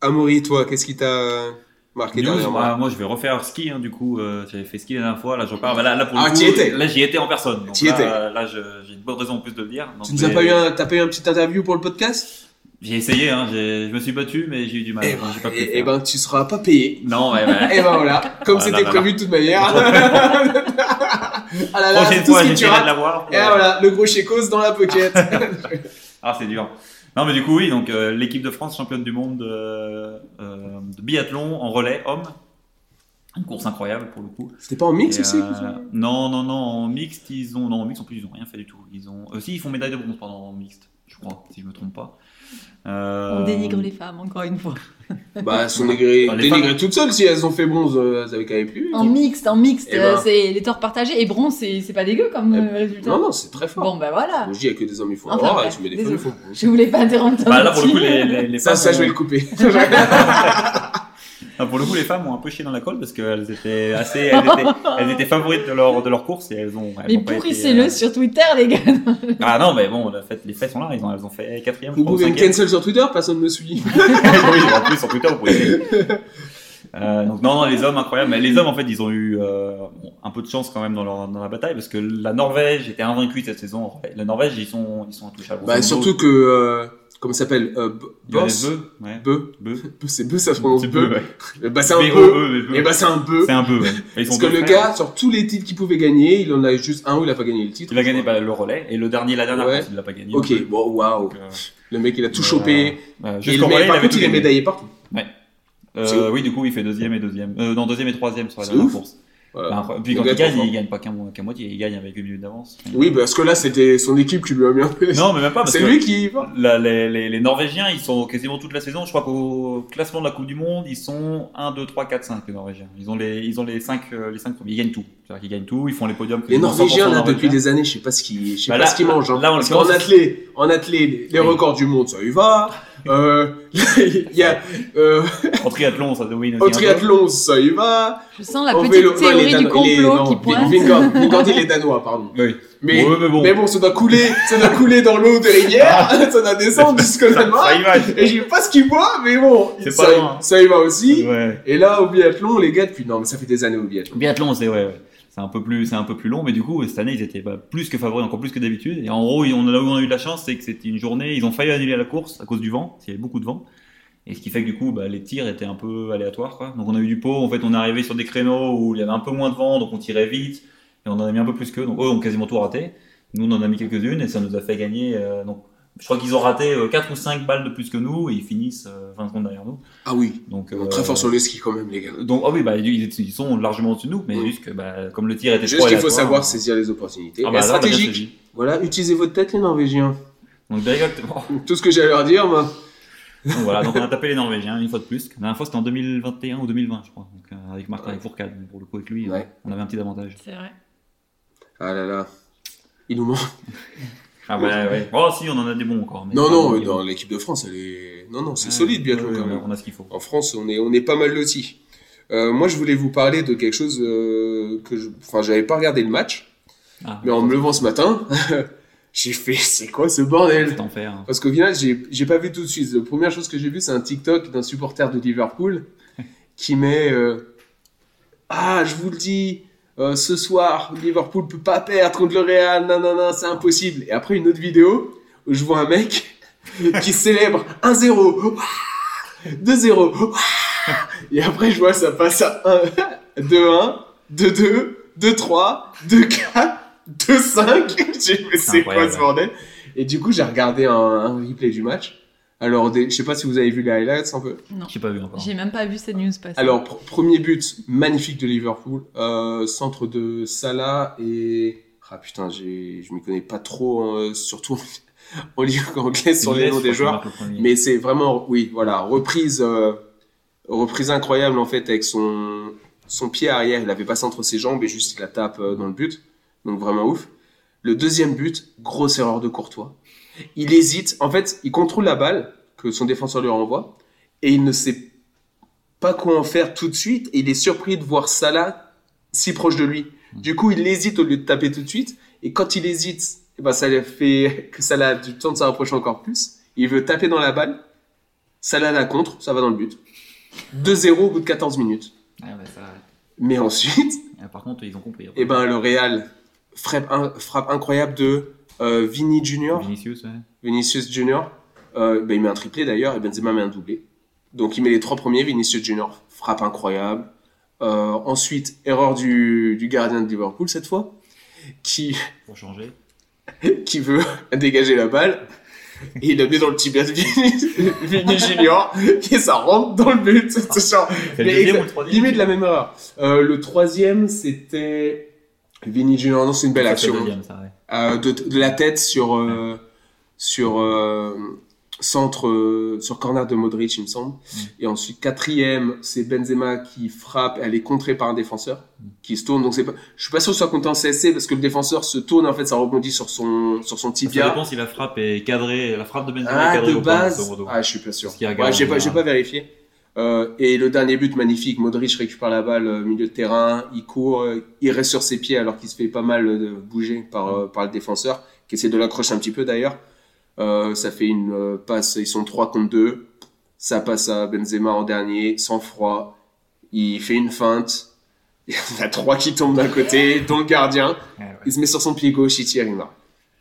Speaker 1: Amaury, toi, qu'est-ce qui t'a marqué
Speaker 3: News,
Speaker 1: dernièrement
Speaker 3: bah, moi je vais refaire ski hein, du coup euh, j'avais fait ski la dernière fois là je repars Bah, là, là, pour le
Speaker 1: Ah,
Speaker 3: coup,
Speaker 1: t'y étais.
Speaker 3: là j'y étais en personne donc
Speaker 1: T'y
Speaker 3: là,
Speaker 1: étais.
Speaker 3: euh, là, je- j'ai une bonne raison en plus de le dire Donc,
Speaker 1: Tu nous as
Speaker 3: j'ai-
Speaker 1: pas eu un, t'as pas eu un petit interview pour le podcast
Speaker 3: j'ai essayé hein, j'ai- je me suis battu mais j'ai eu du mal
Speaker 1: Eh
Speaker 3: donc j'ai pas pu le
Speaker 1: Eh
Speaker 3: faire. Ah
Speaker 1: eh ben, tu seras pas payé.
Speaker 3: non ouais, ouais.
Speaker 1: Et ben voilà, comme
Speaker 3: Voilà,
Speaker 1: c'était
Speaker 3: voilà.
Speaker 1: prévu de toute manière. ah là là, c'est
Speaker 3: prochaine
Speaker 1: ben, tout
Speaker 3: fois
Speaker 1: ce que tu
Speaker 3: j'essaierai de
Speaker 1: rates.
Speaker 3: l'avoir
Speaker 1: Et voilà, le gros chécos dans la pochette.
Speaker 3: Ah, c'est dur. Non, mais du coup, oui, donc euh, l'équipe de France championne du monde euh, euh, de biathlon en relais hommes. Une course incroyable pour le coup.
Speaker 1: C'était pas en mix
Speaker 3: Et,
Speaker 1: aussi
Speaker 3: euh, Non, non, non, en mixte, ils ont. Non, en mixte, en plus, ils ont rien fait du tout. Ils ont. euh, si, ils font médaille de bronze pendant en mixte, je crois, si je me trompe pas. Euh,
Speaker 2: On dénigre les femmes, encore une fois.
Speaker 1: Bah, elles sont dénigrées,
Speaker 3: Dans les
Speaker 1: dénigrées
Speaker 3: femmes.
Speaker 1: toutes seules. Si elles ont fait bronze, euh, elles avaient quand même plus.
Speaker 2: En mixte, en mixte,
Speaker 1: Eh ben.
Speaker 2: euh, c'est les torts partagés. Et bronze, c'est c'est pas dégueu comme
Speaker 1: Eh,
Speaker 2: euh, résultat.
Speaker 1: Non, non, c'est très fort.
Speaker 2: bon, ben voilà.
Speaker 1: Moi, je dis, il y a que des hommes, il faut
Speaker 2: Enfin,
Speaker 1: avoir, et
Speaker 2: bref,
Speaker 1: tu mets des femmes, il
Speaker 2: désolé.
Speaker 1: faut bronze.
Speaker 2: Je voulais pas interrompre ton
Speaker 3: Bah, là, pour le coup,
Speaker 2: petit.
Speaker 3: les, les- les
Speaker 1: Ça,
Speaker 3: femmes euh,
Speaker 1: ça, je
Speaker 3: ont-
Speaker 1: vais le couper.
Speaker 3: Ah, pour le coup, les femmes ont un peu chié dans la colle parce qu'elles étaient assez, elles étaient, elles étaient favorites de leur, de leur course et elles ont. elles
Speaker 2: Mais
Speaker 3: ont pas été,
Speaker 2: pourrissez-le
Speaker 3: euh,
Speaker 2: sur Twitter, les gars.
Speaker 3: Ah non, mais bon, le fait, les faits sont là, ils ont, elles ont fait quatrième, je
Speaker 1: Vous
Speaker 3: crois, ou
Speaker 1: pouvez me
Speaker 3: cinquième.
Speaker 1: cancel sur Twitter, personne ne me suit.
Speaker 3: oui, en plus, sur Twitter, vous pouvez essayer. Euh, donc non, non, les hommes incroyables. Mais les hommes, en fait, ils ont eu euh, bon, un peu de chance quand même dans, leur, dans la bataille parce que la Norvège était invaincue cette saison. en fait. La Norvège, ils sont, ils sont intouchables.
Speaker 1: Bah, surtout que, euh, comment ça s'appelle euh, B-
Speaker 3: il y a les
Speaker 1: Boss
Speaker 3: bœufs. Ouais.
Speaker 1: Bœuf.
Speaker 3: Bœufs.
Speaker 1: Bœuf, C'est bœuf, ça se prononce
Speaker 3: C'est bœuf,
Speaker 1: bœuf.
Speaker 3: ouais.
Speaker 1: Bah, c'est un bœuf.
Speaker 3: B-O-E, les
Speaker 1: Et
Speaker 3: bœufs.
Speaker 1: bah, c'est un bœuf.
Speaker 3: C'est un bœuf. ouais. Et ils
Speaker 1: Parce
Speaker 3: sont
Speaker 1: que
Speaker 3: deux
Speaker 1: le
Speaker 3: frères.
Speaker 1: gars, sur tous les titres qu'il pouvait gagner, il en a eu juste un où il a pas gagné le titre.
Speaker 3: il a gagné
Speaker 1: je crois.
Speaker 3: bah, le relais et le dernier, la dernière
Speaker 1: Ouais.
Speaker 3: course, il l'a pas gagné.
Speaker 1: Ok, bon, waouh.
Speaker 3: Donc, euh,
Speaker 1: Le mec, il a tout
Speaker 3: euh,
Speaker 1: chopé.
Speaker 3: euh,
Speaker 1: Et
Speaker 3: jusqu'au
Speaker 1: le mec,
Speaker 3: relais, il
Speaker 1: par
Speaker 3: avait
Speaker 1: contre,
Speaker 3: tout
Speaker 1: il est
Speaker 3: gagné.
Speaker 1: médaillé partout.
Speaker 3: Euh,
Speaker 1: C'est ouf.
Speaker 3: oui, du coup, il fait deuxième et deuxième. Euh, non, deuxième et troisième sur la
Speaker 1: C'est
Speaker 3: dernière
Speaker 1: ouf.
Speaker 3: course.
Speaker 1: Voilà.
Speaker 3: Bah, après- puis
Speaker 1: Le
Speaker 3: quand
Speaker 1: gars
Speaker 3: il
Speaker 1: est trop
Speaker 3: gagne,
Speaker 1: fort.
Speaker 3: il gagne pas qu'à mo- qu'à moitié, il gagne avec une minute d'avance.
Speaker 1: Oui, parce que là, c'était son équipe qui lui a mis un peu.
Speaker 3: Non, mais même pas parce
Speaker 1: C'est
Speaker 3: que
Speaker 1: lui qui y va.
Speaker 3: la- les, les- les Norvégiens, ils sont quasiment toute la saison. Je crois qu'au classement de la Coupe du Monde, ils sont 1, 2, 3, 4, 5 les Norvégiens. Ils ont les, ils ont les 5 les cinq premiers. Ils gagnent tout. C'est-à-dire qu'ils gagnent tout, ils font les podiums.
Speaker 1: Les
Speaker 3: quasiment 100%
Speaker 1: Norvégiens, là,
Speaker 3: Norvégiens.
Speaker 1: depuis des années, je sais pas ce qu'ils je sais
Speaker 3: Bah
Speaker 1: pas
Speaker 3: là-
Speaker 1: ce qu'ils mangent. hein.
Speaker 3: là, en
Speaker 1: Parce qu'en
Speaker 3: l'occurrence-
Speaker 1: athlé, en athlé, les, les
Speaker 3: Oui.
Speaker 1: records du monde, ça y va. Euh, il y a, euh,
Speaker 3: En triathlon, ça domine aussi.
Speaker 1: au
Speaker 3: un peu.
Speaker 1: triathlon, ça y va.
Speaker 2: Je sens la
Speaker 1: Au
Speaker 2: petite
Speaker 1: vélo- non, il est
Speaker 2: théorie du
Speaker 1: Dano- il est-
Speaker 2: complot
Speaker 1: non,
Speaker 2: qui
Speaker 1: Ving-
Speaker 2: pointe.
Speaker 1: Vingord- Vingord, il est danois, pardon.
Speaker 3: Oui.
Speaker 1: Mais,
Speaker 3: Ouais, mais bon.
Speaker 1: mais bon, ça doit couler, ça doit couler dans l'eau de rivière, ça doit descendre jusqu'au
Speaker 3: Ah. ça, ça
Speaker 1: Danemark.
Speaker 3: y va.
Speaker 1: Et je sais pas ce qu'il boit, mais bon,
Speaker 3: C'est
Speaker 1: ça,
Speaker 3: pas loin. hein.
Speaker 1: ça y va aussi.
Speaker 3: Ouais.
Speaker 1: Et là, au biathlon, les gars, depuis, non, mais ça fait des années au biathlon.
Speaker 3: Biathlon, c'est ouais, ouais. C'est un peu plus, c'est un peu plus long, mais du coup cette année ils étaient bah, plus que favoris, encore plus que d'habitude. Et en gros, ils- on, là où on a eu de la chance, c'est que c'était une journée, ils ont failli annuler la course à cause du vent, parce qu'il y avait beaucoup de vent. Et ce qui fait que du coup, bah, les tirs étaient un peu aléatoires. Quoi. Donc on a eu du pot, en fait on est arrivé sur des créneaux où il y avait un peu moins de vent, donc on tirait vite, et on en a mis un peu plus qu'eux. Donc eux ont quasiment tout raté. Nous on en a mis quelques-unes, et ça nous a fait gagner. euh, donc, je crois qu'ils ont raté 4 ou 5 balles de plus que nous, et ils finissent euh, 20 secondes derrière nous.
Speaker 1: Ah oui,
Speaker 3: Donc,
Speaker 1: ils sont
Speaker 3: euh,
Speaker 1: très fort sur le ski quand même, les gars.
Speaker 3: donc, ah oui, bah, ils, ils sont largement au-dessus de nous, mais
Speaker 1: Oui.
Speaker 3: juste que, bah, comme le tir était
Speaker 1: Juste
Speaker 3: trop
Speaker 1: qu'il faut
Speaker 3: aléatoire,
Speaker 1: savoir
Speaker 3: euh,
Speaker 1: saisir les opportunités.
Speaker 3: ah,
Speaker 1: Et
Speaker 3: bah, là, on a bien
Speaker 1: stratégique.
Speaker 3: saisi.
Speaker 1: Voilà, utilisez votre tête, les Norvégiens.
Speaker 3: Donc, directement.
Speaker 1: Tout ce que j'ai à leur dire, moi.
Speaker 3: Donc, voilà, donc on a tapé les Norvégiens une fois de plus. La dernière fois, c'était en 2021 ou 2020, je crois. Donc, euh, avec Martin
Speaker 1: Ouais.
Speaker 3: et Fourcade. Pour le coup, avec lui,
Speaker 1: Ouais.
Speaker 3: euh, on avait un petit avantage.
Speaker 2: C'est vrai.
Speaker 1: Ah là là. Il nous manque.
Speaker 3: Ah, bah, ouais. Oh, si, on en a des bons encore. mais-
Speaker 1: Non, euh,
Speaker 3: Ah,
Speaker 1: non,
Speaker 3: oui,
Speaker 1: dans
Speaker 3: oui.
Speaker 1: l'équipe de France, elle est. Non, non, c'est
Speaker 3: Ouais,
Speaker 1: solide, biathlon
Speaker 3: ouais,
Speaker 1: quand
Speaker 3: ouais,
Speaker 1: même.
Speaker 3: On a ce qu'il faut.
Speaker 1: En France, on est, on est pas mal lotis. Euh, moi, je voulais vous parler de quelque chose euh, que je. Enfin, j'avais pas regardé le match,
Speaker 3: Ah,
Speaker 1: mais en me levant ce matin, j'ai fait c'est quoi ce bordel
Speaker 3: cet enfer. hein.
Speaker 1: Parce qu'au final, j'ai j'ai pas vu tout de suite. La première chose que j'ai vue, c'est un TikTok d'un supporter de Liverpool qui met euh, Ah, je vous le dis, euh, ce soir, Liverpool peut pas perdre contre le Real, nanana, c'est impossible. Et après, une autre vidéo où je vois un mec qui célèbre 1-0, ouah, 2-0, ouah. et après, je vois ça passe à 1, 2-1, 2-2, 2-3, 2-4, 2-5. J'ai dit, mais c'est quoi
Speaker 3: incroyable.
Speaker 1: ce bordel Et du coup, j'ai regardé un, un replay du match. Alors, des- je sais pas si vous avez vu les highlights un peu.
Speaker 3: J'ai pas vu encore.
Speaker 2: J'ai même pas vu cette news passer.
Speaker 1: Alors, pr- premier but magnifique de Liverpool, euh, centre de Salah et. Ah putain, j'ai- je m'y connais pas trop, hein, surtout en- en ligue anglaise sur les noms des joueurs. Mais c'est vraiment, oui, voilà, reprise, euh, reprise incroyable en fait, avec son, son pied arrière. Il avait passé entre ses jambes et juste il la tape euh, dans le but. Donc vraiment ouf. Le deuxième but, grosse erreur de Courtois. Il hésite. En fait, il contrôle la balle que son défenseur lui renvoie et il ne sait pas quoi en faire tout de suite. Et il est surpris de voir Salah si proche de lui. Du coup, il hésite au lieu de taper tout de suite. Et quand il hésite, eh ben, ça lui fait que Salah a du temps de se rapprocher encore plus. Il veut taper dans la balle. Salah la contre, ça va dans le but. 2-0 au bout de 14 minutes.
Speaker 3: Ah,
Speaker 1: Mais ensuite,
Speaker 3: Par contre, ils ont compris.
Speaker 1: eh ben, le Real frappe, in- frappe incroyable de euh, Vini Junior,
Speaker 3: Vinicius, ouais.
Speaker 1: Vinicius Junior. Euh, ben, il met un triplé d'ailleurs et Benzema met un doublé. Donc il met les trois premiers, Vinicius Junior, frappe incroyable. Euh, ensuite, erreur du, du gardien de Liverpool cette fois, qui,
Speaker 3: Pour changer.
Speaker 1: qui veut dégager la balle. Et il l'a mis dans le tibia de Vini, Vini Junior, et ça rentre dans le but. C'est genre,
Speaker 3: Ah. C'est
Speaker 1: Mais
Speaker 3: le deuxième
Speaker 1: exact-
Speaker 3: ou le troisième
Speaker 1: limite la même erreur. Euh, le troisième, c'était Vini Junior. Non, c'est une belle
Speaker 3: Ça, c'est
Speaker 1: action.
Speaker 3: le deuxième, ça, ouais.
Speaker 1: Euh, de, de la tête sur, euh, sur euh, centre, euh, sur corner de Modric, il me semble. Et ensuite, quatrième, c'est Benzema qui frappe. Elle est contrée par un défenseur qui se tourne. Donc, c'est pas, je suis pas sûr que ce soit compté en CSC parce que le défenseur se tourne. En fait, ça rebondit sur son, sur son
Speaker 3: Ça
Speaker 1: tibia.
Speaker 3: dépend si la frappe est cadrée. La frappe de Benzema est
Speaker 1: Ah,
Speaker 3: cadrée
Speaker 1: de
Speaker 3: ou pas,
Speaker 1: base.
Speaker 3: grosso modo.
Speaker 1: Ah, je suis pas sûr.
Speaker 3: Ce qui regarde
Speaker 1: Ouais, j'ai
Speaker 3: en
Speaker 1: pas, j'ai pas
Speaker 3: général.
Speaker 1: vérifié. Euh, et le dernier but magnifique, Modric récupère la balle euh, milieu de terrain, il court, euh, il reste sur ses pieds alors qu'il se fait pas mal euh, bouger par, euh, par le défenseur, qui essaie de l'accrocher un petit peu d'ailleurs. Euh, ça fait une euh, passe, ils sont 3 contre 2, ça passe à Benzema en dernier, sans froid, il fait une feinte, il y en a 3 qui tombent d'un côté, dont le gardien,
Speaker 3: Eh Ouais, ouais.
Speaker 1: il se met sur son pied gauche, il tire, il marque.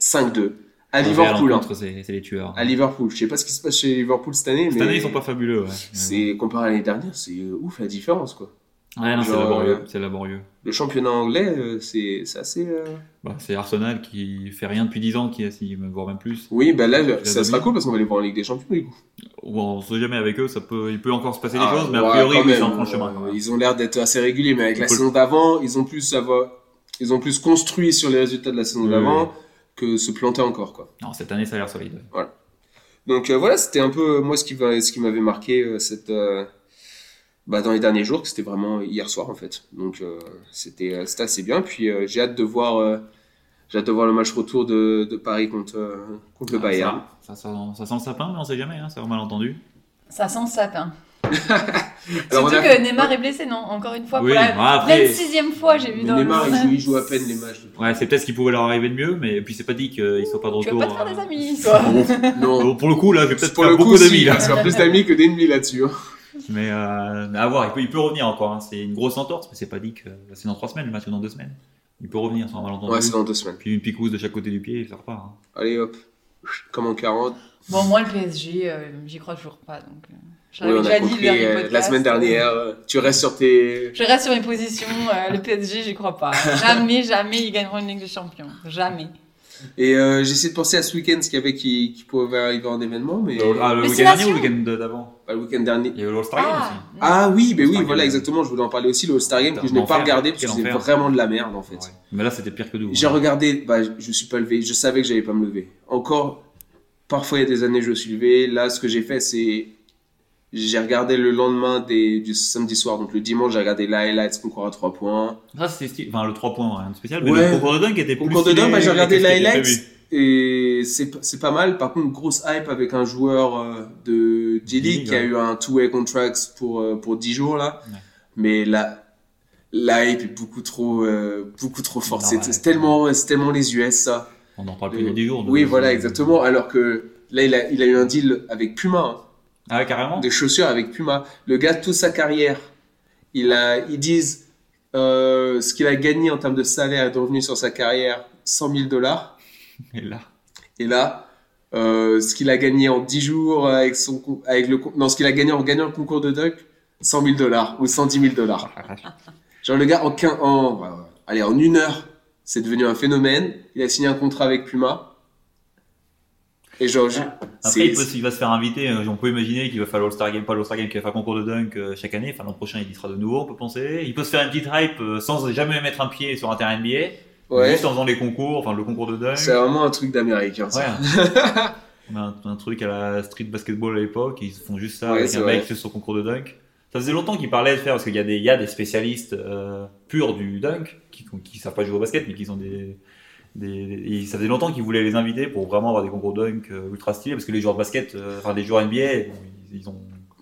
Speaker 1: 5-2. À
Speaker 3: Ouais,
Speaker 1: Liverpool, hein.
Speaker 3: l'encontre, C'est c'est les tueurs.
Speaker 1: à Liverpool. Je sais pas ce qui se passe chez Liverpool cette année,
Speaker 3: Cette
Speaker 1: mais
Speaker 3: année, ils sont pas fabuleux. ouais. Ouais,
Speaker 1: c'est comparé à l'année dernière, c'est euh, ouf la différence quoi.
Speaker 3: Ouais, non, c'est
Speaker 1: Genre,
Speaker 3: laborieux.
Speaker 1: euh,
Speaker 3: C'est laborieux.
Speaker 1: Le championnat anglais, euh, c'est c'est assez. euh,
Speaker 3: Bah, c'est Arsenal qui fait rien depuis 10 ans, qui est assis, voire même plus.
Speaker 1: Oui, ben là, le-
Speaker 3: Tu
Speaker 1: ça
Speaker 3: l'as
Speaker 1: sera
Speaker 3: mis
Speaker 1: cool parce qu'on va les voir en Ligue des Champions du coup.
Speaker 3: Bon, on sait jamais avec eux, ça peut, il peut encore se passer des
Speaker 1: Ah,
Speaker 3: choses, mais a
Speaker 1: ouais,
Speaker 3: priori,
Speaker 1: quand
Speaker 3: oui,
Speaker 1: même,
Speaker 3: c'est en train
Speaker 1: euh,
Speaker 3: chemin. quand même.
Speaker 1: Ils ont l'air d'être assez réguliers, mais avec
Speaker 3: Ils
Speaker 1: la
Speaker 3: peuvent-
Speaker 1: saison d'avant, ils ont plus ça va- ils ont plus construit sur les résultats de la saison
Speaker 3: Oui,
Speaker 1: d'avant que se planter encore quoi.
Speaker 3: Non, cette année, ça a l'air solide. ouais.
Speaker 1: Donc euh, voilà, c'était un peu euh, moi ce qui va- ce qui m'avait marqué euh, cette euh, bah, dans les derniers jours, que c'était vraiment hier soir en fait. Donc euh, c'était euh, c'était assez bien. Puis euh, j'ai hâte de voir euh, j'ai hâte de voir le match retour de, de Paris contre euh, contre le
Speaker 3: Ah,
Speaker 1: Bayern.
Speaker 3: Ça, ça, sent- ça sent le sapin, mais on sait jamais, hein, c'est un malentendu.
Speaker 2: Ça sent le sapin.
Speaker 1: Alors, on
Speaker 2: Surtout
Speaker 1: a-
Speaker 2: que Neymar est blessé, non Encore une fois,
Speaker 3: Oui,
Speaker 2: pour la
Speaker 3: bah, après.
Speaker 2: 26e fois, j'ai vu
Speaker 1: Mais
Speaker 2: dans
Speaker 1: Neymar
Speaker 2: le
Speaker 1: il joue, il joue à peine les matchs.
Speaker 3: Ouais, c'est peut-être ce qui pouvait leur arriver de mieux, mais puis c'est pas dit qu'ils soient pas de
Speaker 2: Tu
Speaker 3: retour.
Speaker 2: veux pas te faire
Speaker 1: hein.
Speaker 3: euh,
Speaker 2: des amis, toi
Speaker 1: Non.
Speaker 3: Bon, pour le coup, là, j'ai peut-être
Speaker 1: Pour
Speaker 3: faire
Speaker 1: le coup,
Speaker 3: beaucoup
Speaker 1: si,
Speaker 3: d'amis,
Speaker 1: il va
Speaker 3: là.
Speaker 1: se faire plus d'amis que d'ennemis là-dessus. hein.
Speaker 3: Mais euh, à voir, il peut, il peut revenir encore. hein. C'est une grosse entorse, mais c'est pas dit que c'est dans trois semaines, le match ou dans deux semaines. Il peut revenir sans malentendu.
Speaker 1: Ouais, c'est dans deux semaines.
Speaker 3: Puis une picouse de chaque côté du pied, et ça repart. hein.
Speaker 1: Allez hop, comme en 40.
Speaker 2: Bon, moi, le PSG, euh, j'y crois toujours pas. Donc, euh,
Speaker 1: Oui,
Speaker 2: J'avais
Speaker 1: on a
Speaker 2: déjà dit le
Speaker 1: compris
Speaker 2: dernier
Speaker 1: euh,
Speaker 2: podcast.
Speaker 1: la semaine dernière. euh, Tu restes sur tes.
Speaker 2: Je reste sur mes positions. euh, le PSG, j'y crois pas. Jamais, jamais ils gagneront une Ligue des Champions. Jamais.
Speaker 1: Et euh, j'essaie de penser à ce week-end ce qu'il y avait qui, qui pouvait arriver en événement, mais
Speaker 3: Ah, le
Speaker 2: Mais
Speaker 3: week-end
Speaker 2: c'est
Speaker 3: dernier ou le
Speaker 2: la
Speaker 3: week-end d'avant
Speaker 1: Bah, le week-end dernier.
Speaker 3: Il y a eu l'All-Star Game aussi.
Speaker 2: non.
Speaker 1: Ah oui, mais oui,
Speaker 3: All-Star
Speaker 1: voilà,
Speaker 3: Game.
Speaker 1: exactement. Je voulais en parler aussi, le All-Star Game que
Speaker 3: Putain,
Speaker 1: je n'ai
Speaker 3: l'enfer.
Speaker 1: pas regardé parce que
Speaker 3: Quel
Speaker 1: c'est
Speaker 3: enfer.
Speaker 1: vraiment de la merde en fait.
Speaker 3: Ouais. Mais là, c'était pire que nous.
Speaker 1: J'ai
Speaker 3: hein.
Speaker 1: regardé, bah, je je suis pas levé, je savais que j'allais pas me lever. Encore, parfois il y a des années, je me suis levé. Là, ce que j'ai fait, c'est. J'ai regardé le lendemain des- du samedi soir, donc le dimanche, j'ai regardé la highlights, concours à 3 points.
Speaker 3: Ça, c'était stylé. Enfin, le 3 points, rien de spécial. Mais
Speaker 1: Ouais.
Speaker 3: le concours de dunk était plus.
Speaker 1: Concours de dunk,
Speaker 3: stylé
Speaker 1: bah, j'ai regardé
Speaker 3: que ce qui était
Speaker 1: l'highlights.
Speaker 3: prévu.
Speaker 1: Et c'est p- c'est pas mal. Par contre, grosse hype avec un joueur euh, de J-League
Speaker 3: J-League,
Speaker 1: qui a
Speaker 3: ouais.
Speaker 1: eu un two-way contract pour, euh, pour 10 jours là.
Speaker 3: Ouais.
Speaker 1: Mais la, la hype est beaucoup trop, euh, beaucoup trop forte.
Speaker 3: Non,
Speaker 1: C'est
Speaker 3: ouais.
Speaker 1: c'est tellement, c'est tellement les US ça.
Speaker 3: On en parle plus dans 10 jours. donc- euh,
Speaker 1: Oui, voilà, exactement. Alors que là, il a, il a eu un deal avec Puma,
Speaker 3: Ah,
Speaker 1: hein,
Speaker 3: carrément
Speaker 1: des chaussures avec Puma. Le gars, toute sa carrière, il a, ils disent euh, ce qu'il a gagné en termes de salaire et de revenus sur sa carrière, 100 000 dollars.
Speaker 3: Et là.
Speaker 1: Et là, euh, ce qu'il a gagné en 10 jours euh, avec son, con- avec le, con- non, ce qu'il a gagné en gagnant le concours de dunk, 100 000 dollars ou 110 000 dollars. Genre le gars en quin- en, bah, allez, en une heure, c'est devenu un phénomène. Il a signé un contrat avec Puma. Et genre, je- c'est-
Speaker 3: Ah, Après, il, peut- il va se faire inviter. euh, On peut imaginer qu'il va faire l'All-Star Game, pas l'All-Star Game, qu'il va faire concours de dunk euh, chaque année. Enfin, l'an prochain, il y sera de nouveau, on peut penser. Il peut se faire une petite hype euh, sans jamais mettre un pied sur un terrain NBA.
Speaker 1: ouais,
Speaker 3: Juste en faisant les concours, enfin, le concours de dunk.
Speaker 1: c'est vraiment un truc d'américain. ça.
Speaker 3: Ouais. On a un, un truc à la street basketball à l'époque, ils font juste ça
Speaker 1: Ouais,
Speaker 3: avec
Speaker 1: c'est
Speaker 3: un mec
Speaker 1: vrai.
Speaker 3: juste au concours de dunk. Ça faisait longtemps qu'ils parlaient de faire, parce qu'il y, a des- il y a des spécialistes euh, purs du dunk, qui ne savent pas jouer au basket, mais qui ont des... des- et ça faisait longtemps qu'ils voulaient les inviter pour vraiment avoir des concours de dunk euh, ultra stylés, parce que les joueurs de basket, euh, enfin les joueurs NBA, bon, ils, ils ont...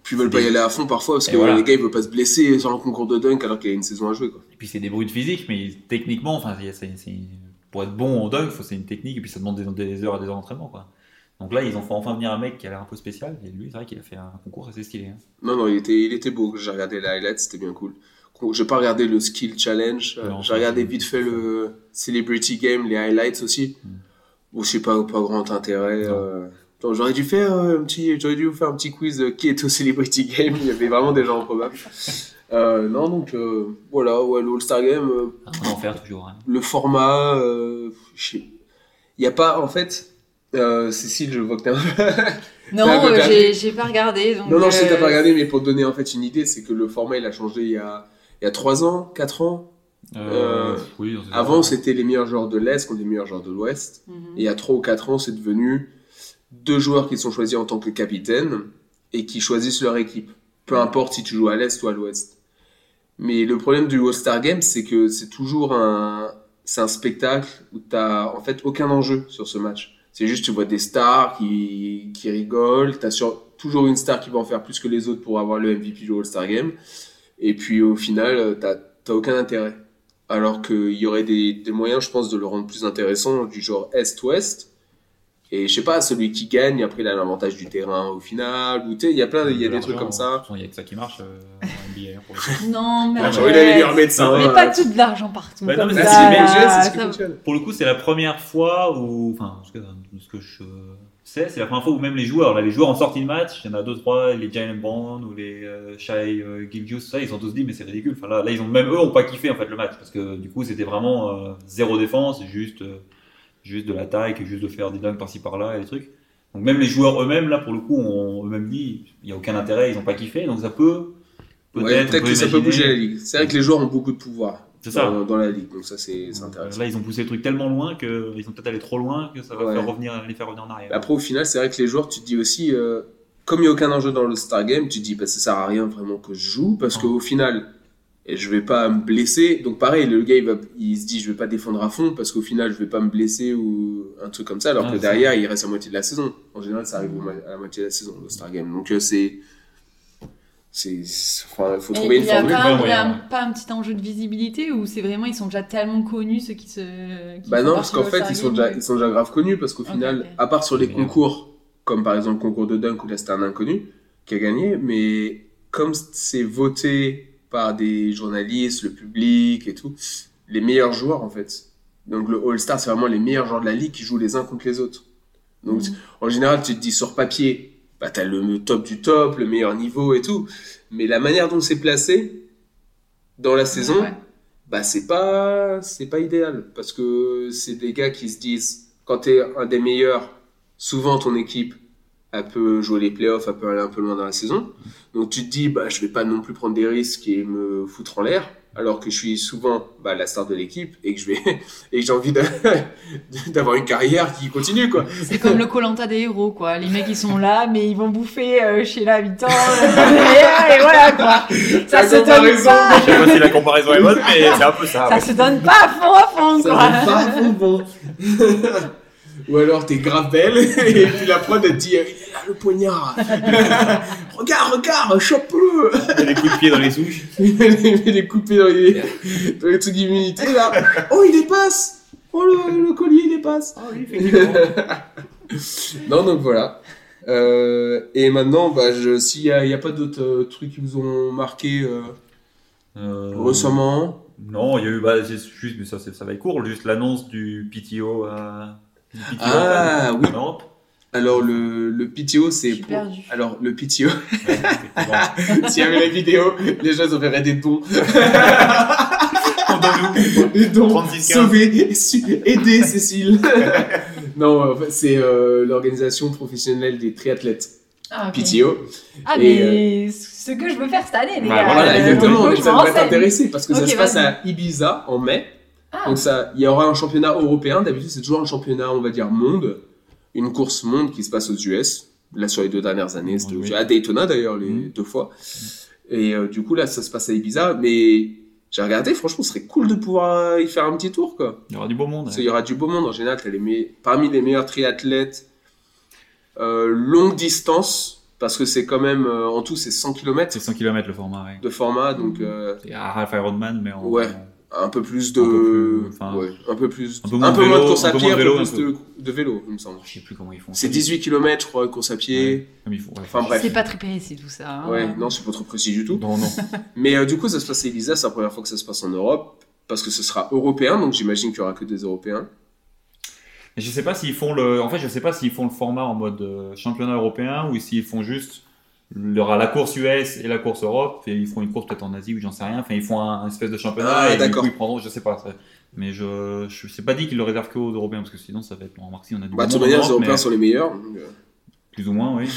Speaker 1: Puis ils veulent pas y aller à fond parfois parce
Speaker 3: Et
Speaker 1: que
Speaker 3: voilà.
Speaker 1: les gars ils veulent pas se blesser sur un concours de dunk alors qu'il y a une saison à jouer. Quoi.
Speaker 3: Et puis c'est des bruits de physique, mais ils- techniquement, enfin, c'est- c'est- c'est- pour être bon en dunk, faut- c'est une technique, et puis ça demande des, des heures et des heures d'entraînement. quoi. Donc là, ils ont fait enfin venir un mec qui a l'air un peu spécial, et lui, c'est vrai qu'il a fait un concours assez stylé. hein.
Speaker 1: Non, non, il était, il était beau. J'ai regardé la highlight, c'était bien cool. Con- J'ai pas regardé le skill challenge. euh,
Speaker 3: Non,
Speaker 1: J'ai regardé
Speaker 3: c'est-
Speaker 1: vite fait le celebrity game, les highlights aussi.
Speaker 3: Hmm.
Speaker 1: Bon, je sais pas, pas grand intérêt.
Speaker 3: Non.
Speaker 1: euh. Attends, J'aurais dû faire euh, un petit, j'aurais dû vous faire un petit quiz de qui est au celebrity game. Il y avait vraiment des gens improbables. Euh, non, donc euh, voilà, ouais, le All-Star Game, euh,
Speaker 3: Un enfer toujours. hein.
Speaker 1: le format, euh, je sais- il y a pas en fait. euh, Cécile, je vois que t'as.
Speaker 2: Non,
Speaker 1: Ah, mais
Speaker 2: euh,
Speaker 1: t'as-
Speaker 2: j'ai- j'ai pas regardé. Donc,
Speaker 1: Non, non, je sais que t'as pas
Speaker 2: euh,
Speaker 1: regardé, mais pour te donner en fait une idée, c'est que le format il a changé il y a, il y a 3 ans, 4 ans. Euh,
Speaker 3: oui, on sait
Speaker 1: Avant,
Speaker 3: pas.
Speaker 1: c'était les meilleurs joueurs de l'Est contre les meilleurs joueurs de l'Ouest.
Speaker 2: mhm.
Speaker 1: Et il y a 3 ou 4 ans, c'est devenu deux joueurs qui sont choisis en tant que capitaine et qui choisissent leur équipe. Peu importe si tu joues à l'Est ou à l'Ouest. Mais le problème du All-Star Game, c'est que c'est toujours un, c'est un spectacle où t'as en fait aucun enjeu sur ce match. C'est juste, tu vois des stars qui, qui rigolent, t'as sur, toujours une star qui va en faire plus que les autres pour avoir le MVP du All-Star Game. Et puis au final, euh, t'as, t'as aucun intérêt. Alors qu'il y aurait des, des moyens, je pense, de le rendre plus intéressant, du genre Est-Ouest. Et je sais pas, celui qui gagne, après il a l'avantage du terrain au final, ou tu sais, il y a plein, il y a des
Speaker 3: L'argent, hein.
Speaker 1: trucs comme
Speaker 3: de
Speaker 1: ça.
Speaker 3: toute façon, Il y a que ça qui marche euh, en NBA. pour le coup.
Speaker 2: Non, mais.
Speaker 1: J'ai
Speaker 3: L'argent,
Speaker 1: envie Ah, bah d'aller lui
Speaker 2: arrête.
Speaker 1: remettre ça.
Speaker 3: Non,
Speaker 2: Mais
Speaker 1: hein.
Speaker 2: pas tout de l'argent partout.
Speaker 3: Bah non,
Speaker 2: comme
Speaker 3: mais
Speaker 1: Bah, c'est
Speaker 3: ça,
Speaker 2: ça, euh,
Speaker 1: le
Speaker 3: bien
Speaker 1: BG, c'est ce qui
Speaker 2: ça-
Speaker 1: fonctionne.
Speaker 3: Pour le coup, c'est la première fois où. Enfin, en tout cas, de ce que je sais, c'est la première fois où même les joueurs, là, les joueurs en sortie de match, il y en a deux, trois, les Jalen Brown ou les euh, Shai euh, Gilgeous, ça, ils ont tous dit, mais c'est ridicule. Enfin, là, là, ils ont, même eux ont pas kiffé en fait le match, parce que du coup, c'était vraiment euh, zéro défense, juste, euh, juste de l'attaque, et juste de faire des dunks par-ci par-là et des trucs. Donc même les joueurs eux-mêmes, là, pour le coup, ont eux-mêmes dit, il n'y a aucun intérêt, ils ont pas kiffé, donc ça peut.
Speaker 1: Ouais,
Speaker 3: Peut-être
Speaker 1: Peut-être
Speaker 3: on
Speaker 1: que ça peut
Speaker 3: imaginer-
Speaker 1: bouger Euh, la ligue. C'est vrai que les joueurs ont beaucoup de pouvoir
Speaker 3: C'est ça.
Speaker 1: dans, dans la ligue, donc ça c'est c'est intéressant.
Speaker 3: Euh, Là, ils ont poussé le truc tellement loin que ils ont peut-être allé trop loin que ça va
Speaker 1: Ouais.
Speaker 3: faire revenir, les faire revenir en arrière.
Speaker 1: Après, au final, c'est vrai que les joueurs, tu te dis aussi, euh, comme il n'y a aucun enjeu dans le Star Game, tu te dis, bah, ça sert à rien vraiment que je joue, parce
Speaker 3: Ouais.
Speaker 1: qu'au final, et je vais pas me blesser. Donc, pareil, le gars, il, va- il se dit, je vais pas défendre à fond, parce qu'au final, je vais pas me blesser ou un truc comme ça, alors
Speaker 3: Ah,
Speaker 1: que
Speaker 3: c'est
Speaker 1: derrière, il reste à moitié de la saison. En général, ça arrive au mo- à la moitié de la saison, le Star Game. Donc, euh, c'est. c'est- c'est- Enfin, il faut
Speaker 2: Et
Speaker 1: trouver
Speaker 2: il
Speaker 1: une
Speaker 2: n'y a,
Speaker 1: formule.
Speaker 2: pas,
Speaker 3: Ouais,
Speaker 2: il y a
Speaker 3: ouais,
Speaker 2: un- pas un petit enjeu de visibilité ou c'est vraiment ils sont déjà tellement connus ceux qui se. qui
Speaker 1: Bah
Speaker 2: font
Speaker 1: non, parce
Speaker 2: partie
Speaker 1: qu'en
Speaker 2: du
Speaker 1: fait,
Speaker 2: All-Star
Speaker 1: ils sont,
Speaker 2: Game,
Speaker 1: déjà,
Speaker 2: ouais.
Speaker 1: ils sont déjà grave connus, parce qu'au
Speaker 2: Ok,
Speaker 1: final,
Speaker 2: ok.
Speaker 1: à part sur les
Speaker 3: Mais-
Speaker 1: concours, comme par exemple le concours de dunk où là c'était un inconnu qui a gagné, mais comme c'est voté par des journalistes, le public et tout, les meilleurs joueurs en fait. Donc le All-Star, c'est vraiment les meilleurs joueurs de la ligue qui jouent les uns contre les autres. Donc
Speaker 2: Mhm.
Speaker 1: en général, tu te dis sur papier, bah, bah, tu as le top du top, le meilleur niveau et tout. Mais la manière dont c'est placé dans la saison,
Speaker 2: Ouais.
Speaker 1: bah, c'est pas, c'est pas idéal. Parce que c'est des gars qui se disent, quand tu es un des meilleurs, souvent ton équipe, elle peut jouer les playoffs, elle peut aller un peu loin dans la saison. Donc tu te dis, bah, je vais pas non plus prendre des risques et me foutre en l'air. Alors que je suis souvent bah, la star de l'équipe et que je vais et que j'ai envie d'a- d'avoir une carrière qui continue quoi.
Speaker 2: C'est comme le Colanta des héros, quoi. Les mecs, ils sont là, mais ils vont bouffer euh, chez l'habitant, euh, et voilà, quoi. Ça
Speaker 1: La
Speaker 2: se donne
Speaker 1: comparaison.
Speaker 2: pas,
Speaker 3: Je sais pas si la comparaison est bonne, mais c'est un peu ça.
Speaker 2: ça
Speaker 3: ouais.
Speaker 2: se donne pas à fond, à
Speaker 1: Ah,
Speaker 2: fond,
Speaker 1: Ça
Speaker 2: quoi.
Speaker 1: va pas bon bon. Ou alors t'es grave belle et puis la prod elle te dit il est là le poignard. regarde, regarde, chope-le.
Speaker 3: Il y a des coups de pied dans les souches.
Speaker 1: Il met des coupés dans les, dans les trucs d'immunité là. Oh il dépasse. Oh le, le collier il dépasse. non donc voilà. Euh, et maintenant bah je s'il y a, il y a pas d'autres euh, trucs qui vous ont marqué euh,
Speaker 3: Euh,
Speaker 1: récemment.
Speaker 3: Non, il y a eu, bah, c'est juste, mais ça, c'est- ça va être court, juste l'annonce du PTO, euh, du PTO
Speaker 1: Ah,
Speaker 3: en
Speaker 1: oui.
Speaker 3: Europe.
Speaker 1: Alors le le PTO
Speaker 2: Je
Speaker 1: c'est
Speaker 2: suis
Speaker 1: pour-
Speaker 2: perdue.
Speaker 1: alors le PTO
Speaker 3: Ouais, effectivement.
Speaker 1: S'il y avait la vidéo, les gens ils verraient des dons.
Speaker 3: Entendons-nous.
Speaker 1: Des dons.
Speaker 3: 36, 15.
Speaker 1: Sauver, su- aider Cécile. non, en fait, c'est euh, l'organisation professionnelle des triathlètes,
Speaker 2: Ah, ok.
Speaker 1: PTO.
Speaker 2: Ah,
Speaker 1: Et, euh,
Speaker 2: mais ce que je veux faire cette année, les
Speaker 3: Bah,
Speaker 2: gars.
Speaker 3: voilà,
Speaker 2: Euh,
Speaker 1: Ah, Voilà, exactement.
Speaker 2: donc,
Speaker 1: donc
Speaker 2: je
Speaker 1: ça
Speaker 2: me
Speaker 1: devrait
Speaker 2: renseigne.
Speaker 1: t'intéresser parce que ça
Speaker 2: Ok,
Speaker 1: se passe
Speaker 2: vas-y.
Speaker 1: à Ibiza en mai.
Speaker 2: Ah,
Speaker 1: Donc ça, il y aura un championnat européen. D'habitude, c'est toujours un championnat, on va dire, monde. Une course monde qui se passe aux US. Là, sur les deux dernières années, c'était aux
Speaker 3: Oui.
Speaker 1: US. à Daytona d'ailleurs, les
Speaker 3: Mm.
Speaker 1: deux fois. Et euh, du coup, là, ça se passe à Ibiza. Mais j'ai regardé, franchement, ce serait cool de pouvoir euh, y faire un petit tour, quoi.
Speaker 3: Il y aura du beau monde.
Speaker 1: Parce qu'il y aura du beau monde en général. T'as les me- parmi les meilleurs triathlètes euh, longue distance, parce que c'est quand même, euh, en tout, c'est 100 km
Speaker 3: C'est 100 km le format, ouais.
Speaker 1: de format, donc euh,
Speaker 3: C'est à Half Ironman, mais en.
Speaker 1: Ouais. un peu plus de,
Speaker 3: Un peu plus, enfin,
Speaker 1: ouais, un peu plus,
Speaker 3: un peu
Speaker 1: moins
Speaker 3: moins de
Speaker 1: de
Speaker 3: vélo,
Speaker 1: course
Speaker 3: un
Speaker 1: à
Speaker 3: peu
Speaker 1: pied,
Speaker 3: moins
Speaker 1: un
Speaker 3: de
Speaker 1: peu
Speaker 3: vélo,
Speaker 1: plus
Speaker 3: un
Speaker 1: de, de vélo, il me semble.
Speaker 3: Je sais plus comment ils font.
Speaker 1: C'est 18 km, je crois, course à pied.
Speaker 3: Comme ils font. ouais,
Speaker 1: Enfin, bref.
Speaker 2: C'est pas très précis tout ça. hein.
Speaker 1: Ouais,
Speaker 3: Ah.
Speaker 1: non, c'est pas trop précis du tout.
Speaker 3: Non, non.
Speaker 1: Mais euh, du coup, ça se passe à Elisa, c'est la première fois que ça se passe en Europe, parce que ce sera européen, donc j'imagine qu'il y aura que des Européens.
Speaker 3: Mais Je sais pas s'ils font le. En fait, je sais pas s'ils font le format en mode euh, championnat européen ou s'ils font juste. Il y aura la course US et la course Europe et ils feront une course peut-être en Asie ou j'en sais rien. Enfin, ils font un, un espèce de championnat
Speaker 1: Ah,
Speaker 3: et du
Speaker 1: d'accord.
Speaker 3: coup ils prendront. Je sais pas. ça- Mais je je sais pas dit qu'ils le réservent qu'aux Européens parce que sinon ça va être. On remarque si on a du.
Speaker 1: Bah, de toute
Speaker 3: bon monde en
Speaker 1: manière, les
Speaker 3: Europe,
Speaker 1: Européens
Speaker 3: mais
Speaker 1: sont les meilleurs. donc, euh,
Speaker 3: Plus ou moins, oui.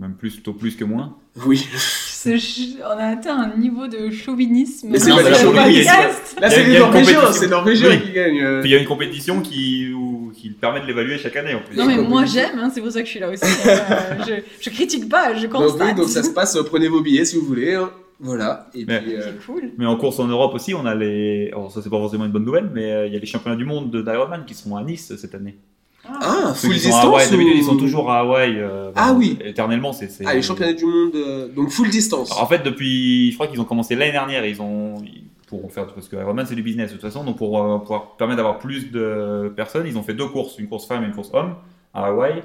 Speaker 3: Même plus, plutôt plus que moins.
Speaker 1: Oui.
Speaker 2: Ce ch- On a atteint un niveau de chauvinisme.
Speaker 1: Mais c'est
Speaker 2: dans
Speaker 3: pas
Speaker 2: le
Speaker 3: du chauvinisme.
Speaker 2: podcast.
Speaker 1: Là,
Speaker 3: Il y a-
Speaker 1: c'est
Speaker 3: il y
Speaker 1: les
Speaker 3: a une
Speaker 1: Norvégiens,
Speaker 3: compétition.
Speaker 1: c'est les Norvégiens
Speaker 3: Oui.
Speaker 1: qui gagnent. euh.
Speaker 3: Puis il y a une compétition qui où- qui permet de l'évaluer chaque année en plus.
Speaker 2: Non mais moi j'aime, hein, c'est pour ça que je suis là aussi. Euh, je, je critique pas, je
Speaker 1: Donc, oui,
Speaker 2: constate.
Speaker 1: donc ça se passe, euh, prenez vos billets si vous voulez. hein. Voilà. Et
Speaker 3: Mais-
Speaker 1: puis, euh,
Speaker 2: C'est cool.
Speaker 3: Mais en course en Europe aussi, on a les. Alors, ça, c'est pas forcément une bonne nouvelle, mais euh, il y a les championnats du monde de d'Ironman qui seront à Nice euh, cette année.
Speaker 1: Ah,
Speaker 3: Ceux
Speaker 1: full
Speaker 3: qui sont à
Speaker 1: distance
Speaker 3: Hawaï,
Speaker 1: ou-
Speaker 3: d'habitude, ils sont toujours à Hawaï. euh,
Speaker 1: Ah
Speaker 3: vraiment,
Speaker 1: oui.
Speaker 3: Éternellement, c'est. c'est-
Speaker 1: Ah, les championnats du monde, euh, donc full distance.
Speaker 3: Alors, en fait, depuis. Je crois qu'ils ont commencé l'année dernière. Ils ont. Pour faire. Parce que Ironman, c'est du business, de toute façon. Donc, pour euh, pouvoir permettre d'avoir plus de personnes, ils ont fait deux courses, une course femme et une course homme, à Hawaï.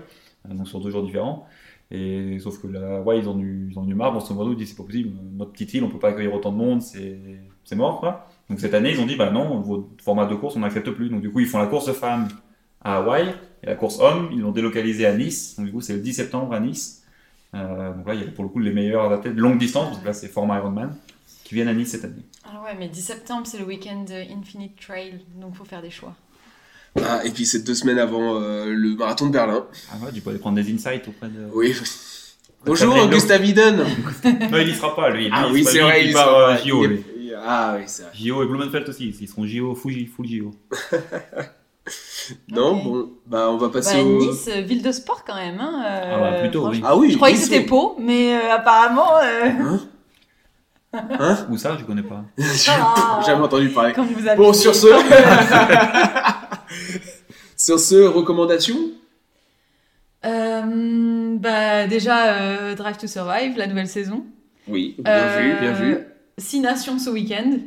Speaker 3: euh, Donc, sur deux jours différents. Et sauf que là, Hawaï, ils en ont eu, ils en ont eu marre. Bon, ce modo, ils disent c'est pas possible. Notre petite île, on peut pas accueillir autant de monde. C'est c'est mort, quoi. Donc cette année, ils ont dit, bah non, votre format de course, on n'accepte plus. Donc du coup, ils font la course femme à Hawaï et la course homme, ils l'ont délocalisée à Nice. Donc du coup, c'est le 10 septembre à Nice. Euh, donc là, il y a pour le coup les meilleurs athlètes de longue distance, parce que là, c'est format Ironman, qui viennent à Nice cette année.
Speaker 2: Ah ouais, mais 10 septembre c'est le week-end euh, Infinite Trail, donc faut faire des choix.
Speaker 1: Ah, et puis c'est deux semaines avant euh, le marathon de Berlin.
Speaker 3: Ah ouais, tu peux aller prendre des insights auprès de...
Speaker 1: Oui. Bonjour,
Speaker 3: Tableau.
Speaker 1: Gustav Iden.
Speaker 3: Non, il y sera pas, lui.
Speaker 1: Ah
Speaker 3: Lui,
Speaker 1: oui,
Speaker 3: pas
Speaker 1: c'est
Speaker 3: lui
Speaker 1: vrai,
Speaker 3: qui
Speaker 1: il
Speaker 3: part,
Speaker 1: sera-
Speaker 3: euh, JO,
Speaker 1: il est-
Speaker 3: lui.
Speaker 1: il- Ah oui, c'est vrai.
Speaker 3: JO et Blumenfeld aussi, ils seront JO, Fuji, full JO.
Speaker 1: Non,
Speaker 2: Ok.
Speaker 1: bon, bah on va
Speaker 2: Bah,
Speaker 1: passer au.
Speaker 2: Nice, euh, ville de sport quand même. Hein, euh,
Speaker 3: Ah bah plutôt, oui.
Speaker 2: franchement.
Speaker 1: Ah oui,
Speaker 2: Je croyais que
Speaker 1: Nice,
Speaker 2: c'était
Speaker 1: oui.
Speaker 2: Pau, mais euh, apparemment. euh,
Speaker 1: Hein Hein
Speaker 3: Ou ça, je connais pas.
Speaker 2: Ah.
Speaker 1: J'ai Jamais entendu parler.
Speaker 2: comme vous avez
Speaker 1: Bon,
Speaker 2: dit,
Speaker 1: sur ce.
Speaker 2: comme, euh,
Speaker 1: Sur ce, recommandations
Speaker 2: euh, bah, déjà, euh, Drive to Survive, la nouvelle saison.
Speaker 1: Oui, bien
Speaker 2: Euh,
Speaker 1: vu, bien vu.
Speaker 2: Six nations ce week-end.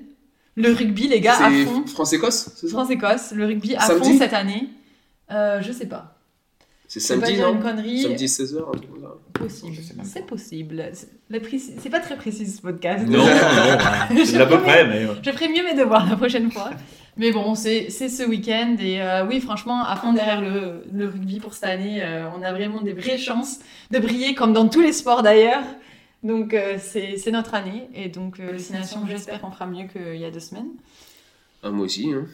Speaker 2: Le rugby, les gars, à fond.
Speaker 1: C'est France-Écosse, c'est ça
Speaker 2: France-Écosse, le rugby à
Speaker 1: Samedi
Speaker 2: fond cette année. Euh, je sais pas.
Speaker 1: C'est
Speaker 2: Je vais pas
Speaker 1: samedi,
Speaker 2: dire
Speaker 1: non
Speaker 2: une connerie.
Speaker 1: Samedi 16h, un truc comme ça.
Speaker 2: Possible.
Speaker 3: Je sais même
Speaker 2: C'est possible. C'est la précis- c'est pas très précis ce podcast.
Speaker 3: Non, non, non, ouais. c'est de l'à peu près, mais... euh,
Speaker 2: Je ferai mieux mes devoirs la prochaine fois. Mais bon, c'est c'est ce week-end et euh, oui, franchement, à fond derrière le, le rugby pour cette année, euh, on a vraiment des vraies chances de briller comme dans tous les sports d'ailleurs. Donc euh, c'est c'est notre année et donc euh, Hallucination, j'espère qu'on fera mieux qu'il y a deux semaines.
Speaker 1: Ah, moi aussi. Hein.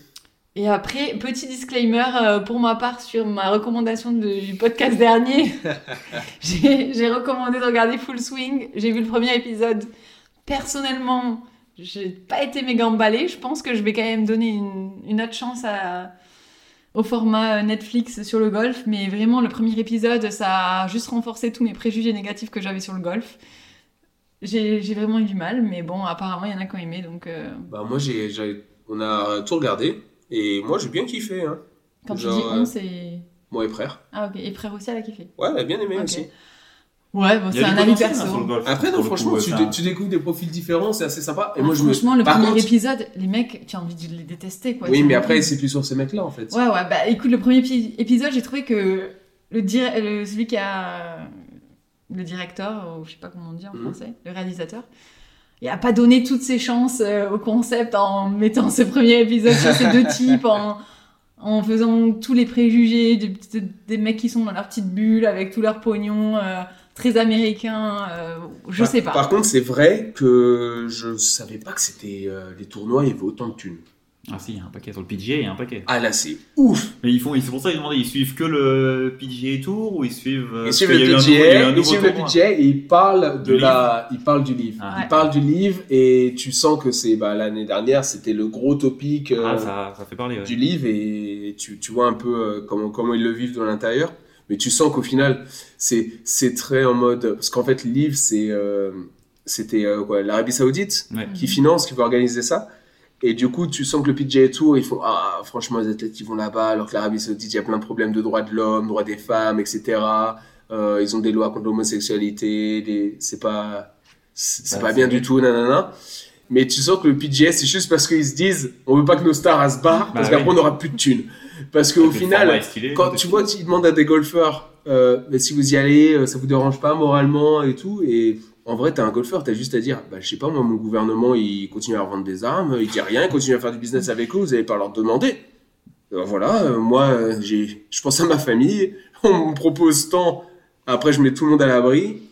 Speaker 2: Et après, petit disclaimer euh, pour ma part sur ma recommandation de- du podcast dernier. j'ai j'ai recommandé de regarder Full Swing. J'ai vu le premier épisode. Personnellement, j'ai pas été méga emballée. Je pense que je vais quand même donner une, une autre chance à- au format euh, Netflix sur le golf. Mais vraiment, le premier épisode, ça a juste renforcé tous mes préjugés négatifs que j'avais sur le golf. J'ai j'ai vraiment eu du mal, mais bon, apparemment, il y en a qui ont aimé, donc... euh,
Speaker 1: Bah, moi, j'ai, j'ai- on a tout regardé et moi, j'ai bien kiffé. Hein.
Speaker 2: quand tu
Speaker 1: Genre,
Speaker 2: dis
Speaker 1: euh,
Speaker 2: on, c'est...
Speaker 1: Moi et frère.
Speaker 2: Ah ok, et frère aussi, elle a kiffé.
Speaker 1: Ouais, elle a bien aimé
Speaker 2: Ok.
Speaker 1: aussi.
Speaker 2: Ouais, bon,
Speaker 3: Il y
Speaker 2: c'est
Speaker 3: a du
Speaker 2: un avis
Speaker 3: potentiel, hein, sur le
Speaker 2: perso.
Speaker 3: golf.
Speaker 1: Après,
Speaker 3: Pour
Speaker 1: non,
Speaker 3: le
Speaker 1: franchement,
Speaker 3: coup,
Speaker 1: tu,
Speaker 3: ça-
Speaker 1: dé- tu découvres des profils différents, c'est assez sympa. Et
Speaker 2: Ah,
Speaker 1: moi, je me.
Speaker 2: franchement, le
Speaker 1: Par
Speaker 2: premier
Speaker 1: contre-
Speaker 2: épisode, les mecs, tu as envie de les détester, quoi.
Speaker 1: Oui,
Speaker 2: Tu
Speaker 1: mais
Speaker 2: vois.
Speaker 1: après, c'est plus sur ces mecs-là, en fait.
Speaker 2: Ouais, ouais, bah écoute, le premier épi- épisode, j'ai trouvé que le, dir- le- celui qui a... Le directeur, ou je sais pas comment on dit en
Speaker 1: Mhm.
Speaker 2: français, le réalisateur, il a pas donné toutes ses chances euh, au concept en mettant ce premier épisode sur ces deux types, en, en faisant tous les préjugés des, petites- des mecs qui sont dans leur petite bulle avec tout leur pognon, euh, très américain, euh, je
Speaker 1: Par-
Speaker 2: sais pas.
Speaker 1: Par contre, c'est vrai que je savais pas que c'était euh, les tournois, il vaut autant de thunes.
Speaker 3: Ah si, il y a un paquet sur le PGA, il y a un paquet.
Speaker 1: Ah là, c'est ouf.
Speaker 3: Mais ils font, ils- c'est pour ça qu'ils demandaient, ils suivent que le PGA Tour ou ils suivent. euh,
Speaker 1: Ils suivent
Speaker 3: parce
Speaker 1: le
Speaker 3: qu'il y a
Speaker 1: budget,
Speaker 3: eu un nouveau- il y a eu un
Speaker 1: ils suivent
Speaker 3: nouveau
Speaker 1: le
Speaker 3: tournoi.
Speaker 1: budget et ils parlent de
Speaker 3: Du
Speaker 1: la, ils parlent du livre.
Speaker 3: Ah.
Speaker 2: Ouais.
Speaker 1: Ils parlent du livre et tu sens que c'est bah, l'année dernière, c'était le gros topic euh,
Speaker 3: Ah, ça, ça fait parler. ouais.
Speaker 1: du livre et tu, tu vois un peu euh, comment comment ils le vivent de l'intérieur. Mais tu sens qu'au final, c'est c'est très en mode parce qu'en fait, le livre, c'est euh, c'était euh, quoi, l'Arabie Saoudite.
Speaker 2: Mm.
Speaker 3: Ouais.
Speaker 1: qui finance, qui veut organiser ça. Et du coup, tu sens que le PGA Tour, ils font ah franchement les athlètes qui vont là-bas, alors que l'Arabie Saoudite, il y a plein de problèmes de droits de l'homme, droits des femmes, etc. Euh, ils ont des lois contre l'homosexualité, des... c'est pas c'est c'est
Speaker 3: Ouais,
Speaker 1: pas
Speaker 3: c'est
Speaker 1: bien
Speaker 3: vrai.
Speaker 1: du tout, nanana. Mais tu sens que le PGA, c'est juste parce qu'ils se disent, on veut pas que nos stars elles se barrent, parce
Speaker 3: Bah oui.
Speaker 1: qu'après on n'aura plus de thunes. Parce
Speaker 3: Ça
Speaker 1: qu'au
Speaker 3: fait le format
Speaker 1: final,
Speaker 3: est stylé,
Speaker 1: quand
Speaker 3: peut-être.
Speaker 1: tu vois, tu demandes à des golfeurs, euh, mais si vous y allez, euh, ça vous dérange pas moralement et tout. Et en vrai, t'es un golfeur, t'as juste à dire, bah, je sais pas, moi, mon gouvernement, il continue à revendre des armes, il dit rien, il continue à faire du business avec eux, vous allez pas leur demander. Euh, voilà, euh, moi, euh, j'ai, je pense à ma famille, on me propose tant, après, je mets tout le monde à l'abri.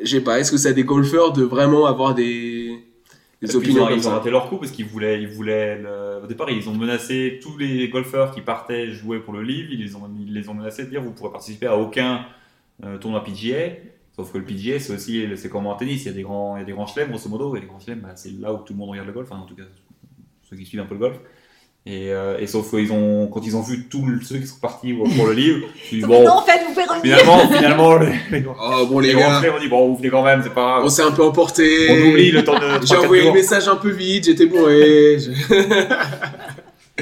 Speaker 1: Je sais pas, est-ce que c'est à des golfeurs de vraiment avoir des, des
Speaker 3: Parce qu'ils
Speaker 1: opinions
Speaker 3: ont-
Speaker 1: comme
Speaker 3: Ils ont
Speaker 1: ça
Speaker 3: raté leur coup parce qu'ils voulaient, ils voulaient le- au départ, ils ont menacé tous les golfeurs qui partaient jouer pour le livre. Ils les ont, ils les ont menacés de dire vous pourrez participer à aucun euh, tournoi PGA. Sauf que le PGA, c'est aussi, c'est comme en tennis, il y a des grands, il y a des grands chelems, grosso modo, et les grands chelems, bah, c'est là où tout le monde regarde le golf, enfin, en tout cas, ceux qui suivent un peu le golf. Et, euh, et sauf qu'ils ont, quand ils ont vu tous le- ceux qui sont partis pour le livre, ils disent, bon,
Speaker 2: Non, en fait, vous pouvez revenir.
Speaker 3: finalement, finalement, les, les grands
Speaker 1: Oh, bon,
Speaker 3: les
Speaker 1: les
Speaker 3: grands
Speaker 1: gars,
Speaker 3: chelems, on dit, bon, vous venez quand même, c'est pas
Speaker 1: on
Speaker 3: grave.
Speaker 1: s'est un peu emporté.
Speaker 3: On oublie le temps de.
Speaker 1: J'ai envoyé le message un peu vite, j'étais bourré. je-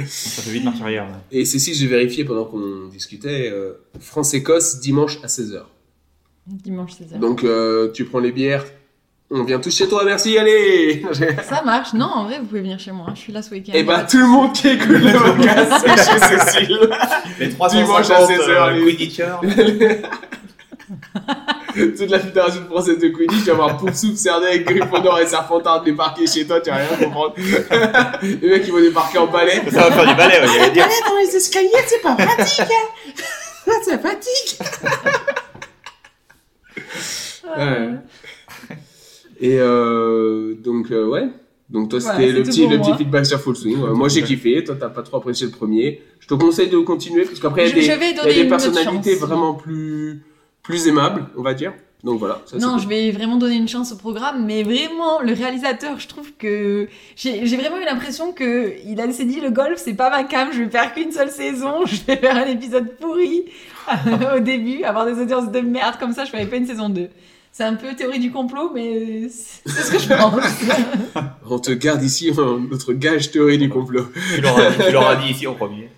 Speaker 3: Ça fait vite marche arrière. ouais.
Speaker 1: Et Cécile, j'ai vérifié pendant qu'on discutait, euh, France-Écosse dimanche à 16h.
Speaker 2: Dimanche 16h.
Speaker 1: Donc euh, tu prends les bières, on vient tous chez toi, merci, allez
Speaker 2: Ça marche. Non, en vrai, vous pouvez venir chez moi. Je suis là ce week-end.
Speaker 1: Et bah tout le monde qui écoute le podcast, c'est chez Cécile.
Speaker 3: Les
Speaker 1: Dimanche à 16
Speaker 3: euh,
Speaker 1: heures, les-
Speaker 3: Quidditchers.
Speaker 1: Toute la Fédération française de Quidditch, tu vas voir Pouf Soup, Serdec, Gryffondor et Serpentard débarquer chez toi, tu vas rien comprendre. les mecs, ils vont débarquer en palais.
Speaker 3: Ça va faire du balai, ouais, j'allais dire.
Speaker 1: dans les escaliers, c'est pas pratique, hein C'est pratique Ouais. Et euh, donc, euh, ouais. Donc, toi,
Speaker 2: Voilà,
Speaker 1: c'était le,
Speaker 2: c'est tout
Speaker 1: petit,
Speaker 2: pour
Speaker 1: le petit
Speaker 2: moi.
Speaker 1: feedback sur Full Swing. Ouais, moi, j'ai
Speaker 3: Ouais.
Speaker 1: kiffé. Toi, t'as pas trop apprécié le premier. Je te conseille de continuer, parce qu'après, il
Speaker 2: Je,
Speaker 1: y
Speaker 2: je
Speaker 1: a des,
Speaker 2: vais
Speaker 1: il y a
Speaker 2: donner
Speaker 1: des
Speaker 2: une autre chance.
Speaker 1: personnalités vraiment plus, plus aimables, on va dire. Donc, voilà. Ça, c'est
Speaker 2: non,
Speaker 1: cool.
Speaker 2: je vais vraiment donner une chance au programme, mais vraiment, le réalisateur, je trouve que j'ai j'ai vraiment eu l'impression que il a- s'est dit le golf, c'est pas ma cam, je vais faire qu'une seule saison, je vais faire un épisode pourri euh, au début, avoir des audiences de merde comme ça, je ferais pas une saison 2. C'est un peu théorie du complot, mais c'est c'est ce que je pense.
Speaker 1: On te garde ici, hein, notre gage théorie du complot.
Speaker 3: Tu leur as- tu leur as dit ici en premier.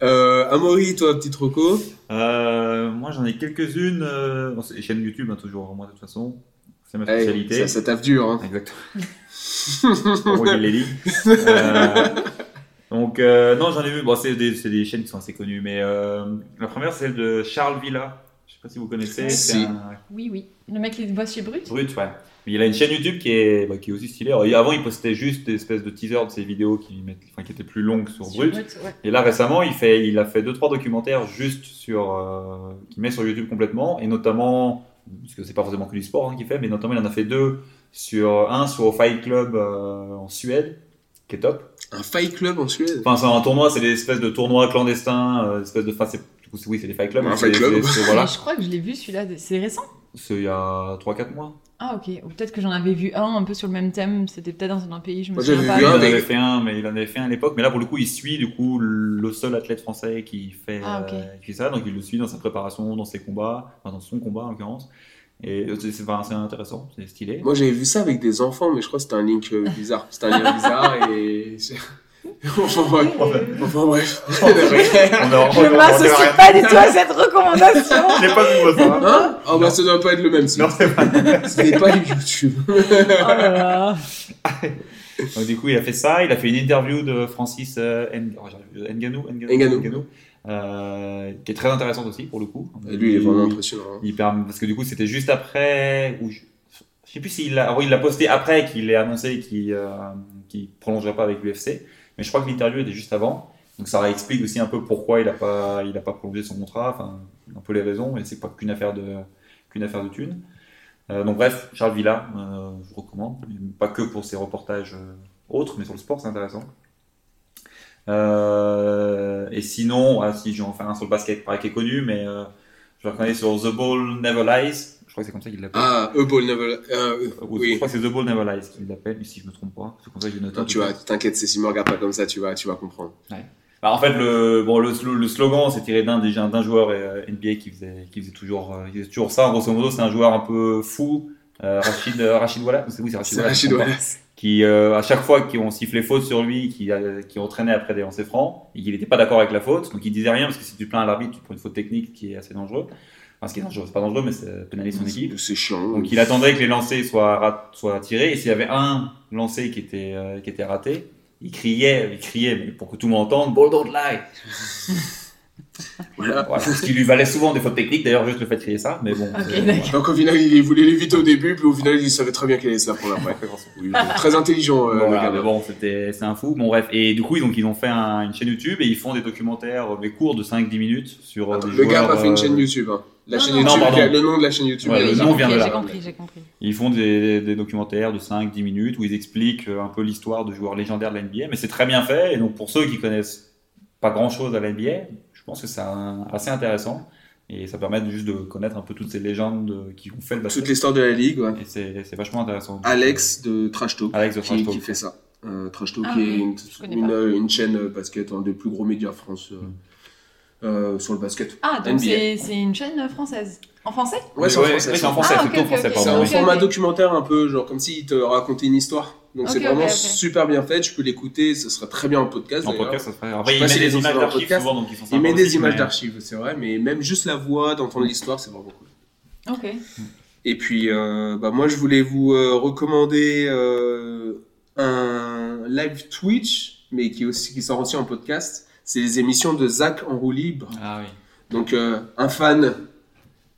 Speaker 1: Euh, Amaury, toi, petit troco.
Speaker 3: Euh, moi, j'en ai quelques-unes. euh, bon, c'est les chaînes YouTube, hein, toujours, moi, de toute façon. C'est ma
Speaker 1: Hey,
Speaker 3: spécialité.
Speaker 1: Eh, ça, ça tape dur. Hein.
Speaker 3: Exactement. Pour moi, il les lit. Euh, donc, euh, non, j'en ai vu. Bon, c'est des, c'est des chaînes qui sont assez connues, mais euh, la première, c'est celle de Charles Villa. Je sais pas si vous connaissez.
Speaker 1: Si.
Speaker 3: C'est un
Speaker 2: Oui, oui. Le mec qui bosse chez Brut
Speaker 3: brut, ouais. Mais Il a une chaîne YouTube qui est, bah, qui est aussi stylée. Alors, il- avant, il postait juste des espèces de teasers de ses vidéos qui, mettent- enfin, qui étaient plus longues sur
Speaker 2: Sur
Speaker 3: Brut.
Speaker 2: ouais.
Speaker 3: Et là, récemment, il, fait, il a fait deux trois documentaires juste sur. euh, qu'il met sur YouTube complètement, et notamment. Parce que c'est pas forcément que du sport hein, qu'il fait, mais notamment, il en a fait deux. Sur, un sur Fight Club euh, en Suède, qui est top.
Speaker 1: Un Fight Club en Suède.
Speaker 3: Enfin, c'est un tournoi, c'est des espèces de tournois clandestins, euh, espèces de. Enfin, c'est- du coup, c'est- oui, c'est des Fight Club.
Speaker 1: Un
Speaker 3: mais
Speaker 1: Fight
Speaker 3: c'est-
Speaker 1: Club.
Speaker 3: c'est- c'est- voilà.
Speaker 2: Mais je crois que je l'ai vu celui-là, de- c'est récent
Speaker 3: C'est il y a 3-4 mois.
Speaker 2: Ah ok, ou peut-être que j'en avais vu un un peu sur le même thème, c'était peut-être dans un pays, je me
Speaker 1: Moi,
Speaker 2: souviens
Speaker 1: j'avais
Speaker 2: pas.
Speaker 1: vu
Speaker 3: il en
Speaker 1: un.
Speaker 2: mais-
Speaker 1: mais-
Speaker 3: avait fait un, mais il en avait fait un à l'époque. Mais là, pour le coup, il suit du coup le seul athlète français qui fait,
Speaker 2: Ah, ok.
Speaker 3: euh, qui fait ça. Donc, il le suit dans sa préparation, dans ses combats, enfin, dans son combat en l'occurrence. Et euh, c'est c'est- enfin, c'est intéressant, c'est stylé.
Speaker 1: Moi j'avais vu ça avec des enfants, mais je crois que c'était un link euh, bizarre. C'était un lien bizarre et. enfin bref. Enfin bref.
Speaker 3: On a- on-
Speaker 2: Je
Speaker 3: on- on- on-
Speaker 2: m'associe pas du tout à cette recommandation
Speaker 3: Je l'ai pas vu, moi, ça va.
Speaker 1: Hein Oh bah ça doit pas être le même.
Speaker 3: Non, c'est pas-
Speaker 1: C'était pas YouTube.
Speaker 2: Oh là là
Speaker 3: Donc, du coup, il a fait ça. Il a fait une interview de Francis euh, N- oh, j'ai- euh, Ngannou, Ngannou,
Speaker 1: Ngannou.
Speaker 3: Ngannou, euh, qui est très intéressante aussi pour le coup.
Speaker 1: Et Euh, Lui il est vraiment impressionnant. hein.
Speaker 3: Il permet- parce que du coup, c'était juste après, ou je, je sais plus s'il l'a, ah oui, il l'a posté après qu'il ait annoncé qu'il euh, qu'il prolongerait pas avec l'UFC, mais je crois que l'interview était juste avant, donc ça explique aussi un peu pourquoi il a pas, il a pas prolongé son contrat, enfin un peu les raisons, mais c'est pas qu'une affaire de, qu'une affaire de thunes. Euh, donc bref, Charles Villa, euh, je vous recommande, mais pas que pour ses reportages euh, autres, mais sur le sport, c'est intéressant. Euh, et sinon, ah, si j'en vais en faire un sur le basket, pareil, qui est connu, mais euh, je le reconnais sur The Ball Never Lies. Je crois que c'est comme ça qu'il l'appelle.
Speaker 1: Ah, A Ball Never. euh,
Speaker 3: Ou- Je
Speaker 1: oui.
Speaker 3: crois que c'est The Ball Never Lies qu'il l'appelle, mais si je me trompe pas. C'est comme ça que j'ai noté.
Speaker 1: Non, tu vas, t'inquiète, Cécile, me regarde pas comme ça, tu vas, tu vas comprendre.
Speaker 3: Bah, en fait, le, bon, le, slo- le slogan, c'est tiré d'un déjà d'un joueur euh, NBA qui faisait, qui faisait toujours, euh, qui faisait toujours ça. Grosso modo, c'est un joueur un peu fou, euh, Rachid, euh, Rachid Wallace. C'est- Oui, c'est Rachid
Speaker 1: C'est
Speaker 3: Wallace.
Speaker 1: Rachid
Speaker 3: je me trompe pas.
Speaker 1: Wallace.
Speaker 3: Qui, euh, à chaque fois qu'on sifflait faute sur lui, qui, euh, qui entraînait après des lancers francs, et qu'il n'était pas d'accord avec la faute, donc il disait rien parce que si tu plains à l'arbitre, tu prends une faute technique qui est assez dangereuse. Enfin, ce qui est dangereux, c'est pas dangereux, mais ça pénalise son équipe.
Speaker 1: C'est chiant.
Speaker 3: Donc il attendait que les lancers soient, rat- soient tirés. Et s'il y avait un lancer qui était, euh, qui était raté, il criait, il criait, mais pour que tout le monde entende, ball don't lie.
Speaker 1: Voilà.
Speaker 3: Voilà. Ce qui lui valait souvent des fautes techniques, d'ailleurs, juste le fait de crier ça. Mais bon, c'est-
Speaker 2: d'accord.
Speaker 1: Donc au final, il voulait l'éviter au début, puis au final, il savait très bien quelle est sa première fois.
Speaker 3: voilà.
Speaker 1: Oui, oui. Très intelligent, euh,
Speaker 3: Bon,
Speaker 1: le
Speaker 3: voilà,
Speaker 1: gars.
Speaker 3: mais bon, c'était, c'est un fou. Bon, bref. Et du coup, ils- donc, ils ont fait un- une chaîne YouTube et ils font des documentaires, euh, mais courts de 5-10 minutes sur. euh,
Speaker 1: Attends,
Speaker 3: des
Speaker 1: le gars a
Speaker 3: joueurs,
Speaker 1: pas fait une chaîne
Speaker 3: euh,
Speaker 1: YouTube. hein. La
Speaker 2: Non,
Speaker 1: chaîne
Speaker 2: non.
Speaker 1: YouTube,
Speaker 3: Non, pardon.
Speaker 1: le nom de la chaîne YouTube.
Speaker 3: Ouais,
Speaker 1: il est
Speaker 3: le
Speaker 1: là.
Speaker 3: nom vient de là.
Speaker 2: J'ai compris, j'ai compris.
Speaker 3: Ils font des, des documentaires de 5-10 minutes où ils expliquent euh, un peu l'histoire de joueurs légendaires de la NBA, mais c'est très bien fait. Et donc, pour ceux qui connaissent pas grand chose à la NBA, je pense que c'est un- assez intéressant. Et ça permet juste de connaître un peu toutes ces légendes euh, qui ont fait le
Speaker 1: Toute
Speaker 3: basket.
Speaker 1: l'histoire de la ligue, ouais.
Speaker 3: Et c'est c'est vachement intéressant.
Speaker 1: Alex de Trash Talk,
Speaker 3: Alex de Trash
Speaker 1: qui,
Speaker 3: Talk.
Speaker 1: qui fait ça. Euh, Trash Talk
Speaker 2: Ah
Speaker 1: qui
Speaker 2: oui,
Speaker 1: est une,
Speaker 2: je connais
Speaker 1: une,
Speaker 2: pas.
Speaker 1: euh, une chaîne euh, basket, un des plus gros médias France euh,
Speaker 3: Mm.
Speaker 1: euh, sur le basket.
Speaker 2: Ah, donc
Speaker 1: NBA.
Speaker 2: c'est c'est une chaîne française. En français
Speaker 1: Ouais, c'est en
Speaker 3: Oui,
Speaker 1: français.
Speaker 3: oui,
Speaker 1: ça.
Speaker 3: c'est en français,
Speaker 2: Ah,
Speaker 3: c'est
Speaker 2: ok,
Speaker 3: tout en
Speaker 2: ok,
Speaker 3: français,
Speaker 2: ok.
Speaker 1: C'est
Speaker 3: pardon.
Speaker 1: un
Speaker 3: oui.
Speaker 2: Ok,
Speaker 1: format
Speaker 2: ok.
Speaker 1: documentaire un peu, genre comme s'il te racontait une histoire. Donc
Speaker 2: Ok,
Speaker 1: c'est vraiment
Speaker 2: ok, ok.
Speaker 1: super bien fait. Tu peux l'écouter, ce serait très bien en podcast.
Speaker 3: En
Speaker 1: d'ailleurs.
Speaker 3: podcast, ça serait.
Speaker 1: Je
Speaker 3: Après,
Speaker 1: sais
Speaker 3: il
Speaker 1: pas
Speaker 3: met
Speaker 1: si les
Speaker 3: des
Speaker 1: ont fait
Speaker 3: images
Speaker 1: dans le
Speaker 3: d'archives
Speaker 1: podcast.
Speaker 3: souvent, donc ils sont
Speaker 1: Il
Speaker 3: sympas
Speaker 1: met
Speaker 3: aussi,
Speaker 1: des images
Speaker 3: mais- Mm.
Speaker 1: d'archives, c'est vrai, mais même juste la voix, d'entendre l'histoire, c'est vraiment cool.
Speaker 2: Ok.
Speaker 1: Et puis, euh, bah, moi, je voulais vous euh, recommander euh, un live Twitch, mais qui, est aussi, qui sort aussi en podcast. C'est les émissions de Zach en roue libre.
Speaker 3: Ah oui.
Speaker 1: Donc, euh, un fan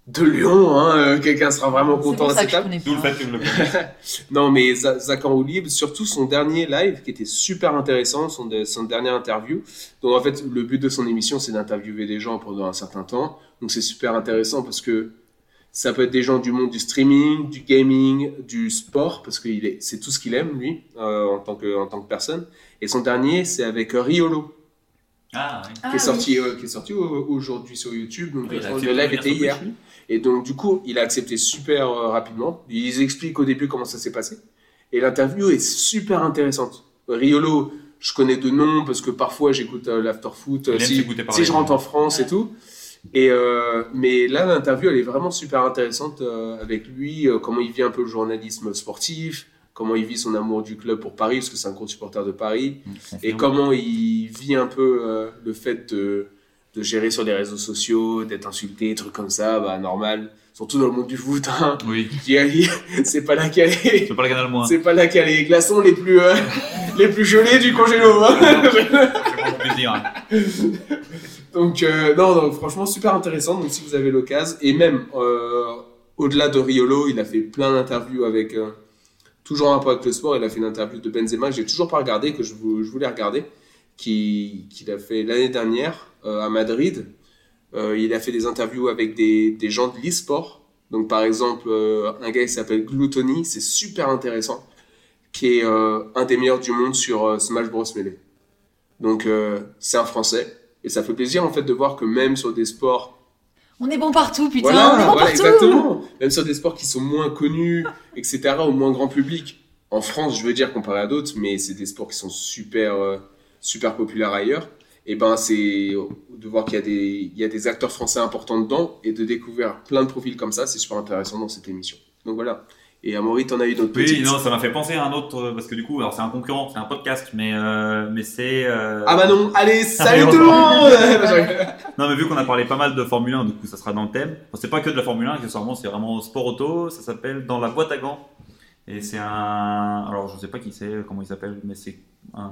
Speaker 1: de Lyon, hein, euh, quelqu'un sera vraiment
Speaker 2: C'est
Speaker 1: content
Speaker 2: pour
Speaker 1: à
Speaker 2: ça
Speaker 1: cette
Speaker 2: que je
Speaker 1: table.
Speaker 2: connais
Speaker 3: D'où le
Speaker 2: pas.
Speaker 3: fait que je le connaisse.
Speaker 1: Non, mais Za- Zach en roue libre, surtout son dernier live qui était super intéressant, son, de- son dernière interview. Donc, en fait, le but de son émission, c'est d'interviewer des gens pendant un certain temps. Donc, c'est super intéressant parce que ça peut être des gens du monde du streaming, du gaming, du sport, parce que il est- c'est tout ce qu'il aime, lui, euh, en, tant que, en tant que personne. Et son dernier, c'est avec euh, Riolo,
Speaker 3: Ah oui.
Speaker 2: Ah
Speaker 1: qui, est
Speaker 2: oui.
Speaker 1: sorti, euh, qui est sorti au- aujourd'hui sur YouTube. Donc,
Speaker 3: Oui, il a
Speaker 1: euh,
Speaker 3: accepté
Speaker 1: le
Speaker 3: de
Speaker 1: live
Speaker 3: venir
Speaker 1: était
Speaker 3: sur
Speaker 1: hier.
Speaker 3: Twitch, lui.
Speaker 1: Et donc, du coup, il a accepté super euh, rapidement. Ils expliquent au début comment ça s'est passé. Et l'interview est super intéressante. Riolo, je connais de nom parce que parfois j'écoute euh, l'afterfoot euh,
Speaker 3: Il aime
Speaker 1: si,
Speaker 3: s'écouter parler,
Speaker 1: si je rentre
Speaker 3: lui.
Speaker 1: en France et
Speaker 2: Ouais.
Speaker 1: tout. Et euh, mais là, l'interview, elle est vraiment super intéressante euh, avec lui, euh, comment il vit un peu le journalisme sportif, comment il vit son amour du club pour Paris, parce que c'est un gros supporter de Paris et
Speaker 3: Confirme.
Speaker 1: comment il vit un peu euh, le fait de, de gérer sur les réseaux sociaux, d'être insulté, trucs comme ça, bah normal. Surtout dans le monde du foot, hein.
Speaker 3: Oui.
Speaker 1: Qui a- c'est pas là qu'il y a
Speaker 3: Je
Speaker 1: les-
Speaker 3: peux pas le canal moins.
Speaker 1: c'est pas là qu'il y a les glaçons les plus euh, les plus gelés du congélo. hein.
Speaker 3: C'est pas mon plaisir. hein.
Speaker 1: Donc, euh, non, non, franchement, super intéressant. Donc, si vous avez l'occasion, et même euh, au-delà de Riolo, il a fait plein d'interviews avec. euh, toujours un rapport avec le sport. Il a fait une interview de Benzema que j'ai toujours pas regardé, que je, vou- je voulais regarder, qui- qu'il a fait l'année dernière euh, à Madrid. Euh, il a fait des interviews avec des, des gens de l'e-sport. Donc, par exemple, euh, un gars qui s'appelle Gluttony, c'est super intéressant, qui est euh, un des meilleurs du monde sur euh, Smash Bros. Melee. Donc, euh, c'est un Français. Et ça fait plaisir, en fait, de voir que même sur des sports
Speaker 2: On est bon partout, putain,
Speaker 1: voilà,
Speaker 2: on est bon
Speaker 1: voilà,
Speaker 2: partout.
Speaker 1: exactement. Même sur des sports qui sont moins connus, etc., au moins grand public. En France, je veux dire, comparé à d'autres, mais c'est des sports qui sont super, euh, super populaires ailleurs. Et ben, c'est de voir qu'il y a des, il y a des acteurs français importants dedans et de découvrir plein de profils comme ça, c'est super intéressant dans cette émission. Donc voilà. Et Amaury, t'en as eu d'autres
Speaker 3: Oui,
Speaker 1: petites.
Speaker 3: non, ça m'a fait penser à un autre, euh, parce que du coup, alors c'est un concurrent, c'est un podcast, mais, euh, mais c'est. euh,
Speaker 1: Ah bah non, allez, salut
Speaker 3: mais
Speaker 1: tout le
Speaker 2: encore.
Speaker 1: monde
Speaker 3: Non, mais vu qu'on a parlé pas mal de Formule 1, du coup, ça sera dans le thème. Enfin, c'est pas que de la Formule 1, accessoirement, c'est vraiment sport auto. Ça s'appelle Dans la boîte à gants. Et c'est un. Alors, je sais pas qui c'est, comment il s'appelle, mais c'est un,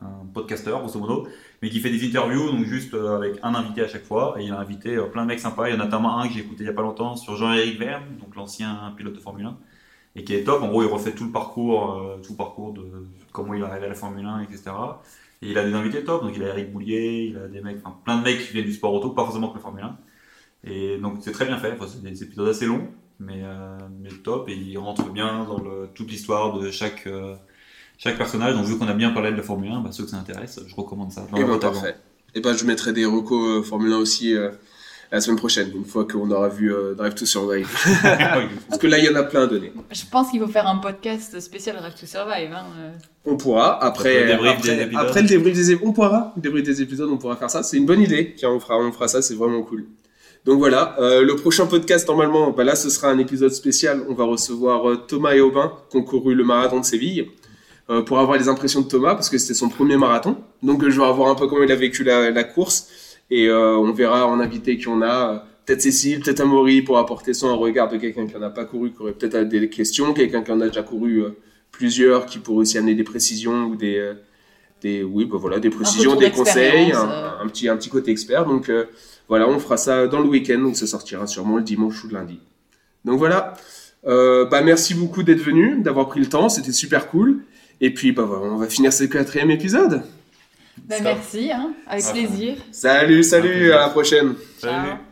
Speaker 3: un podcasteur, grosso modo, mais qui fait des interviews, donc juste euh, avec un invité à chaque fois. Et il a invité euh, plein de mecs sympas. Il y en a notamment un que j'ai écouté il y a pas longtemps sur Jean-Éric Verne, donc l'ancien pilote de Formule 1. Et qui est top. En gros, il refait tout le parcours, euh, tout le parcours de comment il est arrivé à la Formule 1, etc. Et il a des invités top, donc il a Eric Boulier, il a des mecs, enfin plein de mecs qui viennent du sport auto, pas forcément que le Formule 1. Et donc c'est très bien fait, Enfin, c'est des épisodes assez longs, mais, euh, mais top, et il rentre bien dans le- toute l'histoire de chaque, euh, chaque personnage. Donc vu qu'on a bien parlé de la Formule 1, bah, ceux que ça intéresse, je recommande ça. Dans
Speaker 1: Et
Speaker 3: la
Speaker 1: ben
Speaker 3: boîte à gants.
Speaker 1: parfait. Et ben je mettrai des recos euh, Formule 1 aussi euh, la semaine prochaine, une fois qu'on aura vu euh, Drive to Survive. Parce que là, il y en a plein à donner.
Speaker 2: Je pense qu'il faut faire un podcast spécial Drive to Survive. hein, euh.
Speaker 1: On pourra, après,
Speaker 3: Après le débrief
Speaker 1: après,
Speaker 3: des épisodes.
Speaker 1: après le débrief des épisodes, on pourra, le débrief des épisodes, on pourra faire ça. C'est une bonne idée. Tiens, on fera, on fera ça, c'est vraiment cool. Donc voilà, euh, le prochain podcast, normalement, bah là, ce sera un épisode spécial. On va recevoir euh, Thomas et Aubin, qui ont couru le marathon de Séville, euh, pour avoir les impressions de Thomas, parce que c'était son premier marathon. Donc euh, je vais avoir un peu comment il a vécu la, la course, et euh, on verra en invité qui on a. euh, Peut-être Cécile, peut-être Amaury, pour apporter son regard de quelqu'un qui en a pas couru, qui aurait peut-être des questions, quelqu'un qui en a déjà couru euh, plusieurs qui pourraient aussi amener des précisions ou des, euh, des oui, bah voilà, des précisions,
Speaker 2: retour
Speaker 1: des conseils,
Speaker 2: d'expérience,
Speaker 1: un,
Speaker 2: euh.
Speaker 1: un petit, un petit côté expert. Donc euh, voilà, on fera ça dans le week-end, donc ça sortira sûrement le dimanche ou le lundi. Donc voilà, Euh, bah merci beaucoup d'être venu, d'avoir pris le temps, c'était super cool. Et puis bah voilà, on va finir ce quatrième épisode.
Speaker 2: Ben,
Speaker 1: Ça.
Speaker 2: merci, hein, avec
Speaker 3: Ah, ça.
Speaker 2: plaisir.
Speaker 1: Salut, salut,
Speaker 3: plaisir.
Speaker 1: à la prochaine.
Speaker 3: Salut.
Speaker 2: Ciao.